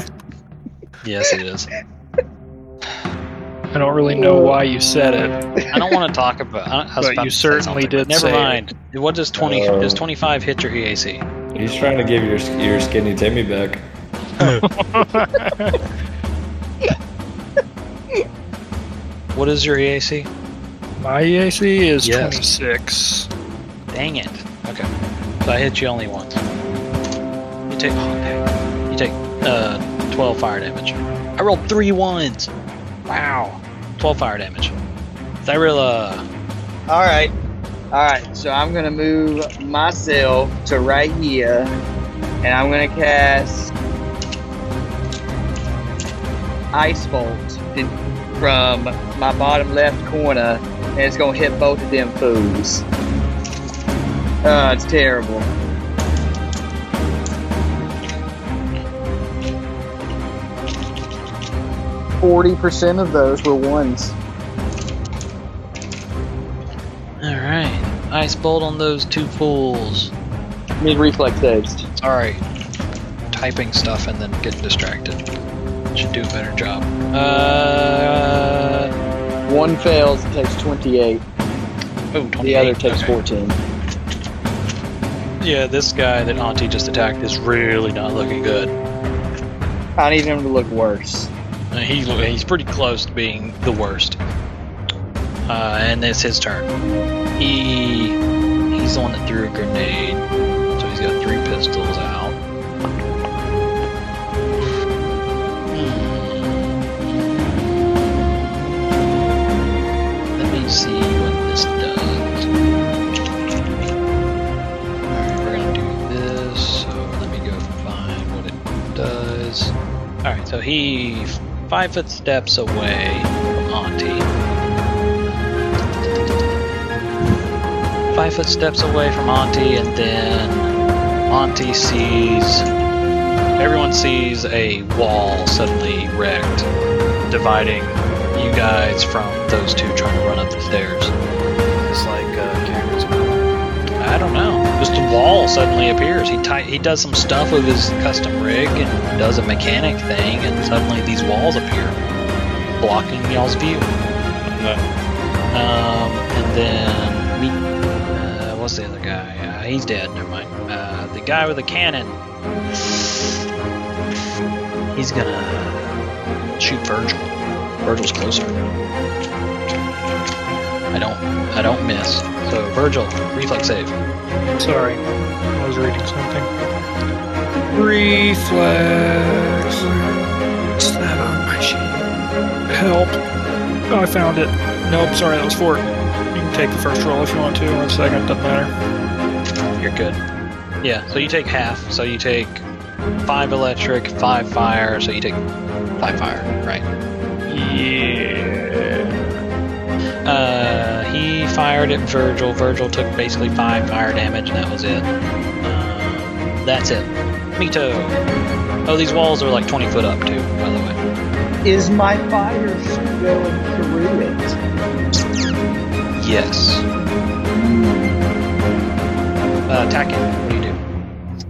S5: Yes, it is.
S6: I don't really know why you said it.
S5: I don't want to talk about. I, I was
S6: But
S5: about
S6: you
S5: to say
S6: certainly
S5: something,
S6: did
S5: but Never
S6: say it.
S5: mind. What does twenty?
S2: Uh,
S5: does twenty-five hit your E EAC?
S2: He's trying to give your your skinny Timmy back.
S5: What is your EAC?
S6: My EAC is
S5: Yes.
S6: 26.
S5: Dang it. Okay. So I hit you only once. You take. Oh, dang. You take uh, 12 fire damage. I rolled three ones. Wow. 12 fire damage. Thyrilla.
S1: All right. All right. So I'm going to move myself to right here and I'm going to cast Ice Bolt in, from my bottom left corner and it's going to hit both of them fools. Uh, it's terrible. Forty percent of those were ones.
S5: Alright. Ice bolt on those two fools.
S1: Need reflex saves.
S5: Sorry. Typing stuff and then getting distracted. Should do a better job. Uh.
S1: One fails and takes twenty-eight.
S5: Oh,
S1: The other
S5: 28.
S1: takes
S5: Okay.
S1: 14.
S5: Yeah, this guy that Auntie just attacked is really not looking good.
S1: I need him to look worse.
S5: Uh, He, he's pretty close to being the worst. Uh, and it's his turn. He he's the one that threw a grenade, so he's got three pistols out. Hmm. Let me see what this does. Alright, we're gonna do this. So let me go find what it does. All right, so he five foot steps away from Auntie. Five foot steps away from Auntie, and then Auntie sees. Everyone sees a wall suddenly wrecked, dividing you guys from those two trying to run up the stairs.
S3: It's like uh, cameras.
S5: I don't know. Just a wall suddenly appears. He ti- he does some stuff with his custom rig and does a mechanic thing, and suddenly these walls appear, blocking y'all's view. Um, and then me. Uh, what's the other guy? Uh, he's dead. Never mind. Uh, the guy with the cannon. He's gonna shoot Virgil. Virgil's closer. I don't. I don't miss. So Virgil, reflex save.
S6: Sorry, I was reading something. Reflex. What's that on my sheet? Help. Oh, I found it. Nope, sorry, that was four. You can take the first roll if you want to. One second, doesn't matter.
S5: You're good. Yeah. So you take half. So you take five electric, five fire. So you take five fire, right?
S6: Yeah.
S5: Uh, he fired at Virgil. Virgil took basically five fire damage, and that was it. Um, that's it. Mito. Oh, these walls are like 20 foot up, too, by the way.
S1: Is my fire going through it?
S5: Yes. Uh, attack it. What do you do?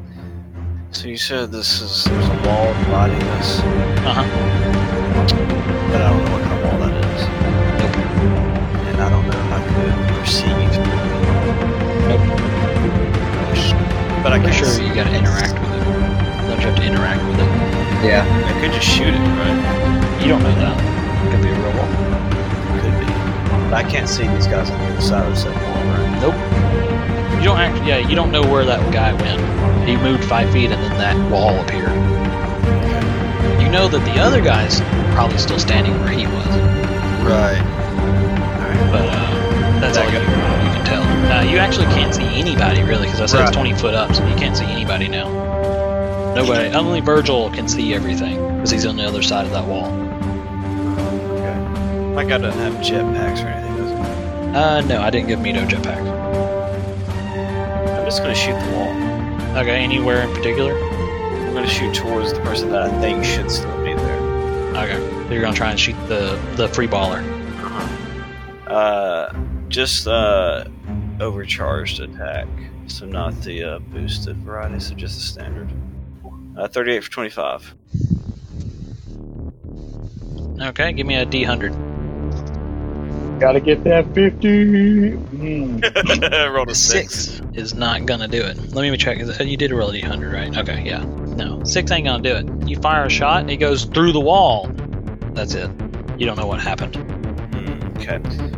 S3: So you said this is there's a wall blocking this,
S5: Uh huh.
S3: but I don't know what kind of wall that is. And I don't know if I could perceive. But I
S5: I'm
S3: could
S5: pretty
S3: sure
S5: sure you gotta interact with it. Don't you have to interact with it?
S1: Yeah.
S3: I could just shoot it, right?
S5: You don't know that. It could be a real wall.
S3: Could be. But I can't see these guys on the other side of the second wall, right?
S5: Nope. You don't act. Yeah, you don't know where that guy went. He moved five feet, and then that wall appeared. You know that the other guy's probably still standing where he was,
S3: Right.
S5: but uh, that's all you, you can tell. Uh, you actually can't see anybody really, because I said
S3: Right.
S5: it's 20 foot up, so you can't see anybody now. Nobody. Only Virgil can see everything because he's on the other side of that wall.
S3: My guy doesn't have jetpacks or anything, does he?
S5: Uh, no, I didn't give Mito jetpack.
S3: I'm just gonna shoot the wall.
S5: Okay, anywhere in particular?
S3: I'm gonna shoot towards the person that I think should still be there.
S5: Okay, so you're gonna try and shoot the the free baller.
S3: Uh, just uh, overcharged attack, so not the uh, boosted variety, so just the standard. Uh, 38 for 25.
S5: Okay, give me a D100.
S2: Gotta get that 50.
S3: Rolled a six.
S5: Six is not gonna do it. Let me check. Is- You did roll a d100, right? Okay, yeah. No, six ain't gonna do it. You fire a shot, it goes through the wall. That's it. You don't know what happened.
S3: Hmm, okay.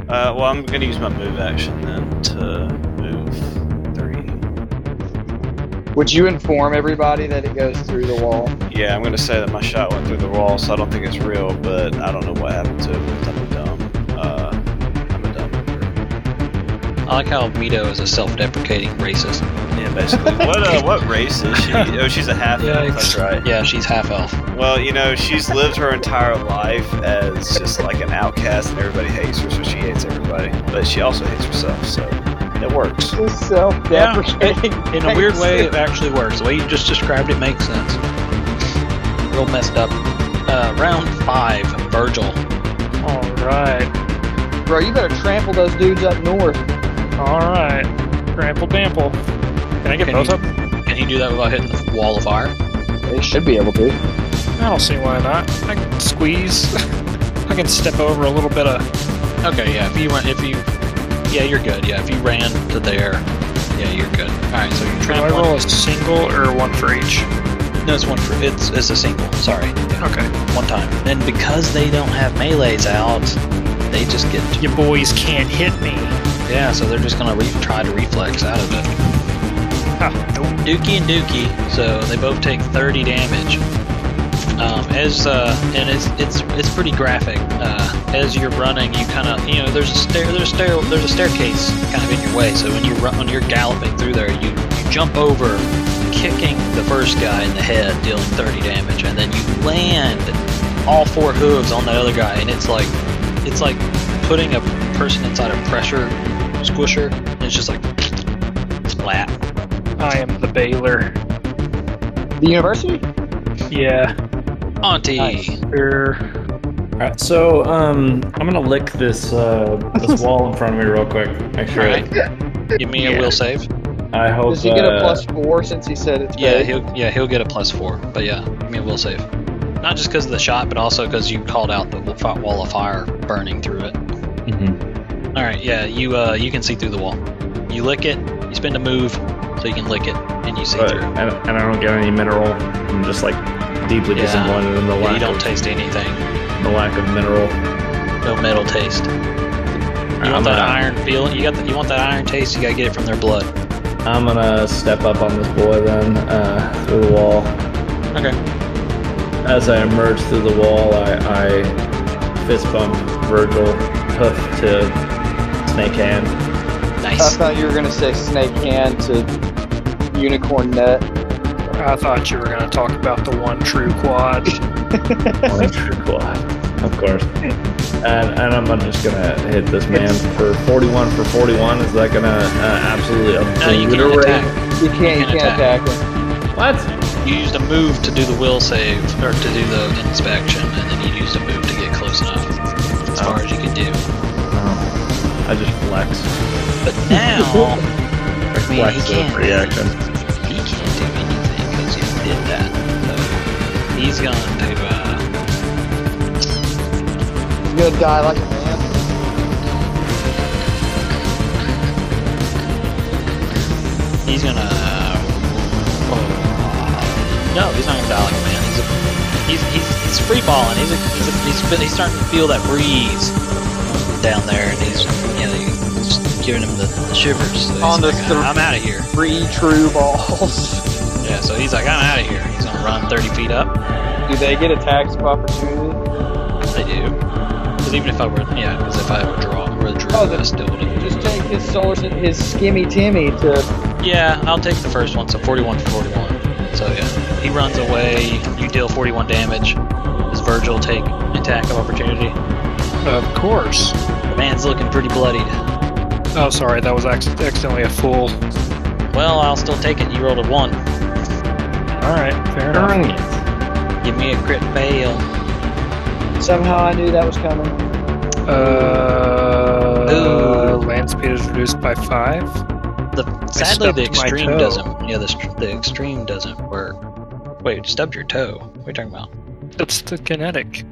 S3: Uh, well, I'm gonna use my move action then to move three.
S1: Would you inform everybody that it goes through the wall?
S3: Yeah, I'm gonna say that my shot went through the wall, so I don't think it's real, but I don't know what happened to it. because I'm a dumb. Uh, I'm a dumb.
S5: I like how Mito is a self-deprecating racist.
S3: Yeah, basically. what uh, what race is she? Oh, she's a half. elf, That's right.
S5: Yeah, she's half elf.
S3: Well, you know, she's lived her entire life as just like an outcast, and everybody hates her, so she hates everybody. But she also hates herself, so it works.
S1: Just self-deprecating.
S5: In a weird way, it actually works. The way you just described it makes sense. Real messed up. Uh, round five, Virgil.
S6: Alright.
S1: Bro, you better trample those dudes up north.
S6: Alright. Trample Bample. Can I get
S5: Can
S6: both
S5: you-
S6: of them?
S5: Can he do that without hitting the wall of fire?
S1: They should be able to.
S6: I don't see why not. I can squeeze. I can step over a little bit of
S5: Okay, yeah. If you went, if you, yeah, you're good. Yeah, if you ran to there, yeah, you're good. All right, so you
S6: Do I
S5: trample.
S6: roll oh, a single or one for each?
S5: No, it's one for it's it's a single. Sorry,
S6: Okay.
S5: one time. And because they don't have melee's out, they just get
S6: You boys can't hit me.
S5: yeah. So they're just gonna re- try to reflex out of it.
S6: Ha, nope.
S5: Dookie and Dookie, so they both take 30 damage. Um, as uh, and it's it's it's pretty graphic. Uh, as you're running, you kind of you know there's a stair there's a stair there's a staircase kind of in your way. So when you run when you're galloping through there, you, you jump over, kicking the first guy in the head, dealing 30 damage, and then you land all four hooves on the other guy, and it's like it's like putting a person inside a pressure squisher, and it's just like splat.
S6: I am the Baylor.
S1: The university?
S6: Yeah.
S5: Auntie.
S6: Er,
S2: Alright, so um, I'm gonna lick this uh, this wall in front of me real quick. Make sure. it-
S5: Give me a
S6: Yeah.
S5: will save.
S2: I hope.
S1: Does he get a
S2: uh,
S1: plus four since he said it's
S5: Yeah,
S1: bad?
S5: he'll yeah he'll get a plus four. But yeah, give me a will save. Not just because of the shot, but also because you called out the wa- fi- wall of fire burning through it.
S2: mhm.
S5: All right, yeah, you uh you can see through the wall. You lick it. You spend a move, so you can lick it, and you see
S2: But-
S5: through.
S2: and, and I don't get any mineral. I'm just like deeply
S5: Yeah.
S2: disappointed in the
S5: Yeah, you
S2: lack.
S5: don't
S2: of-
S5: taste anything.
S2: the lack of mineral.
S5: No metal taste. You
S2: I'm
S5: want that
S2: gonna-
S5: iron feeling? You got the, you want that iron taste? You gotta get it from their blood.
S2: I'm gonna step up on this boy then uh, through the wall.
S5: Okay.
S2: As I emerge through the wall, I, I fist bump Virgil hoof to snake hand.
S1: I
S5: Nice.
S1: thought you were gonna say snake hand to unicorn nut.
S6: I thought you were going to talk about the one true quad.
S2: One true quad, of course. And, and I'm not just gonna hit this man for 41 for 41. Is that gonna uh, absolutely
S5: No, you can't
S2: obliterate-
S5: attack.
S1: You can't, you
S5: Can't
S1: can't attack him.
S2: What?
S5: You used a move to do the will save or to do the inspection, and then you used a move to get close enough, as far as you can do.
S2: No. I just flex.
S5: But now
S2: I
S5: mean,
S2: flex as
S5: he
S2: a
S5: can't.
S2: free action.
S5: he can't do anything because you did that. So he's going to. Uh,
S1: He's gonna die like a man.
S5: he's going to. Uh, oh, no, he's not going to die like a man. He's a, he's, he's, he's free balling. He's a, he's, a, he's, fe- he's starting to feel that breeze down there, and he's you know he's giving him the, the shivers. So he's
S1: On the
S5: like,
S1: thr-
S5: I'm out of here.
S1: Three true balls.
S5: Yeah, so he's like, I'm out of here. He's gonna run 30 feet up.
S1: Do they get attacks of opportunity?
S5: I do. Because even if I were, yeah, because if I were draw, were the draw,
S1: Oh, the-
S5: I still would have.
S1: Just take his source and his skimmy timmy to
S5: Yeah, I'll take the first one. So 41 for 41. So yeah, he runs away. You deal 41 damage. Does Virgil take an attack of opportunity?
S6: of course.
S5: The man's looking pretty bloodied.
S6: Oh, sorry, that was acc- accidentally a fool.
S5: Well, I'll still take it. You rolled a one.
S6: Alright, fair enough.
S2: Darn it.
S5: Give me a crit fail.
S1: somehow I knew that was coming.
S6: Uh,
S5: Ooh.
S6: land speed is reduced by five.
S5: The sadly, the
S6: stubbed my
S5: extreme
S6: toe.
S5: doesn't. Yeah, the, str- the extreme doesn't work. Wait, you stubbed your toe. What are you talking about?
S6: It's the kinetic.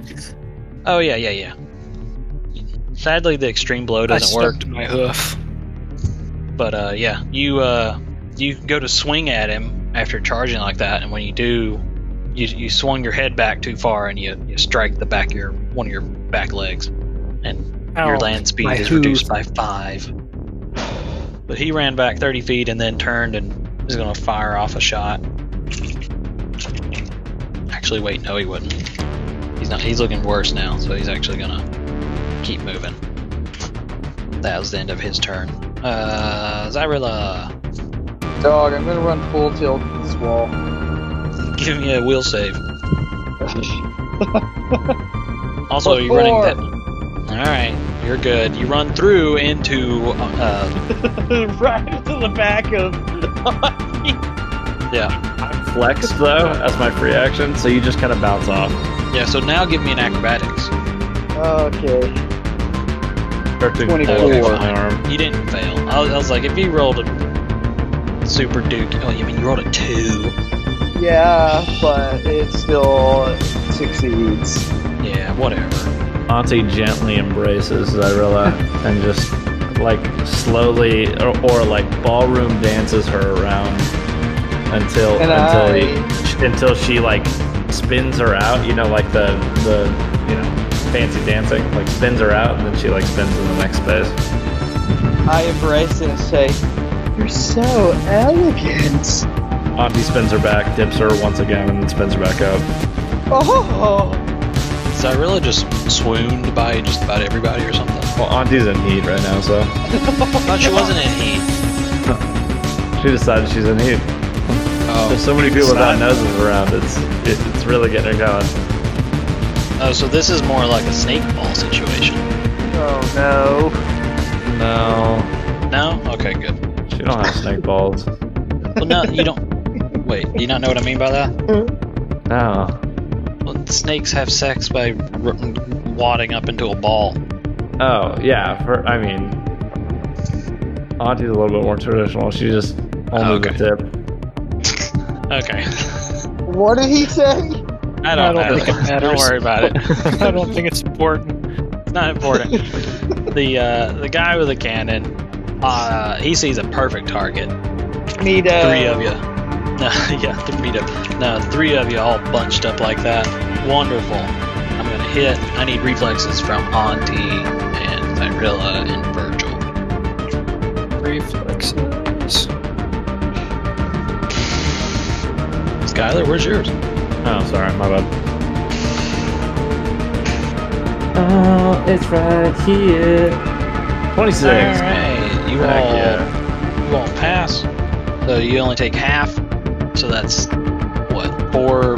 S5: Oh yeah, yeah, yeah. Sadly, the extreme blow doesn't
S6: I
S5: work.
S6: stubbed my hoof.
S5: But uh, yeah, you uh, you go to swing at him after charging like that, and when you do, you you swung your head back too far and you, you strike the back of your one of your back legs, and your
S6: Ow,
S5: land speed
S6: my
S5: is
S6: hoof.
S5: reduced by five. But he ran back thirty feet and then turned and is gonna fire off a shot. Actually, wait, no, he wouldn't. He's not. He's looking worse now, so he's actually gonna keep moving. That was the end of his turn. Uh, Zyrilla,
S1: Dog, I'm gonna run full tilt at this wall.
S5: give me a will save. Also,
S1: What
S5: you're running
S1: for?
S5: that. All right, you're good. You run through into. Uh,
S1: right to the back of.
S5: yeah,
S2: Flex though as my free action, so you just kind of bounce off.
S5: yeah. So now give me an acrobatics.
S1: Okay.
S2: Start to
S1: 24.
S2: pull with my arm.
S5: You didn't fail. I was, I was like, if you rolled a super duke. Oh, you mean you rolled a two?
S1: Yeah, but it still succeeds.
S5: Yeah, whatever.
S2: Auntie gently embraces Zyrilla and just like slowly or, or like ballroom dances her around until
S1: And
S2: until
S1: I-
S2: he, until she like spins her out. You know, like the the you know fancy dancing like spins her out and then she like spins in the next space.
S1: I embrace it and say, "You're so elegant."
S2: Auntie spins her back, dips her once again, and then spins her back up.
S1: Oh,
S5: Zyrilla just swooned by just about everybody or something.
S2: Well, Auntie's in heat right now, so.
S5: I thought she wasn't in heat.
S2: She decided she's in heat.
S5: Oh,
S2: There's so many people without noses around. It's it, it's really getting her going.
S5: oh, so this is more like a snake ball situation.
S1: oh no!
S2: No,
S5: No? Okay, good.
S2: she don't have snake balls.
S5: Well, no, you don't. Wait, do you not know what I mean by that?
S2: No.
S5: Well, snakes have sex by r- wadding up into a ball.
S2: Oh yeah. For I mean, Auntie's a little bit more traditional. She just only
S5: Okay.
S2: the tip.
S5: Okay.
S1: What did he say?
S5: I don't,
S6: don't
S5: know.
S6: think it matters.
S5: Don't worry about it.
S6: I don't think it's important.
S5: It's not important. the uh, the guy with the cannon, uh, he sees a perfect target.
S1: Need uh,
S5: three of you. No, yeah, three of no, three of you all bunched up like that. Wonderful. I'm gonna hit. I need reflexes from Auntie and Tyrilla and Virgil.
S6: Reflexes.
S5: Skylar, where's yours?
S2: Oh, sorry, my bad.
S8: Oh, it's right here.
S5: All
S2: 26.
S5: right, you all,
S2: Heck yeah.
S5: you all pass. So you only take half. So that's what four,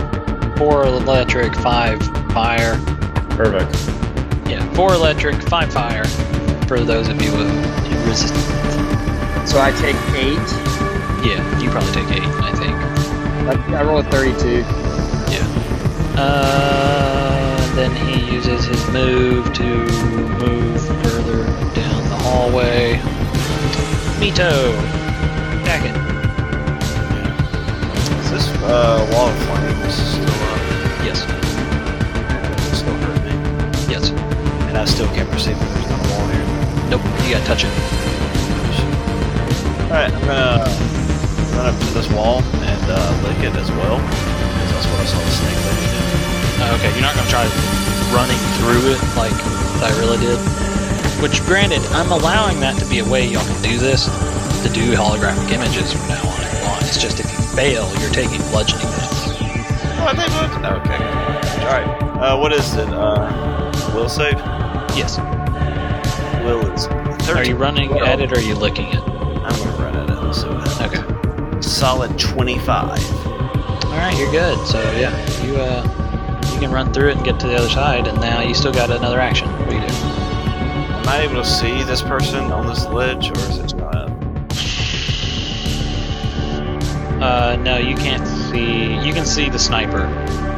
S5: four electric, five fire.
S2: Perfect.
S5: Yeah, four electric, five fire. For those of you with you resist,
S1: So I take eight.
S5: yeah, you probably take eight, I think.
S1: I, I roll a 32.
S5: Uh, then he uses his move to move further down the hallway. Mito, attack it.
S3: Is this uh, wall of flames still up?
S5: Yes,
S3: It still hurt me.
S5: yes.
S3: And I still can't perceive that there's not a wall here.
S5: Nope, you gotta touch it.
S3: Alright, I'm gonna run up to this wall and uh, lick it as well. Because that's what I saw the snake lady
S5: Uh, Okay, you're not gonna try running through it like Tyrilla did. Which, granted, I'm allowing that to be a way y'all can do this to do holographic images from now on. If you want. It's just if you fail, you're taking bludgeoning damage.
S3: do. Oh, they moved. Okay. Alright. Uh, what is it? Uh, will save?
S5: Yes.
S3: Will is 13.
S5: Are you running
S3: Well,
S5: at it or are you licking it?
S3: I'm gonna run at it. Let's see what happens.
S5: Okay.
S3: Solid 25.
S5: All right, you're good. So yeah, you uh, you can run through it and get to the other side, and now you still got another action. What do you do?
S3: Am I able to see this person on this ledge, or is it not?
S5: Uh, no, you can't see. You can see the sniper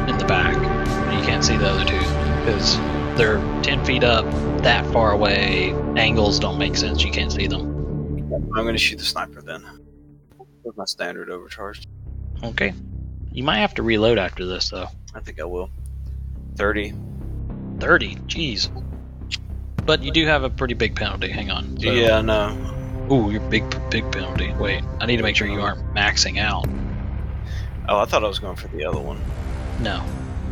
S5: in the back. but You can't see the other two because they're ten feet up, that far away. Angles don't make sense. You can't see them.
S3: I'm gonna shoot the sniper then. With my standard overcharged.
S5: Okay. You might have to reload after this though.
S3: I think I will. 30.
S5: Thirty, jeez. But you do have a pretty big penalty. Hang on. So-
S3: Yeah, I know.
S5: Ooh, your big big penalty. Wait, I need to make sure you aren't maxing out.
S3: Oh, I thought I was going for the other one.
S5: No.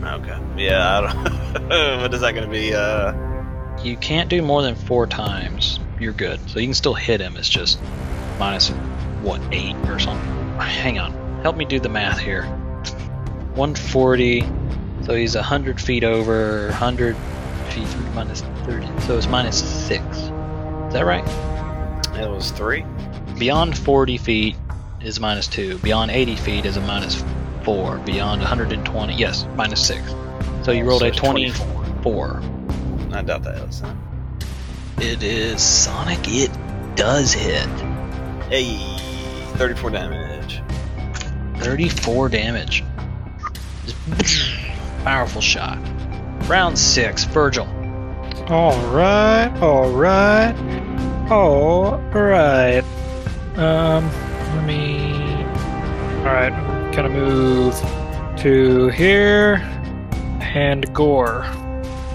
S3: Okay. Yeah, I don't. what is that gonna be? Uh,
S5: You can't do more than four times. You're good. So you can still hit him. It's just minus, what, eight or something. Hang on. Help me do the math here. 140. So he's 100 feet over. 100 feet minus 30. So it's minus six. Is that right?
S3: it was three.
S5: Beyond 40 feet is minus two. Beyond 80 feet is a minus four. Beyond 120. Yes, minus six. So you rolled
S3: Oh, So
S5: a
S3: it's
S5: 24.
S3: I doubt that is. Huh?
S5: It is Sonic. It does hit.
S3: Hey, 34 damage.
S5: 34 damage. Just Powerful shot. Round six, Virgil.
S6: All right, all right, all right. Um, let me. All right, kind of move to here and gore.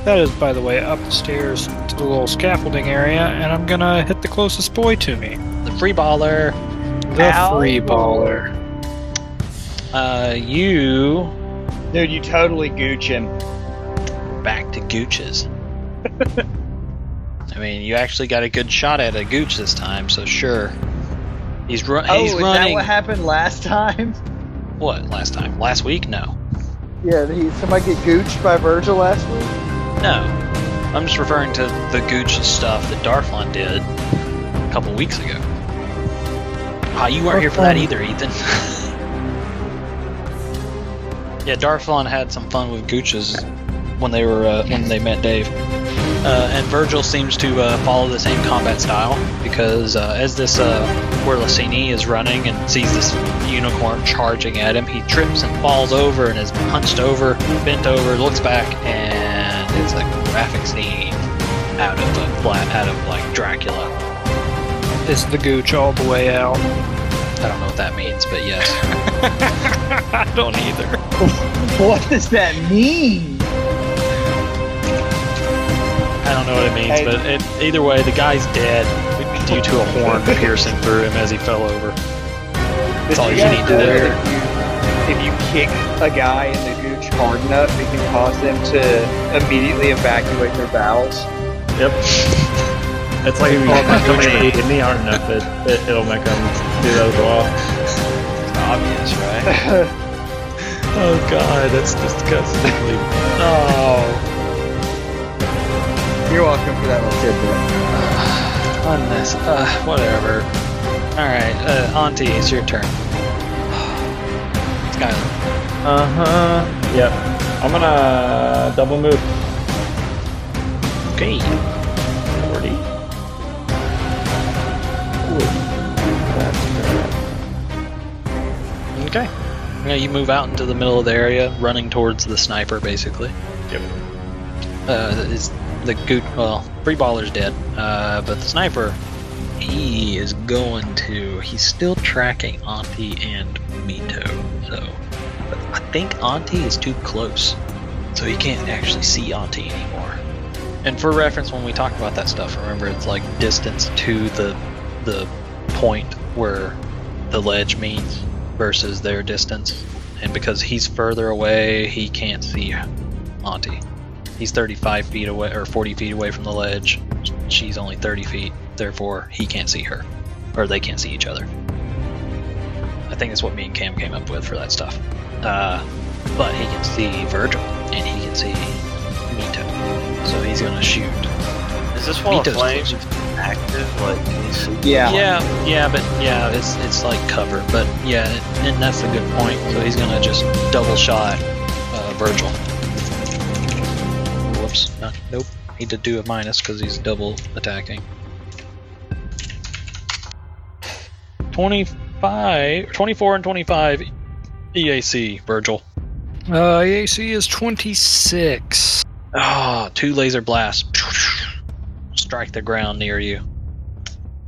S6: That is, by the way, up the stairs to the little scaffolding area, and I'm gonna hit the closest boy to me,
S5: The free baller.
S6: the free baller.
S5: Uh, you
S1: Dude, you totally gooch him.
S5: back to Gooch's. I mean, you actually got a good shot at a Gooch this time, so sure. He's, run-
S1: Oh,
S5: he's
S1: is that
S5: running.
S1: what happened last time?
S5: what, last time? Last week? No.
S1: Yeah, did he, somebody get gooched by Virgil last week?
S5: No. I'm just referring to the Gooch stuff that Darflon did a couple weeks ago. Ah, you weren't here for that either, Ethan. yeah, Darflon had some fun with Gooches when they were uh, when they met Dave. Uh, and Virgil seems to uh, follow the same combat style because uh, as this uh, Werlacini is running and sees this unicorn charging at him, he trips and falls over and is punched over, bent over, looks back, and it's a graphic scene out of the flat, out of like Dracula.
S6: It's the gooch all the way out.
S5: I don't know what that means, but yes,
S6: I don't either.
S1: What does that mean?
S5: I don't know what it means,
S1: Hey.
S5: but it, either way, the guy's dead due to a horn piercing through him as he fell over. That's all you need to do.
S1: You if you kick a guy in the gooch hard enough, it can cause them to immediately evacuate their bowels.
S2: Yep. It's like if you pull my coming in the kidney hard enough, it, it, it'll make them do that as well.
S3: It's obvious, right?
S5: Oh god, that's disgusting. oh,
S1: You're welcome for that little tidbit.
S5: unnecessary. Uh, whatever. All right, uh, Auntie, it's your turn. Skylar.
S2: Uh
S8: Uh-huh.
S2: huh. Yep. I'm gonna double move
S5: Okay.
S2: 40. Ooh. That's
S5: Okay. Yeah, you move out into the middle of the area, running towards the sniper, basically.
S2: Yep.
S5: Uh, is the goot? Well, free baller's dead, uh, but the sniper, he is going to. He's still tracking Auntie and Mito, so but I think Auntie is too close, so he can't actually see Auntie anymore. And for reference, when we talk about that stuff, remember it's like distance to the the point where the ledge means versus their distance. And because he's further away, he can't see Auntie. He's 35 feet away or 40 feet away from the ledge. She's only 30 feet, therefore he can't see her, or they can't see each other. I think that's what me and Cam came up with for that stuff. Uh, but he can see Virgil and he can see Mito, so he's gonna shoot.
S3: Is this wall of
S5: Mito's
S3: flames
S5: close.
S3: active? Like, can you see?
S1: Yeah.
S5: Yeah, yeah, but yeah, it's it's like cover, but yeah, and that's a good point. So he's gonna just double shot uh, Virgil. Whoops, no, nope. Need to do a minus because he's double attacking. 25, 24 and 25 EAC, Virgil.
S6: Uh, AC is 26.
S5: Ah, two laser blasts strike the ground near you.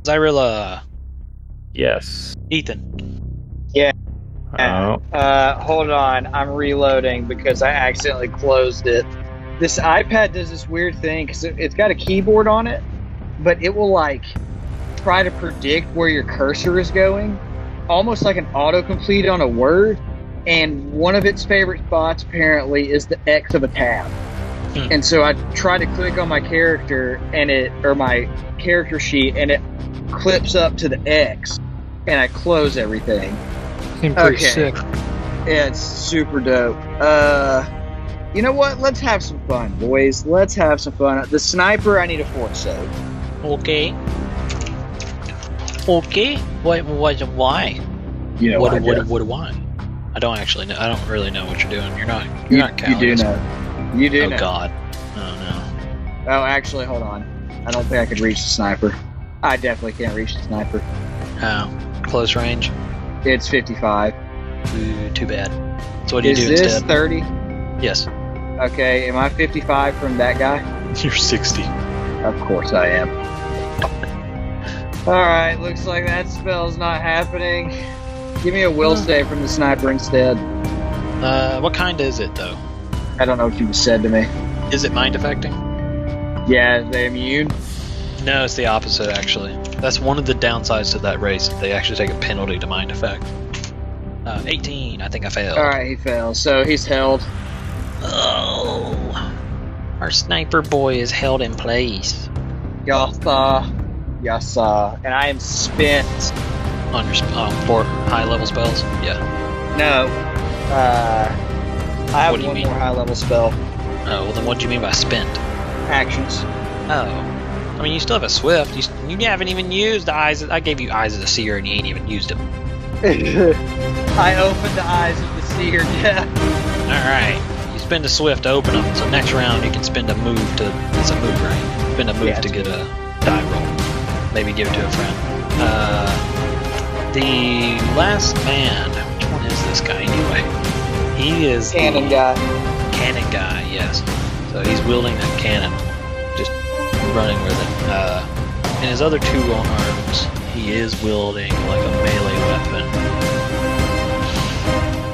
S5: Zyrilla,
S2: Yes.
S5: uh, Ethan.
S2: Oh.
S1: Uh, hold on, I'm reloading because I accidentally closed it. This iPad does this weird thing because it, it's got a keyboard on it, but it will like try to predict where your cursor is going, almost like an autocomplete on a word. And one of its favorite spots apparently is the X of a tab.
S5: Hmm.
S1: And so I try to click on my character and it, or my character sheet, and it clips up to the X, and I close everything.
S6: Seemed pretty
S1: Okay.
S6: sick.
S1: Yeah, it's super dope. Uh, you know what? Let's have some fun, boys. Let's have some fun. The sniper, I need a fort save.
S5: Okay. Okay. What? What? Why?
S1: You know,
S5: what?
S1: I
S5: What?
S1: do.
S5: What? Why? I don't actually know. I don't really know what you're doing. You're not. You're
S1: you,
S5: not
S1: you
S5: Cal.
S1: do know. You do
S5: Oh
S1: know.
S5: God. Oh
S1: Oh, actually, hold on. I don't think I could reach the sniper. I definitely can't reach the sniper.
S5: no. Oh, close range.
S1: It's 55.
S5: Ooh, too bad. So what do you
S1: Is
S5: do
S1: this
S5: instead?
S1: 30?
S5: yes.
S1: Okay, am I 55 from that guy?
S5: You're 60.
S1: Of course I am. Alright, looks like that spell's not happening. Give me a will save from the sniper instead.
S5: Uh, what kind is it though?
S1: I don't know what you just said to me.
S5: Is it mind affecting?
S1: Yeah, is they immune?
S5: No, it's the opposite actually. That's one of the downsides to that race. They actually take a penalty to mind effect. Uh, 18. I think I failed.
S1: Alright, he fails. So he's held.
S5: Oh. Our sniper boy is held in place.
S1: Yasa. Yasa. And I am spent.
S5: On your sp- um, for high level spells? Yeah.
S1: No. Uh, I have
S5: What do you
S1: one
S5: mean?
S1: more high level spell.
S5: Oh, well, then what do you mean by spent?
S1: Actions.
S5: Oh. I mean, you still have a swift. You, s- you haven't even used the eyes. Of, I gave you eyes of the seer and you ain't even used them.
S1: I opened the eyes of the seer. Yeah.
S5: Alright. You spend a swift to open them, so next round you can spend a move to. It's a move, right? Spend a move
S1: Yeah,
S5: to get a die roll. Maybe give it to a friend. Uh. The last man. Which one is this guy anyway? He is. the-
S1: Cannon guy.
S5: cannon guy, yes. So he's wielding that cannon, just running with it. Uh, and his other two arms, he is wielding like a melee weapon.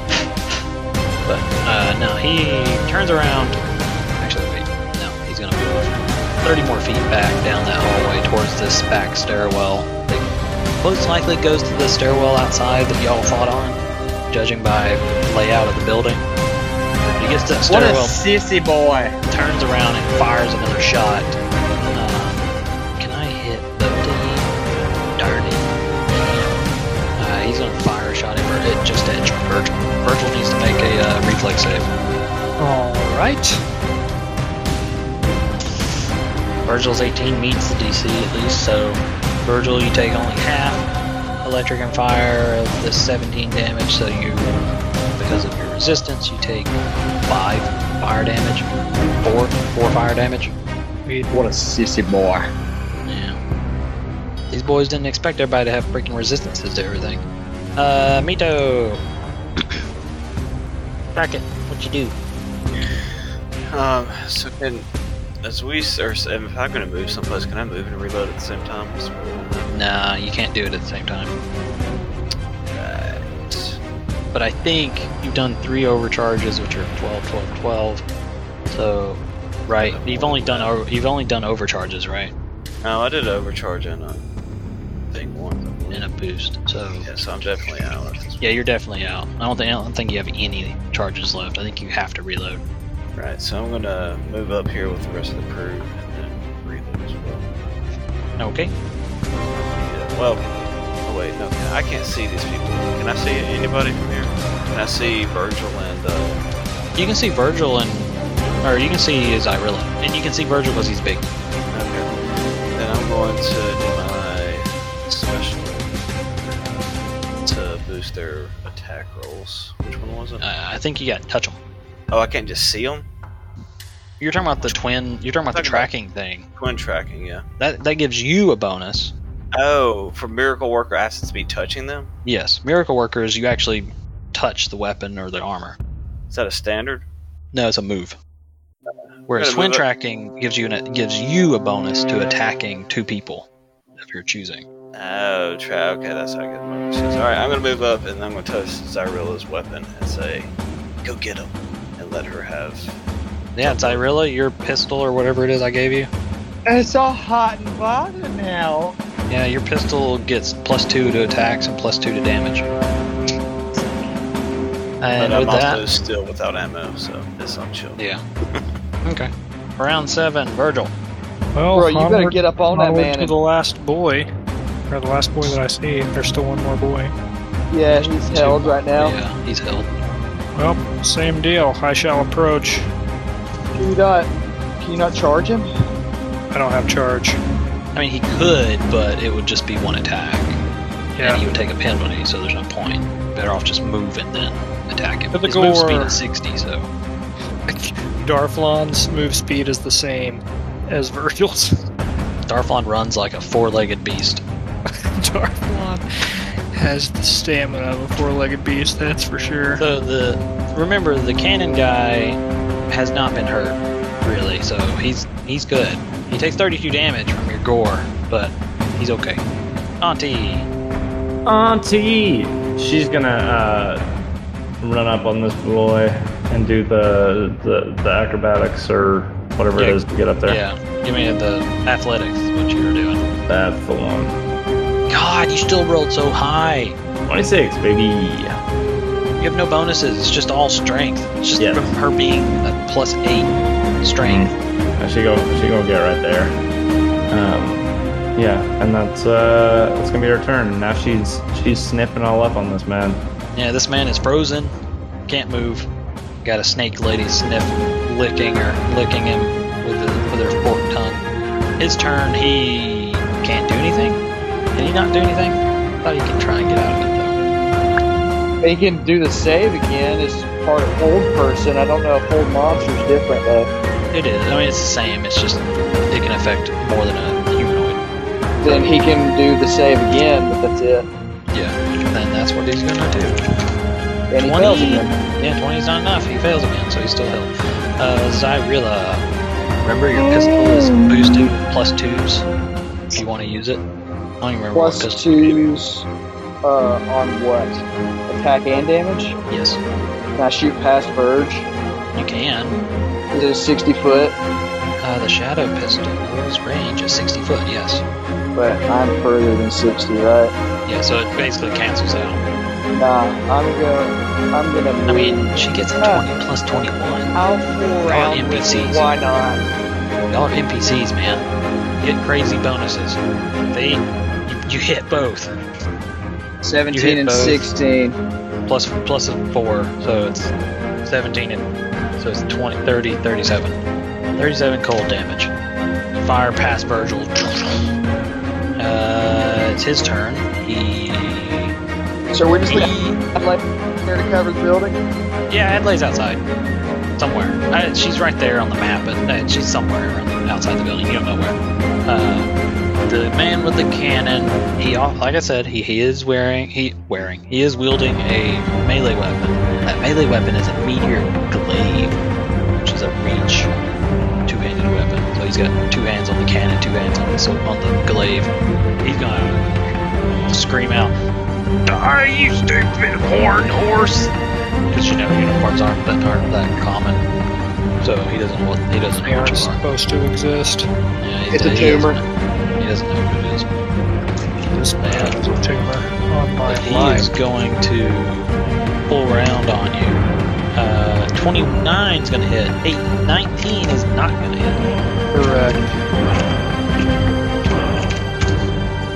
S5: But uh, no, he turns around. Actually, wait. No, he's gonna move 30 more feet back down that hallway towards this back stairwell. That most likely goes to the stairwell outside that y'all fought on, judging by layout of the building. He gets to that
S1: What a
S5: stairwell,
S1: sissy boy.
S5: turns around, and fires another shot. Um, can I hit the D? Darn it. Uh, he's going to fire a shot at Vir- at- just at Virgil. Virgil needs to make a uh, reflex save.
S6: All right.
S5: Virgil's 18 meets the DC at least, so Virgil, you take only half electric and fire of the 17 damage, so you, because of your resistance, you take five fire damage, four, four fire damage.
S1: What a sissy boy.
S5: Yeah. These boys didn't expect everybody to have freaking resistances to everything. Uh, Mito. Bracket, what you do?
S3: Um, so can as we s- or s- if I'm gonna move someplace, can I move and reload at the same time?
S5: Nah, you can't do it at the same time.
S3: Right.
S5: but I think you've done three overcharges, which are 12, 12, 12. So, right, you've only done over, you've only done overcharges, right?
S3: No, I did overcharge in a thing one.
S5: In a boost. So,
S3: Yeah, so I'm definitely out. at this
S5: yeah, you're definitely out. I don't think I don't think you have any charges left. I think you have to reload.
S3: point. Right, so I'm gonna move up here with the rest of the crew and then reload as well.
S5: Okay.
S3: Yeah, well, oh wait, no, I can't see these people. Can I see anybody from here? Can I see Virgil and uh,
S5: You can see Virgil and, or you can see Zyrilla, and you can see Virgil because he's big.
S3: okay. Then I'm going to do my special to boost their attack rolls. Which one was it?
S5: Uh, I think you got to touch him.
S3: Oh, I can't just see them.
S5: You're talking about the twin. You're talking about
S3: Talking
S5: the
S3: about-
S5: tracking thing.
S3: Twin tracking, yeah.
S5: That that gives you a bonus.
S3: Oh, for miracle worker, I have to be touching them.
S5: Yes, miracle workers. You actually touch the weapon or the armor.
S3: Is that a standard?
S5: No, it's a move. Whereas
S3: Gotta
S5: twin
S3: move it.
S5: tracking gives you an, gives you a bonus to attacking two people if you're choosing.
S3: Oh, try. Okay, that's how I get my bonuses. All right, I'm gonna move up and I'm gonna touch Zyrilla's weapon and say, "Go get him," and let her have
S5: Yeah, Zyrilla, your pistol or whatever it is I gave you.
S1: It's all hot and bothered now.
S5: Yeah, your pistol gets plus two to attacks and plus two to damage.
S3: but
S5: And
S3: I'm
S5: with that,
S3: also still without ammo, so it's not chill.
S5: yeah. okay. Round seven, Virgil.
S6: Well,
S1: Bro, you better
S6: onward-
S1: get up on that
S6: onward
S1: man.
S6: to the
S1: And,
S6: last boy, or the last boy that I see. There's still one more boy.
S1: yeah, he's
S5: Two.
S1: held right now.
S5: Yeah, he's held.
S6: Well, same deal. I shall approach.
S1: Can you not? Can you not charge him?
S6: I don't have charge.
S5: I mean, he could, but it would just be one attack, and
S6: Yeah.
S5: he would take a penalty, so there's no point. Better off just move and then attack him.
S6: But the
S5: His move speed
S6: gore-
S5: is 60, so.
S6: Darflon's move speed is the same as Virgil's.
S5: Darflon runs like a four-legged beast.
S6: Darflon has the stamina of a four-legged beast. That's for sure.
S5: So the remember the cannon guy has not been hurt really, so he's he's good. He takes 32 damage from your gore, but he's okay. Auntie,
S2: Auntie! She's gonna uh, run up on this boy and do the the, the acrobatics or whatever
S5: Yeah.
S2: it is to get up there.
S5: yeah, you mean the athletics? What you were doing?
S2: That's the one.
S5: God, you still rolled so high.
S2: 26, baby.
S5: You have no bonuses. It's just all strength. It's just
S2: Yeah.
S5: from her being a plus eight strength.
S2: And Uh, she go she gonna get right there. Um, yeah, and that's uh that's gonna be her turn. Now she's she's sniffing all up on this man.
S5: Yeah, this man is frozen. Can't move. Got a snake lady sniff, licking her, licking him with, the, with her forked tongue. His turn. He can't do anything. Can he not do anything? Thought he could try and get out of it
S1: He can do the save again. It's part of old person. I don't know if old monster's different though.
S5: though. It is. I mean, it's the same. It's just it can affect more than a humanoid.
S1: Then he can do the save again, but that's it.
S5: Yeah. And that's what he's gonna do.
S1: And he
S5: Twenty.
S1: fails again.
S5: Yeah, twenty's not enough. He fails again, so he's still held. Uh, Zyrilla, remember your pistol is boosted plus twos. If you want to use it, I don't even remember what
S1: Plus
S5: pistol.
S1: twos uh, on what? Attack and damage?
S5: Yes,
S1: Can I shoot past Verge?
S5: you can.
S1: Is it a 60 foot?
S5: Uh, the shadow pistol's range is 60 foot, yes.
S1: But I'm further than 60, right?
S5: Yeah, so it basically cancels out.
S1: Nah, I'm gonna. I'm gonna.
S5: I mean, she gets a 20 plus 21.
S1: I'll fool around with you.
S5: NPCs.
S1: Why not?
S5: Y'all are NPCs, man. Get crazy bonuses. They, you, you hit both. You hit
S1: Seventeen and
S5: both.
S1: sixteen.
S5: Plus, plus a 4, so it's 17 and, so it's 20, 30, 37. 37 cold damage. Fire past Virgil. Uh, it's his turn. He
S1: So we're just leaving
S5: He-
S1: like there to cover the building.
S5: yeah, Adelaide's outside. Somewhere. Uh, she's right there on the map, but uh, she's somewhere around the, outside the building. You don't know where. Uh, the man with the cannon, he, al- like I said, he, he is wearing, he wearing, he is wielding a melee weapon. That melee weapon is a meteor glaive, which is a reach two-handed weapon. So he's got two hands on the cannon, two hands on the, so on the glaive. He's gonna scream out, "Die, you stupid horned horse!" because you know unicorns aren't that aren't that common. So he doesn't want he doesn't
S6: They
S5: know what
S6: aren't
S5: you are.
S6: supposed to exist.
S5: Yeah, he-
S1: It's a
S5: he
S1: tumor.
S5: doesn't- He doesn't know what it is.
S6: This man is a tumor on my
S5: But he
S6: life.
S5: is going to pull round on you. Uh, 29 is going to hit. Eight, 19 is not going to hit.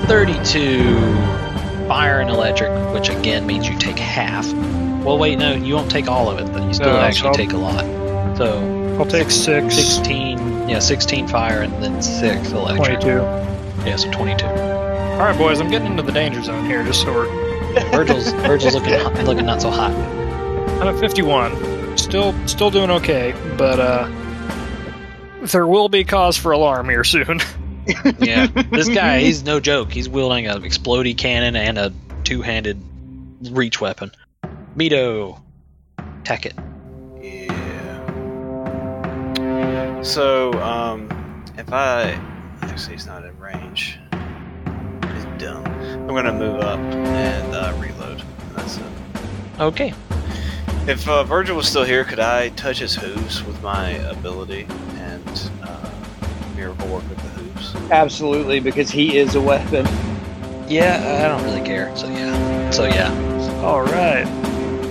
S6: Correct.
S5: 32 fire and electric, which again means you take half. Well, wait, no, you won't take all of it, but you still
S6: No,
S5: actually
S6: so-
S5: take a lot. So
S6: I'll take six.
S5: 16, yeah, 16 fire and then six electric.
S6: 22.
S5: Yeah, so 22.
S6: All right, boys, I'm getting into the danger zone here, just so we're.
S5: Virgil's Virgil's looking hot, looking not so hot.
S6: I'm at 51. Still, still doing okay, but uh, there will be cause for alarm here soon.
S5: Yeah, this guy he's no joke. He's wielding an explodey cannon and a two-handed reach weapon. Mito, attack it.
S3: Yeah. So, um, if I actually he's not in range, he's dumb. I'm gonna move up and uh, reload. And that's it.
S5: Okay.
S3: If uh, Virgil was still here, could I touch his hooves with my ability and uh, miracle work with the hooves?
S1: Absolutely, because he is a weapon.
S5: Yeah, I don't really care. So yeah, so yeah,
S6: All right.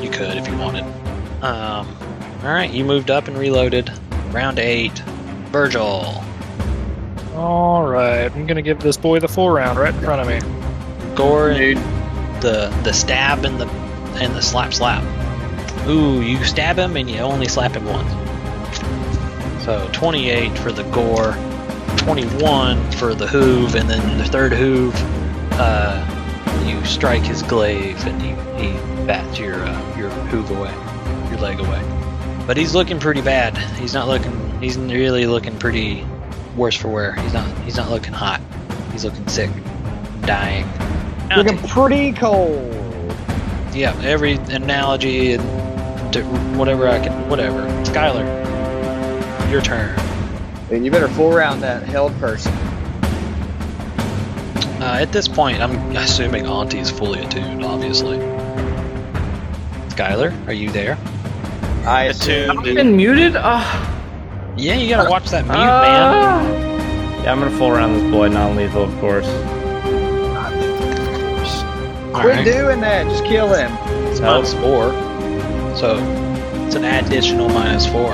S5: you could if you wanted. Um, all right, you moved up and reloaded. Round eight, Virgil.
S6: All right. I'm gonna give this boy the full round right in front of me.
S5: Gore and the the stab and the and the slap slap. Ooh, you stab him and you only slap him once. So 28 for the gore, 21 for the hoof, and then the third hoof, uh, you strike his glaive and he, he bats your uh, your hoof away, your leg away. But he's looking pretty bad. He's not looking. He's really looking pretty worse for wear. He's not. He's not looking hot. He's looking sick, dying.
S1: Looking pretty cold.
S5: Yeah, every analogy and d- whatever I can, whatever. Skylar, your turn.
S1: And you better fool around that held person.
S5: Uh, at this point, I'm assuming Auntie's fully attuned, obviously. Skylar, are you there?
S1: I
S3: Attuned.
S8: I've been muted? Oh,
S5: Yeah, you gotta watch that mute,
S2: Uh,
S5: man.
S8: man.
S2: Ah! Yeah, I'm gonna fool around this boy, non-lethal, of course.
S1: Quit doing that. Just kill him.
S5: It's minus four. So it's an additional minus four.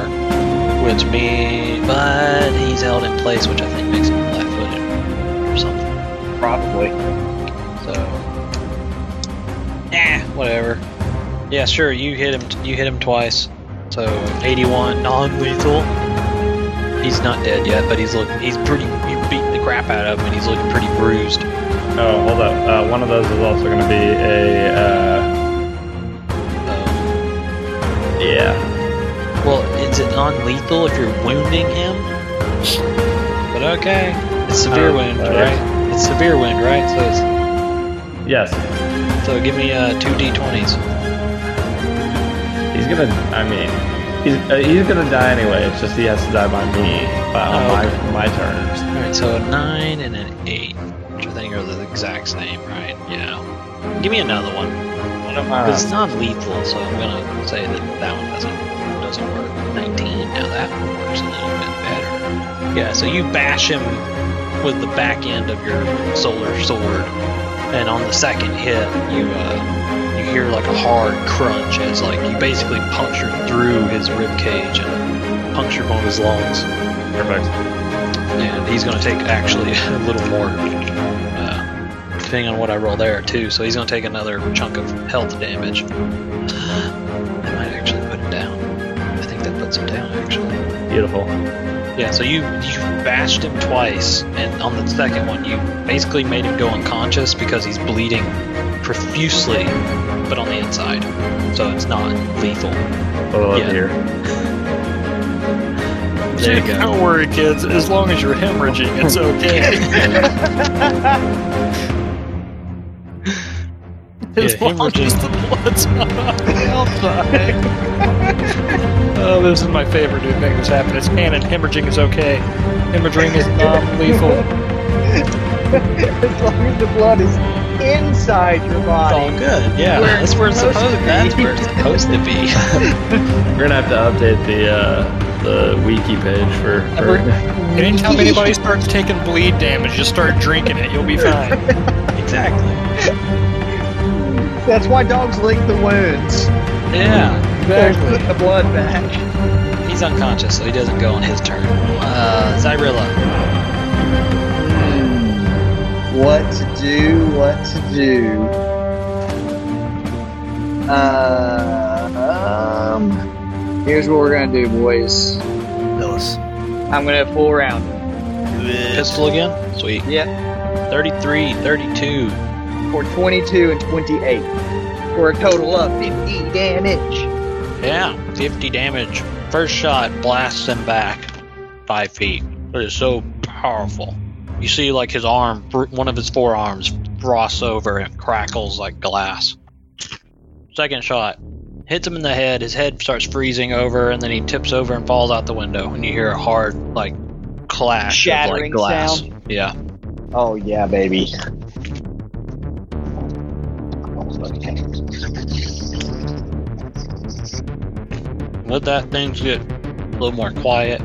S5: Which me but he's held in place, which I think makes him flat footed or something.
S1: Probably.
S5: So Eh, whatever. Yeah, sure, you hit him you hit him twice. So eighty one non lethal. He's not dead yet, but he's look he's pretty you beat the crap out of him and he's looking pretty bruised.
S2: Oh, hold up. Uh, one of those is also gonna be a. Uh,
S5: Um,
S2: yeah.
S5: Well, is it non-lethal if you're wounding him? But okay, it's severe
S2: Um,
S5: wound,
S2: uh,
S5: right? It's severe wound, right? So,
S2: Yes.
S5: it's, so give me uh, two d20s.
S2: He's gonna. I mean, he's uh, he's gonna die anyway. It's just he has to die by me, by, on
S5: Oh,
S2: my
S5: okay.
S2: my terms.
S5: All right, so a nine and an eight, which I think are the exact same, right? Yeah. Give me another one. Because it's non-lethal, so I'm gonna say that that one doesn't doesn't work. 19. Now that one works a little bit better. Yeah. So you bash him with the back end of your solar sword, and on the second hit, you uh, you hear like a hard crunch as like you basically punctured through his rib cage and punctured one of his lungs,
S2: Perfect.
S5: and he's gonna take actually a little more, uh, depending on what I roll there too. So he's gonna take another chunk of health damage. I might actually put him down. I think that puts him down actually.
S2: Beautiful.
S5: Yeah, so you you bashed him twice, and on the second one, you basically made him go unconscious because he's bleeding profusely, but on the inside, so it's not lethal.
S2: What I love
S5: Yeah.
S2: to hear.
S5: There you go.
S6: Don't worry, kids. As long as you're hemorrhaging, it's okay. as
S5: Yeah,
S6: long as
S5: hemorrhaging.
S6: the blood's not on the outside. oh, this is my favorite new thing that's happened. It's canon. Hemorrhaging is okay. Hemorrhaging is non-lethal.
S1: as long as the blood is inside your
S5: It's all
S1: body.
S5: good. Yeah,
S1: Where
S5: that's where it's
S1: it's
S5: supposed.
S1: supposed to be.
S5: That's where it's supposed to be.
S2: We're gonna have to update the uh, the wiki page for. for
S6: Anytime anybody starts taking bleed damage, just start drinking it. You'll be fine.
S5: exactly.
S1: That's why dogs lick the wounds.
S5: Yeah,
S1: They're putting the blood back.
S5: he's unconscious, so he doesn't go on his turn. Uh, Zyrilla.
S1: hmm. What to do? What to do? Uh, um, here's what we're gonna do, boys.
S3: Ellis.
S1: I'm gonna full round.
S5: Pistol again. Sweet.
S1: Yep,
S5: 33, 32.
S1: for 22 and 28, for a total of 50 damage.
S5: Yeah, 50 damage. First shot blasts him back five feet. It is so powerful. You see, like, his arm, br- one of his forearms, frosts over and crackles like glass. Second shot hits him in the head. His head starts freezing over, and then he tips over and falls out the window. And you hear a hard, like, clash of like
S1: Shattering
S5: glass.
S1: sound.
S5: Yeah.
S1: Oh yeah, baby.
S5: With that, things get a little more quiet.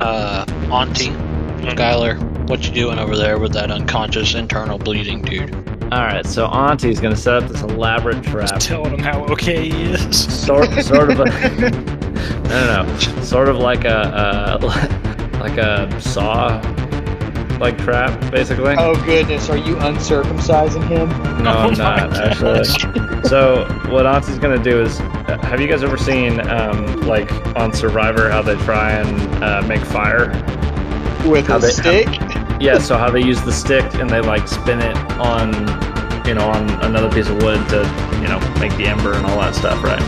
S5: Uh, Auntie, Skylar, what you doing over there with that unconscious internal bleeding dude?
S2: all right, so Auntie's gonna set up this elaborate trap.
S6: Telling him how okay he is.
S2: sort sort of a, I don't know, sort of like a uh, like a saw like trap, basically.
S1: Oh goodness, are you uncircumcising him?
S2: no,
S6: oh
S2: I'm
S6: my
S2: not actually. So what Auntie's gonna do is, uh, have you guys ever seen um, like on Survivor how they try and uh, make fire?
S1: With
S2: How
S1: a
S2: they-
S1: stick?
S2: Yeah, so how they use the stick and they like spin it on, you know, on another piece of wood to, you know, make the ember and all that stuff, right?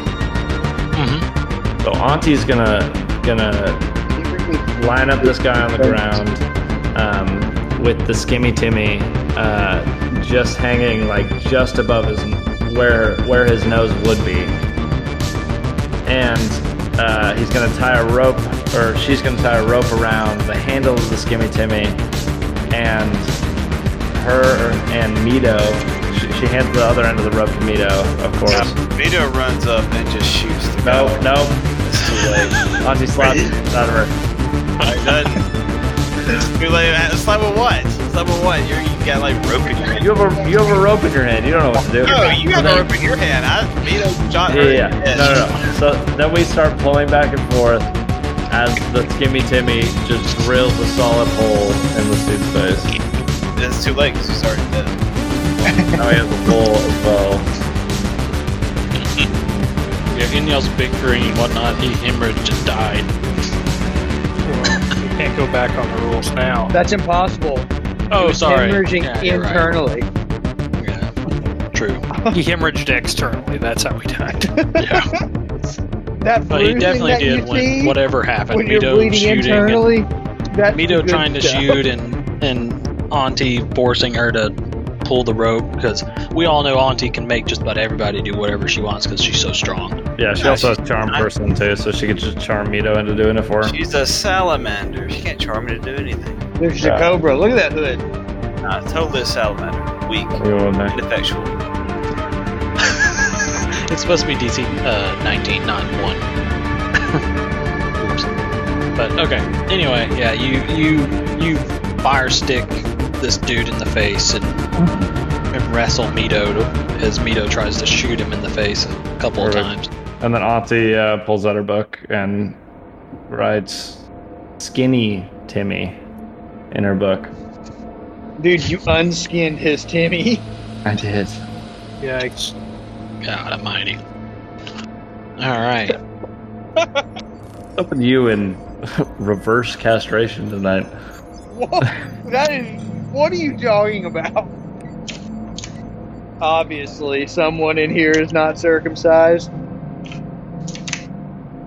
S5: Mm-hmm.
S2: So Auntie's gonna gonna line up this guy on the ground um, with the skimmy timmy uh, just hanging like just above his where where his nose would be and uh, he's gonna tie a rope or she's gonna tie a rope around the handle of the skimmy timmy and her and Mito she, she hands the other end of the rope to Mito of course
S3: Vito runs up and just shoots the
S2: no
S3: guy.
S2: no it's too late Auntie slaps it out of her
S3: Alright, done. You're like, slap with what? Slap with what? You're, you got like rope in your hand.
S2: You have a you have a rope in your hand. You don't know what to do.
S3: No, you got
S2: So
S3: rope in your hand. I, Vito shot
S2: then-
S3: her.
S2: Yeah,
S3: in the
S2: yeah.
S3: head.
S2: No, no, no. So then we start pulling back and forth as the skimmy Timmy just drills a solid hole in this dude's face.
S3: It's too late because he's already dead.
S2: Now he has a hole as well.
S5: Yeah, Inel's big green and whatnot, he hemorrhaged just died.
S6: Well, you can't go back on the rules now.
S1: That's impossible.
S5: Oh,
S1: Hemorrhaging
S5: Yeah, you're right.
S1: internally.
S5: Yeah. True.
S6: He hemorrhaged externally. That's how he died.
S5: Yeah.
S1: That
S5: But he
S1: bruising
S5: definitely
S1: that you
S5: did when
S1: see
S5: whatever happened.
S1: when you're
S5: Mito
S1: bleeding
S5: shooting and,
S1: internally. That's the
S5: Mito
S1: good
S5: trying to
S1: stuff.
S5: shoot and and Auntie forcing her to pull the rope because we all know Auntie can make just about everybody do whatever she wants because she's so strong.
S2: Yeah, she also has charm person too, so she could just charm Mito into doing it for her.
S3: She's a salamander. She can't charm me to do anything.
S1: There's
S2: Yeah.
S1: a cobra. Look at that hood.
S3: Nah, totally a salamander. Weak,
S2: You want that?
S3: ineffectual.
S5: It's supposed to be DC uh, 19, not one. Oops. But okay. Anyway, yeah, you you you fire stick this dude in the face and and wrestle Mito to- as Mito tries to shoot him in the face a couple of
S2: Perfect.
S5: times.
S2: And then Auntie uh, pulls out her book and writes "Skinny Timmy" in her book.
S1: Dude, you unskinned his Timmy.
S2: I did.
S6: Yikes.
S5: God almighty. Alright.
S2: Up with you in reverse castration tonight.
S1: What? That is. What are you talking about? Obviously, someone in here is not circumcised.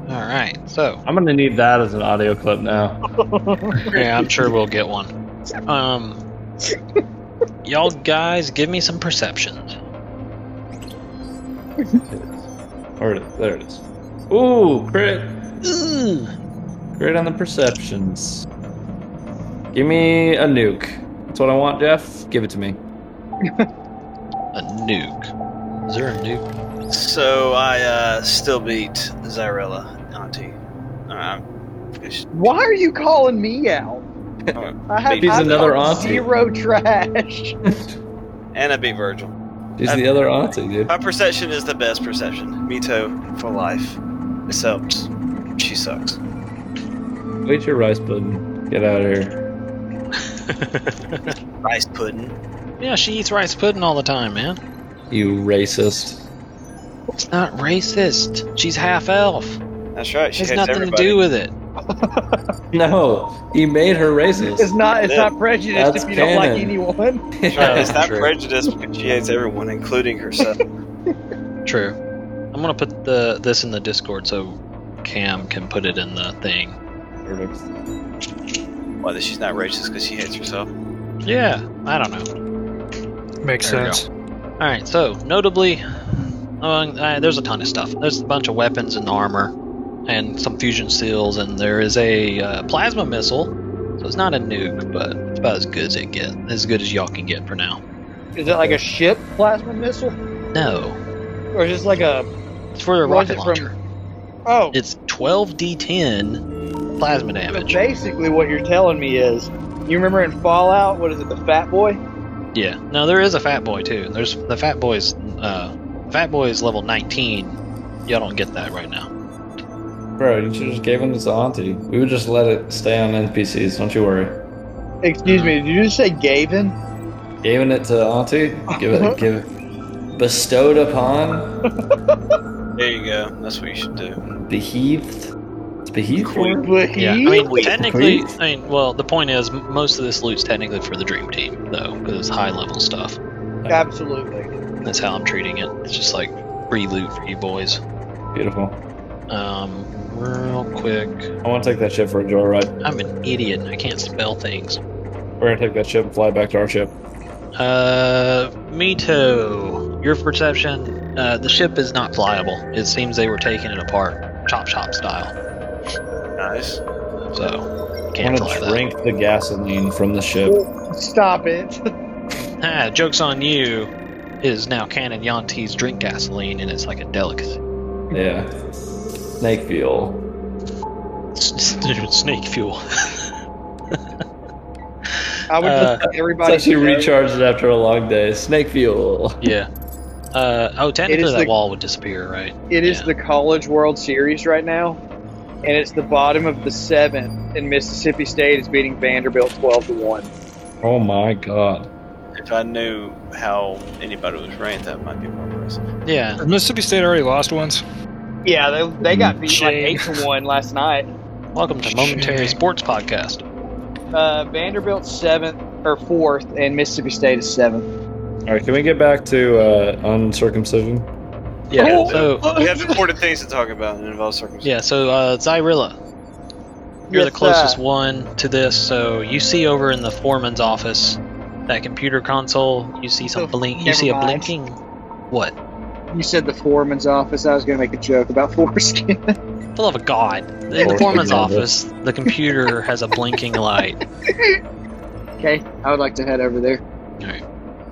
S5: Alright. So
S2: I'm gonna need that as an audio clip now.
S5: yeah, I'm sure we'll get one. Um Y'all guys give me some perceptions.
S2: Or there it is. Ooh, crit!
S5: Ooh.
S2: Great on the perceptions. Give me a nuke. That's what I want, Jeff. Give it to me.
S5: A nuke. Is there a nuke?
S3: So I uh, still beat Zyrella, Auntie. Uh, I'm- it's-
S1: Why are you calling me out? I have,
S3: He's
S1: I've
S2: another
S1: talked
S2: auntie.
S1: Zero trash.
S3: and I beat Virgil.
S2: He's the other auntie, dude.
S3: My perception is the best perception. Mito for life. This helps. She sucks.
S2: Wait your rice pudding. Get out of here.
S3: Rice pudding.
S5: Yeah, she eats rice pudding all the time, man.
S2: You racist.
S5: It's not racist. She's half elf.
S3: That's right. She
S5: It has
S3: hates
S5: nothing
S3: everybody.
S5: to do with it.
S2: No, he made her
S1: It's
S2: racist.
S1: not. It's
S3: Yeah.
S1: not prejudiced
S2: That's
S1: if you don't like
S2: canon.
S1: anyone.
S3: That's right. It's not
S5: True.
S3: prejudice because she hates everyone, including herself.
S5: True. I'm gonna put the this in the Discord so Cam can put it in the thing.
S2: Perfect.
S3: Why that she's not racist because she hates herself.
S5: Yeah, I don't know.
S6: Makes
S5: There we
S6: sense.
S5: All right, so notably, among, uh, there's a ton of stuff. There's a bunch of weapons and armor, and some fusion seals, and there is a uh, plasma missile. So it's not a nuke, but it's about as good as it get, as good as y'all can get for now.
S1: Is it like a ship plasma missile,
S5: No,
S1: or is this like a?
S5: it's for the
S1: What is
S5: rocket
S1: it from-
S5: launcher.
S1: Oh,
S5: It's 12d10 plasma damage.
S1: basically what you're telling me is, you remember in Fallout, what is it, the Fat Boy?
S5: Yeah. No, there is a fat boy too. There's the fat boy's uh fat boy is level 19. Y'all don't get that right now.
S2: Bro, you should have just gave him this to auntie. We would just let it stay on NPCs. Don't you worry.
S1: Excuse me, did you just say Gavin?
S2: Giving it to auntie. Give it. give it. Bestowed upon.
S3: There you go. That's what you should do.
S2: Beheathed. It's beheathed. word?
S1: But
S5: Yeah. I
S1: he-
S5: mean,
S3: Wait.
S5: technically,
S2: Wait.
S5: I mean, well, the point is m- most of this loot's technically for the dream team though, because it's high level stuff.
S1: absolutely.
S5: That's how I'm treating it. It's just like free loot for you boys.
S2: Beautiful.
S5: Um, real quick,
S2: I want to take that ship for a joyride.
S5: I'm an idiot. and I can't spell things.
S2: We're gonna take that ship and fly back to our ship.
S5: Uh, Mito, your perception. Uh, the ship is not flyable. It seems they were taking it apart, chop chop style.
S3: Nice.
S5: So
S2: I
S5: can't
S2: want
S5: fly
S2: to
S5: that.
S2: drink the gasoline from the ship.
S1: Stop it.
S5: Ah, jokes on you. It is now Canon Yonti's drink gasoline, and it's like a delicacy.
S2: Yeah. Snake fuel.
S5: S- s- Snake fuel.
S1: I would
S5: Uh,
S1: just let
S2: It's
S1: everybody.
S2: actually
S1: know
S2: recharged after a long day. Snake fuel.
S5: yeah. Uh, oh, technically
S1: is
S5: that
S1: the-
S5: wall would disappear, right?
S1: It is
S5: Yeah.
S1: the College World Series right now, and it's the bottom of the seventh, and Mississippi State is beating Vanderbilt 12 to 1.
S2: Oh my god.
S3: If I knew how anybody was ranked, that might be more impressive.
S5: Yeah.
S6: Has Mississippi State already lost once.
S1: Yeah, they, they got beat like
S6: Shame.
S1: 8 to 1 last night.
S5: Welcome to Momentary
S6: Shit.
S5: Sports Podcast.
S1: Uh, Vanderbilt seventh or fourth, and Mississippi State is seventh.
S2: Alright, can we get back to uh, uncircumcision?
S5: Yeah.
S1: Oh.
S5: So
S3: We have important things to talk about and involve circumstances.
S5: yeah. So uh, Zyrilla, you're the closest
S1: uh,
S5: one to this. So you see over in the foreman's office that computer console. You see some
S1: Oh,
S5: blink. You
S1: never
S5: see a
S1: mind.
S5: blinking. What?
S1: You said the foreman's office. I was gonna make a joke about foreskin.
S5: For the love of God. In the
S2: Lord,
S5: foreman's
S2: remember.
S5: office, the computer has a blinking light.
S1: okay, I would like to head over there.
S5: Alright.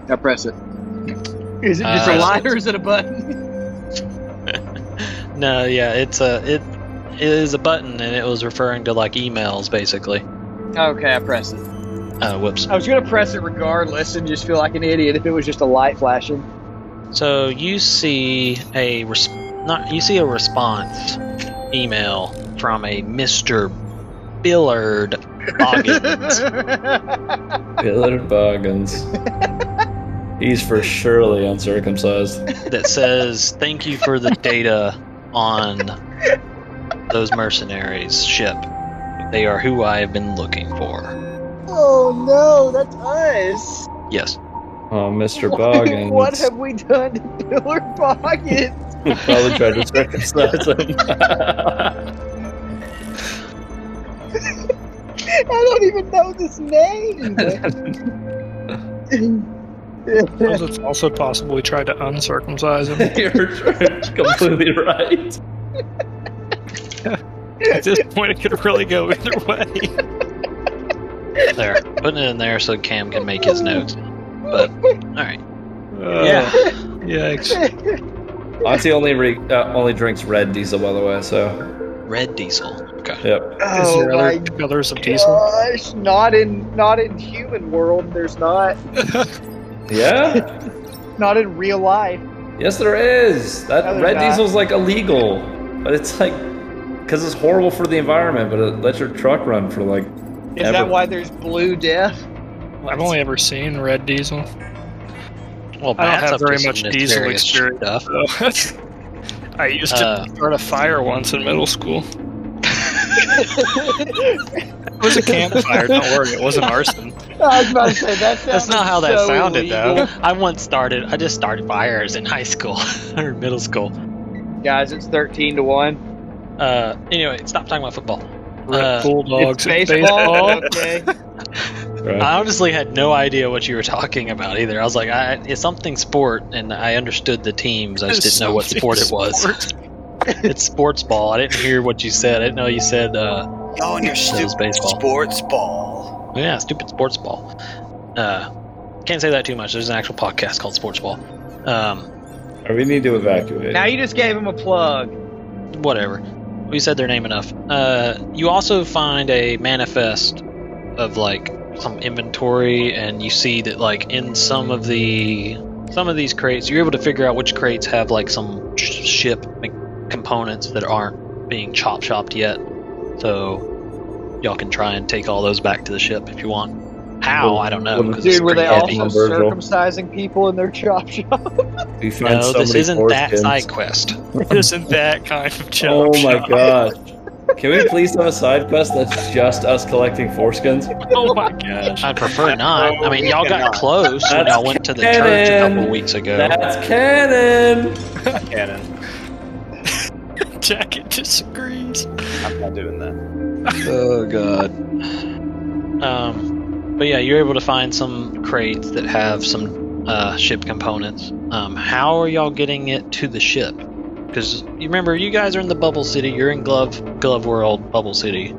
S1: Now press it. Is it just
S5: Uh,
S1: a light or is it a button?
S5: No, yeah, it's a it, it is a button, and it was referring to like emails basically.
S1: Okay, I press it.
S5: Oh, whoops.
S1: I was gonna press it regardless and just feel like an idiot if it was just a light flashing.
S5: So you see a res- not you see a response email from a Mister Billard Boggins.
S2: Billard Boggins. He's for surely uncircumcised.
S5: that says, "Thank you for the data on those mercenaries' ship. They are who I have been looking for."
S1: oh no, that's us.
S5: Yes.
S2: Oh, Mr. Boggins.
S1: what have we done to Pillar Pocket?
S2: Probably tried to circumcise him.
S1: I don't even know this name.
S6: Suppose it's also possible we tried to uncircumcise him.
S2: You're completely right.
S6: At this point, it could really go either way.
S5: There, putting it in there so Cam can make his notes. But all right,
S6: yeah. Yikes.
S2: Auntie only re- uh, only drinks red diesel, by the way. So,
S5: red diesel. Okay.
S2: yep.
S6: Is
S1: oh
S6: there
S1: my
S6: other colors of diesel?
S1: gosh, not in not in human world. There's not
S2: Yeah.
S1: not in real life.
S2: Yes, there is. That
S1: No, there's
S2: red
S1: not.
S2: diesel's like illegal, but it's like because it's horrible for the environment, but it lets your truck run for like.
S1: Is
S2: ever.
S1: that why there's blue death?
S6: I've only ever seen red diesel.
S5: Well,
S6: I don't
S5: Matt's
S6: have
S5: up to
S6: very
S5: some
S6: much diesel
S5: nefarious Stuff.
S6: experience. So I used to
S5: Uh.
S6: start a fire once in middle school. it was a campfire. Don't worry, it wasn't arson.
S1: I was about to say that.
S5: That's not how that
S1: sounded so
S5: sounded,
S1: illegal.
S5: though. I once started. I just started fires in high school or middle school.
S1: Guys, it's thirteen to one.
S5: Uh, anyway, stop talking about football.
S6: Red
S5: Uh,
S6: bulldogs and
S1: it's baseball.
S6: baseball.
S1: okay.
S2: Right.
S5: I honestly had no idea what you were talking about either. I was like, I, it's something sport, and I understood the teams. I just didn't know what sport it was. it's sports ball. I didn't hear what you said. I didn't know you said, uh,
S3: Oh, and your
S5: That was
S3: stupid
S5: baseball.
S3: sports ball.
S5: yeah, stupid sports ball. Uh, can't say that too much. There's an actual podcast called Sports Ball. Um,
S2: We need to evacuate.
S1: Now you just gave him a plug.
S5: whatever. We said their name enough. Uh, you also find a manifest of like some inventory, and you see that like in some of the some of these crates, you're able to figure out which crates have like some sh- ship like, components that aren't being chop chopped yet. So y'all can try and take all those back to the ship if you want. How
S2: Well,
S5: I don't know.
S2: well,
S5: 'cause it's
S1: Dude, were they
S5: pretty heavy.
S1: also
S2: on Virgil.
S1: circumcising people in their chop shop?
S2: We find
S5: No,
S2: so
S5: this
S2: many
S5: isn't that
S2: foreskins.
S5: side quest.
S6: Isn't that kind of
S2: Oh
S6: joke?
S2: my gosh. Can we please have a side quest that's just us collecting foreskins?
S6: Oh my gosh.
S5: I'd prefer not. I mean, y'all got
S3: cannot.
S5: close when
S2: That's
S5: y'all went to the church a couple
S2: canon.
S5: weeks ago.
S2: That's canon!
S3: Cannon.
S6: Jacket disagrees.
S3: I'm not doing that.
S5: Oh god. Um, but yeah, you're able to find some crates that have some uh, ship components. Um, how are y'all getting it to the ship? Because you remember, you guys are in the Bubble City. You're in Glove Glove World, Bubble City.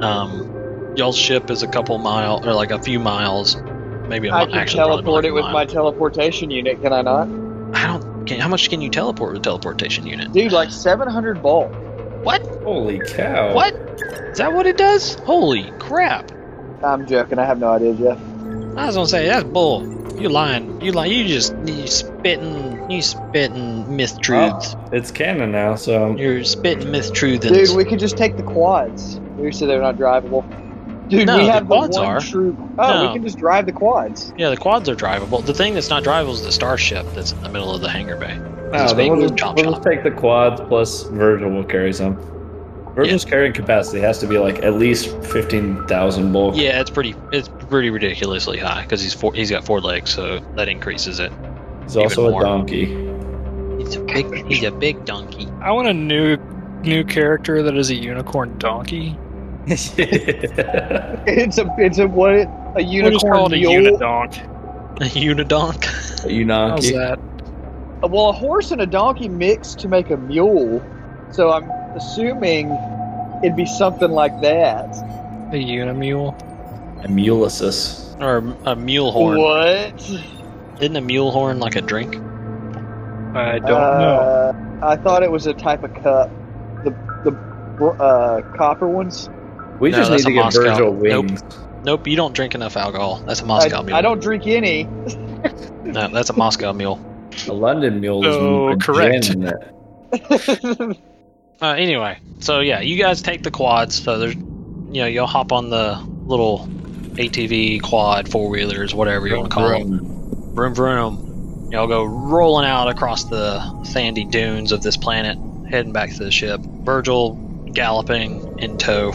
S5: Um, y'all's ship is a couple mile or like a few miles, maybe a
S1: I
S5: mi-
S1: can
S5: actually probably
S1: teleport
S5: like
S1: it
S5: a
S1: with
S5: mile.
S1: my teleportation unit, can I not?
S5: I don't. Can, how much can you teleport with a teleportation unit?
S1: Dude, like 700 volt.
S5: What?
S2: Holy cow.
S5: What? Is that what it does? Holy crap!
S1: I'm joking, I have no idea, Jeff.
S5: I was gonna say that's bull. You lying. You lying. You just you spitting. You spitting mistruths.
S2: It's canon now, so. um,
S5: You're spitting mistruths.
S1: Dude, we could just take the quads. You said they're not drivable. Dude,
S5: No,
S1: we
S5: the
S1: have the,
S5: quads
S1: one
S5: are.
S1: true. Oh,
S5: No.
S1: we can just drive the quads.
S5: yeah, the quads are drivable. The thing that's not drivable is the starship that's in the middle of the hangar bay.
S2: Oh,
S5: Just
S2: then
S5: make
S2: we'll,
S5: the chop
S2: we'll
S5: chop.
S2: take the quads plus Virgil will carry some. Virgil's carrying capacity has to be like at least 15,000 bulk.
S5: Yeah, it's pretty. It's pretty ridiculously high because he's four. He's got four legs, so that increases it.
S2: He's also a
S5: even more.
S2: donkey.
S5: He's a big. He's a big donkey.
S6: I want a new new character that is a unicorn donkey.
S2: a
S1: It's a it's a what a
S6: We'll just
S1: unicorn
S6: call it a
S1: mule.
S6: unidonk.
S5: A unidonk.
S6: How's
S2: Unonki.
S6: that?
S1: well, a horse and a donkey mix to make a mule. So I'm assuming it'd be something like that.
S6: A unimule.
S2: Emulisis.
S5: or a mule horn.
S1: What?
S5: Isn't a mule horn like a drink?
S6: I don't know.
S1: uh, I thought it was a type of cup. The the uh, copper ones.
S2: We
S5: No,
S2: just need
S5: that's
S2: to
S5: a
S2: get
S5: Moscow.
S2: Virgil
S5: Nope.
S2: wings.
S5: Nope, you don't drink enough alcohol. That's a
S1: I,
S5: Moscow mule.
S1: I don't drink any.
S5: No, that's a Moscow mule.
S2: A London mule is
S6: Oh,
S2: more
S6: correct.
S2: gin than that.
S5: Uh, anyway, so yeah, you guys take the quads. So there's, you know, you'll hop on the little ATV quad, four wheelers, whatever you want to call them. vroom vroom. Y'all go rolling out across the sandy dunes of this planet, heading back to the ship. Virgil galloping in tow.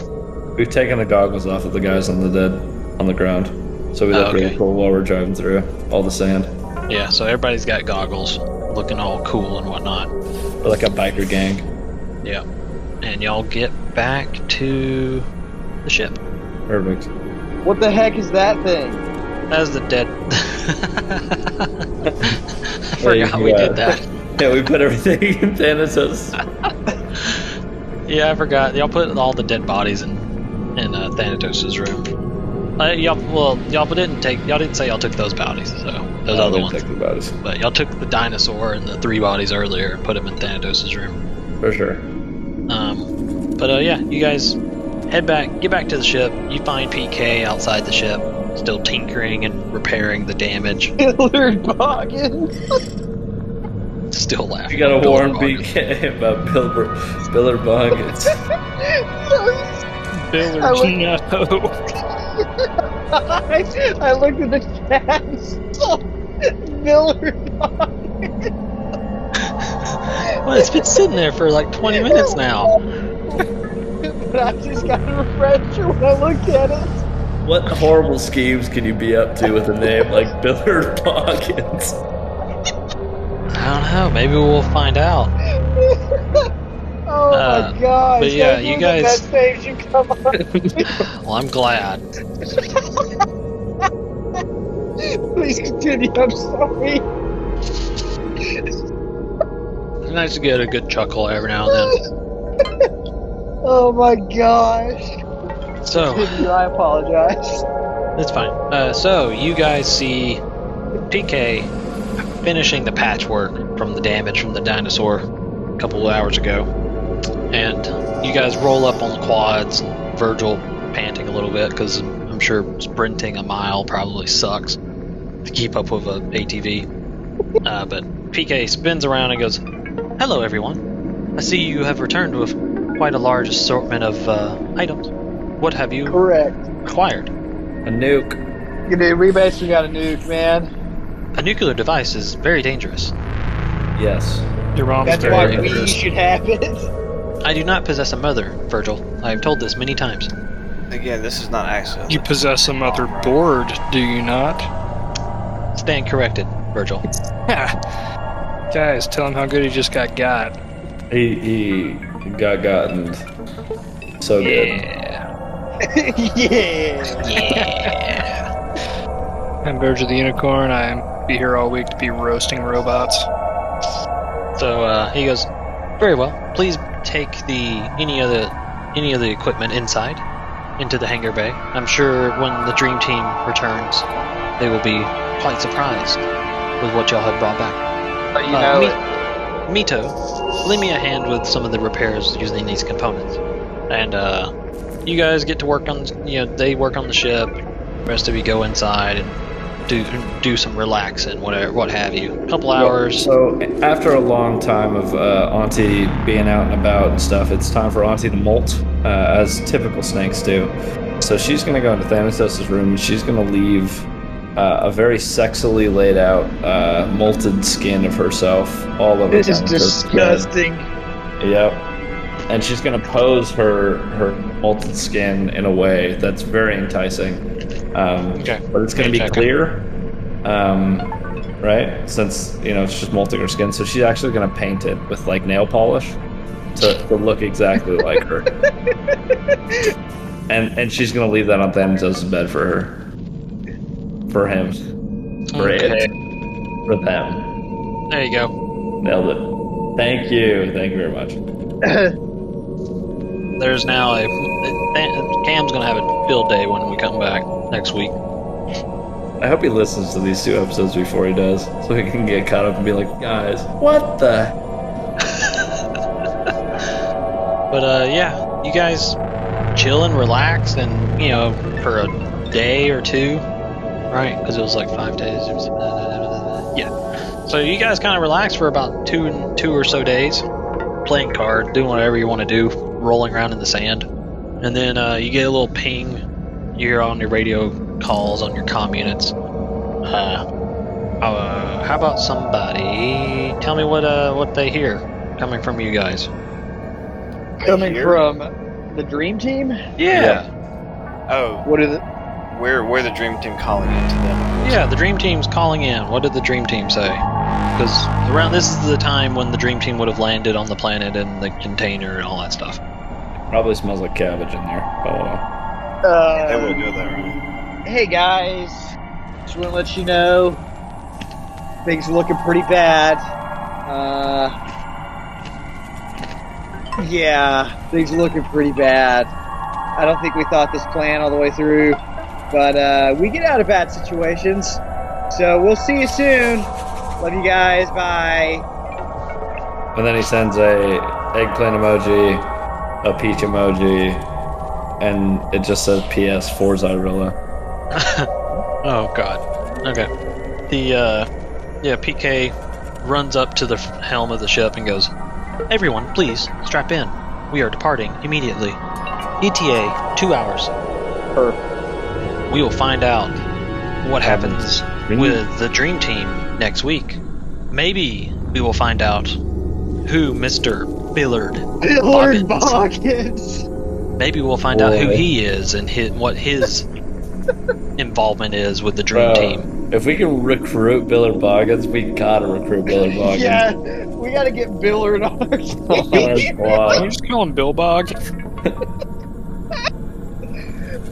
S2: We've taken the goggles off of the guys on the dead on the ground, so we
S5: Oh,
S2: look
S5: okay.
S2: really cool while we're driving through all the sand.
S5: Yeah, so everybody's got goggles, looking all cool and whatnot.
S2: We're like a biker gang.
S5: Yeah. And y'all get back to the ship.
S2: Perfect.
S1: What the heck is that thing?
S5: As the dead. I
S2: There you
S5: forgot we
S2: go.
S5: did that.
S2: Yeah, we put everything in Thanatos.
S5: Ah, Yeah, I forgot. Y'all put all the dead bodies in in uh, Thanatos' room. Uh, y'all, well, y'all didn't take. Y'all didn't say y'all took those bodies. So those other ones.
S2: Think about us
S5: But y'all took the dinosaur and the three bodies earlier and put them in Thanatos' room.
S2: for sure.
S5: Um, but uh, yeah, you guys head back, get back to the ship. You find PK outside the ship, still tinkering and repairing the damage.
S1: Hillard Boggins.
S5: Still laughing.
S2: We got a
S5: Bill
S2: warm
S5: Barton.
S2: BK about Bilber, Billerbong. It's
S1: I
S6: Bill or
S1: would-
S6: no.
S1: I, I looked at the chat. and saw Hillard Boggins.
S5: Well, it's been sitting there for like 20 minutes now.
S1: But I just got a refresher when I looked at it.
S2: What horrible schemes can you be up to with a name like Billard Hawkins?
S5: I don't know. Maybe we'll find out.
S1: Oh
S5: Uh,
S1: my god!
S5: but
S1: it's
S5: yeah,
S1: gonna
S5: you
S1: be
S5: guys-
S1: The best saves you come up
S5: Well, I'm glad.
S1: Please continue. I'm sorry.
S5: It's nice to get a good chuckle every now and
S1: Oh my gosh.
S5: then. So.
S1: Continue, I apologize.
S5: That's fine. Uh, so you guys see PK finishing the patchwork from the damage from the dinosaur a couple of hours ago, and you guys roll up on the quads. And Virgil panting a little bit because I'm sure sprinting a mile probably sucks to keep up with a ATV. Uh, but PK spins around and goes, "Hello, everyone. I see you have returned with quite a large assortment of uh, items. What have you
S1: Correct.
S5: acquired?"
S2: A nuke.
S1: You dude, we basically got a nuke, man.
S5: A nuclear device is very dangerous.
S2: Yes.
S6: Your mom's
S1: That's
S6: very
S1: why
S2: good.
S1: we should have it.
S5: I do not possess a mother, Virgil. I have told this many times.
S3: Again, this is not accident.
S6: You possess a motherboard, do you not?
S5: Stand corrected, Virgil.
S6: Ha. Guys, tell him how good he just got got.
S2: He, he got gotten so good.
S1: yeah.
S6: I'm Virgil the Unicorn. I'm be here all week to be roasting robots.
S5: So uh, he goes, "Very well. Please take the any of the any of the equipment inside into the hangar bay. I'm sure when the dream team returns, they will be quite surprised with what y'all have brought back."
S1: But you
S5: Uh,
S1: know,
S5: Mi- Mito, lend me a hand with some of the repairs using these components. And uh, you guys get to work on, you know, they work on the ship. The rest of you go inside and do do some relaxing, whatever, what have you. A couple hours.
S2: So after a long time of uh, Auntie being out and about and stuff, it's time for Auntie to molt, uh, as typical snakes do. So she's gonna go into Thanatos' room and she's gonna leave uh, a very sexily laid out uh, molted skin of herself all over.
S1: this is
S2: Thanatos' bed.
S1: disgusting.
S2: Yep. And she's gonna pose her her molten skin in a way that's very enticing. Um,
S5: Okay.
S2: But it's gonna be
S5: Okay.
S2: clear, um, right? Since you know it's just molting her skin, so she's actually gonna paint it with like nail polish to, to look exactly like her. And and she's gonna leave that on Thanatos' bed for her, for him, for it, for them.
S5: There you go.
S2: Nailed it. Thank you. Thank you very much.
S5: There's now a. Th- Cam's gonna have a field day when we come back next week.
S2: I hope he listens to these two episodes before he does, so he can get caught up and be like, guys, what the?
S5: But uh, yeah, you guys chill and relax and, you know, for a day or two. Right? Because it was like five days. It was, yeah. So you guys kind of relax for about two two or so days, playing cards, doing whatever you want to do, rolling around in the sand. And then uh, you get a little ping. You're on your radio calls on your comm units. Uh, uh, how about somebody tell me what uh what they hear coming from you guys?
S1: Coming
S3: Here?
S1: from the dream team?
S3: Yeah. Oh,
S1: What is it?
S3: we're we're the dream team calling into them.
S5: Yeah, the dream team's calling in. What did the dream team say? Because around this is the time when the dream team would have landed on the planet and the container and all that stuff.
S2: Probably smells like cabbage in there. by the way.
S3: They
S1: Uh,
S3: would go there.
S1: hey guys, just want to let you know things are looking pretty bad. Uh, yeah, things are looking pretty bad. I don't think we thought this plan all the way through, but uh, we get out of bad situations. So we'll see you soon. Love you guys. Bye.
S2: And then he sends a eggplant emoji, a peach emoji, and it just says PS for Zyrilla.
S5: Oh god. Okay. The uh yeah, PK runs up to the f- helm of the ship and goes, "Everyone, please strap in. We are departing immediately. E ETA 2 hours. We will find out what happens with the dream team next week. Maybe we will find out who Mr. Billard
S1: Lord
S5: Bobbins.
S1: Boggins.
S5: Maybe we'll find out who
S2: Boy.
S5: he is and his, what his involvement is with the dream
S2: Bro,
S5: team.
S2: uh, If we can recruit Billard Boggins, we gotta recruit Billard Boggins.
S1: Yeah, we gotta get Billard on our
S2: Oh my
S1: team.
S6: Can you
S2: God.
S6: just call him Billbog?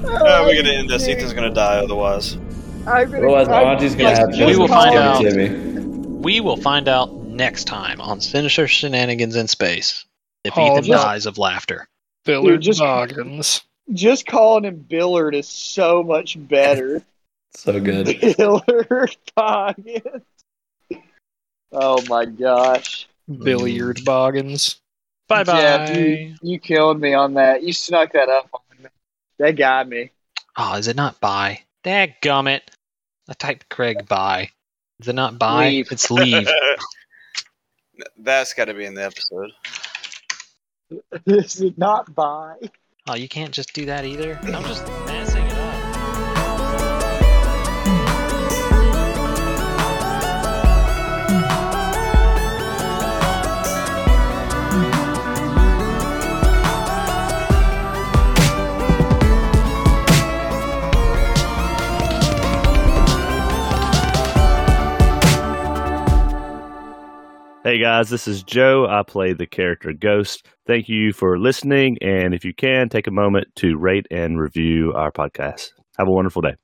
S3: Oh, we're gonna end this. Ethan's gonna die otherwise.
S1: I'm gonna,
S2: Otherwise,
S1: I'm-
S2: Auntie's gonna
S1: like,
S2: have
S5: We
S2: to
S1: just
S5: will
S2: just
S5: find
S2: give
S1: call
S5: out.
S2: it to me.
S5: We will find out next time on Sinister Shenanigans in Space if
S6: Oh,
S5: Ethan
S6: no.
S5: dies of laughter.
S6: Billard
S1: just-
S6: Boggins.
S1: Just calling him Billard is so much better.
S2: So good.
S1: Billard Boggins. Oh my gosh.
S6: Billiard Boggins. Bye bye.
S1: Jeff, you, you killed me on that. You snuck that up on me. That got me.
S5: Oh, is it not bye? Dadgummit. I typed Craig bye. Is it not bye?
S1: Leave.
S5: It's leave.
S3: That's got to be in the episode.
S1: This is not by.
S5: oh, you can't just do that either? I'm just messing it up.
S9: Hey guys, this is Joe. I play the character Ghost. Thank you for listening. And if you can, take a moment to rate and review our podcast. Have a wonderful day.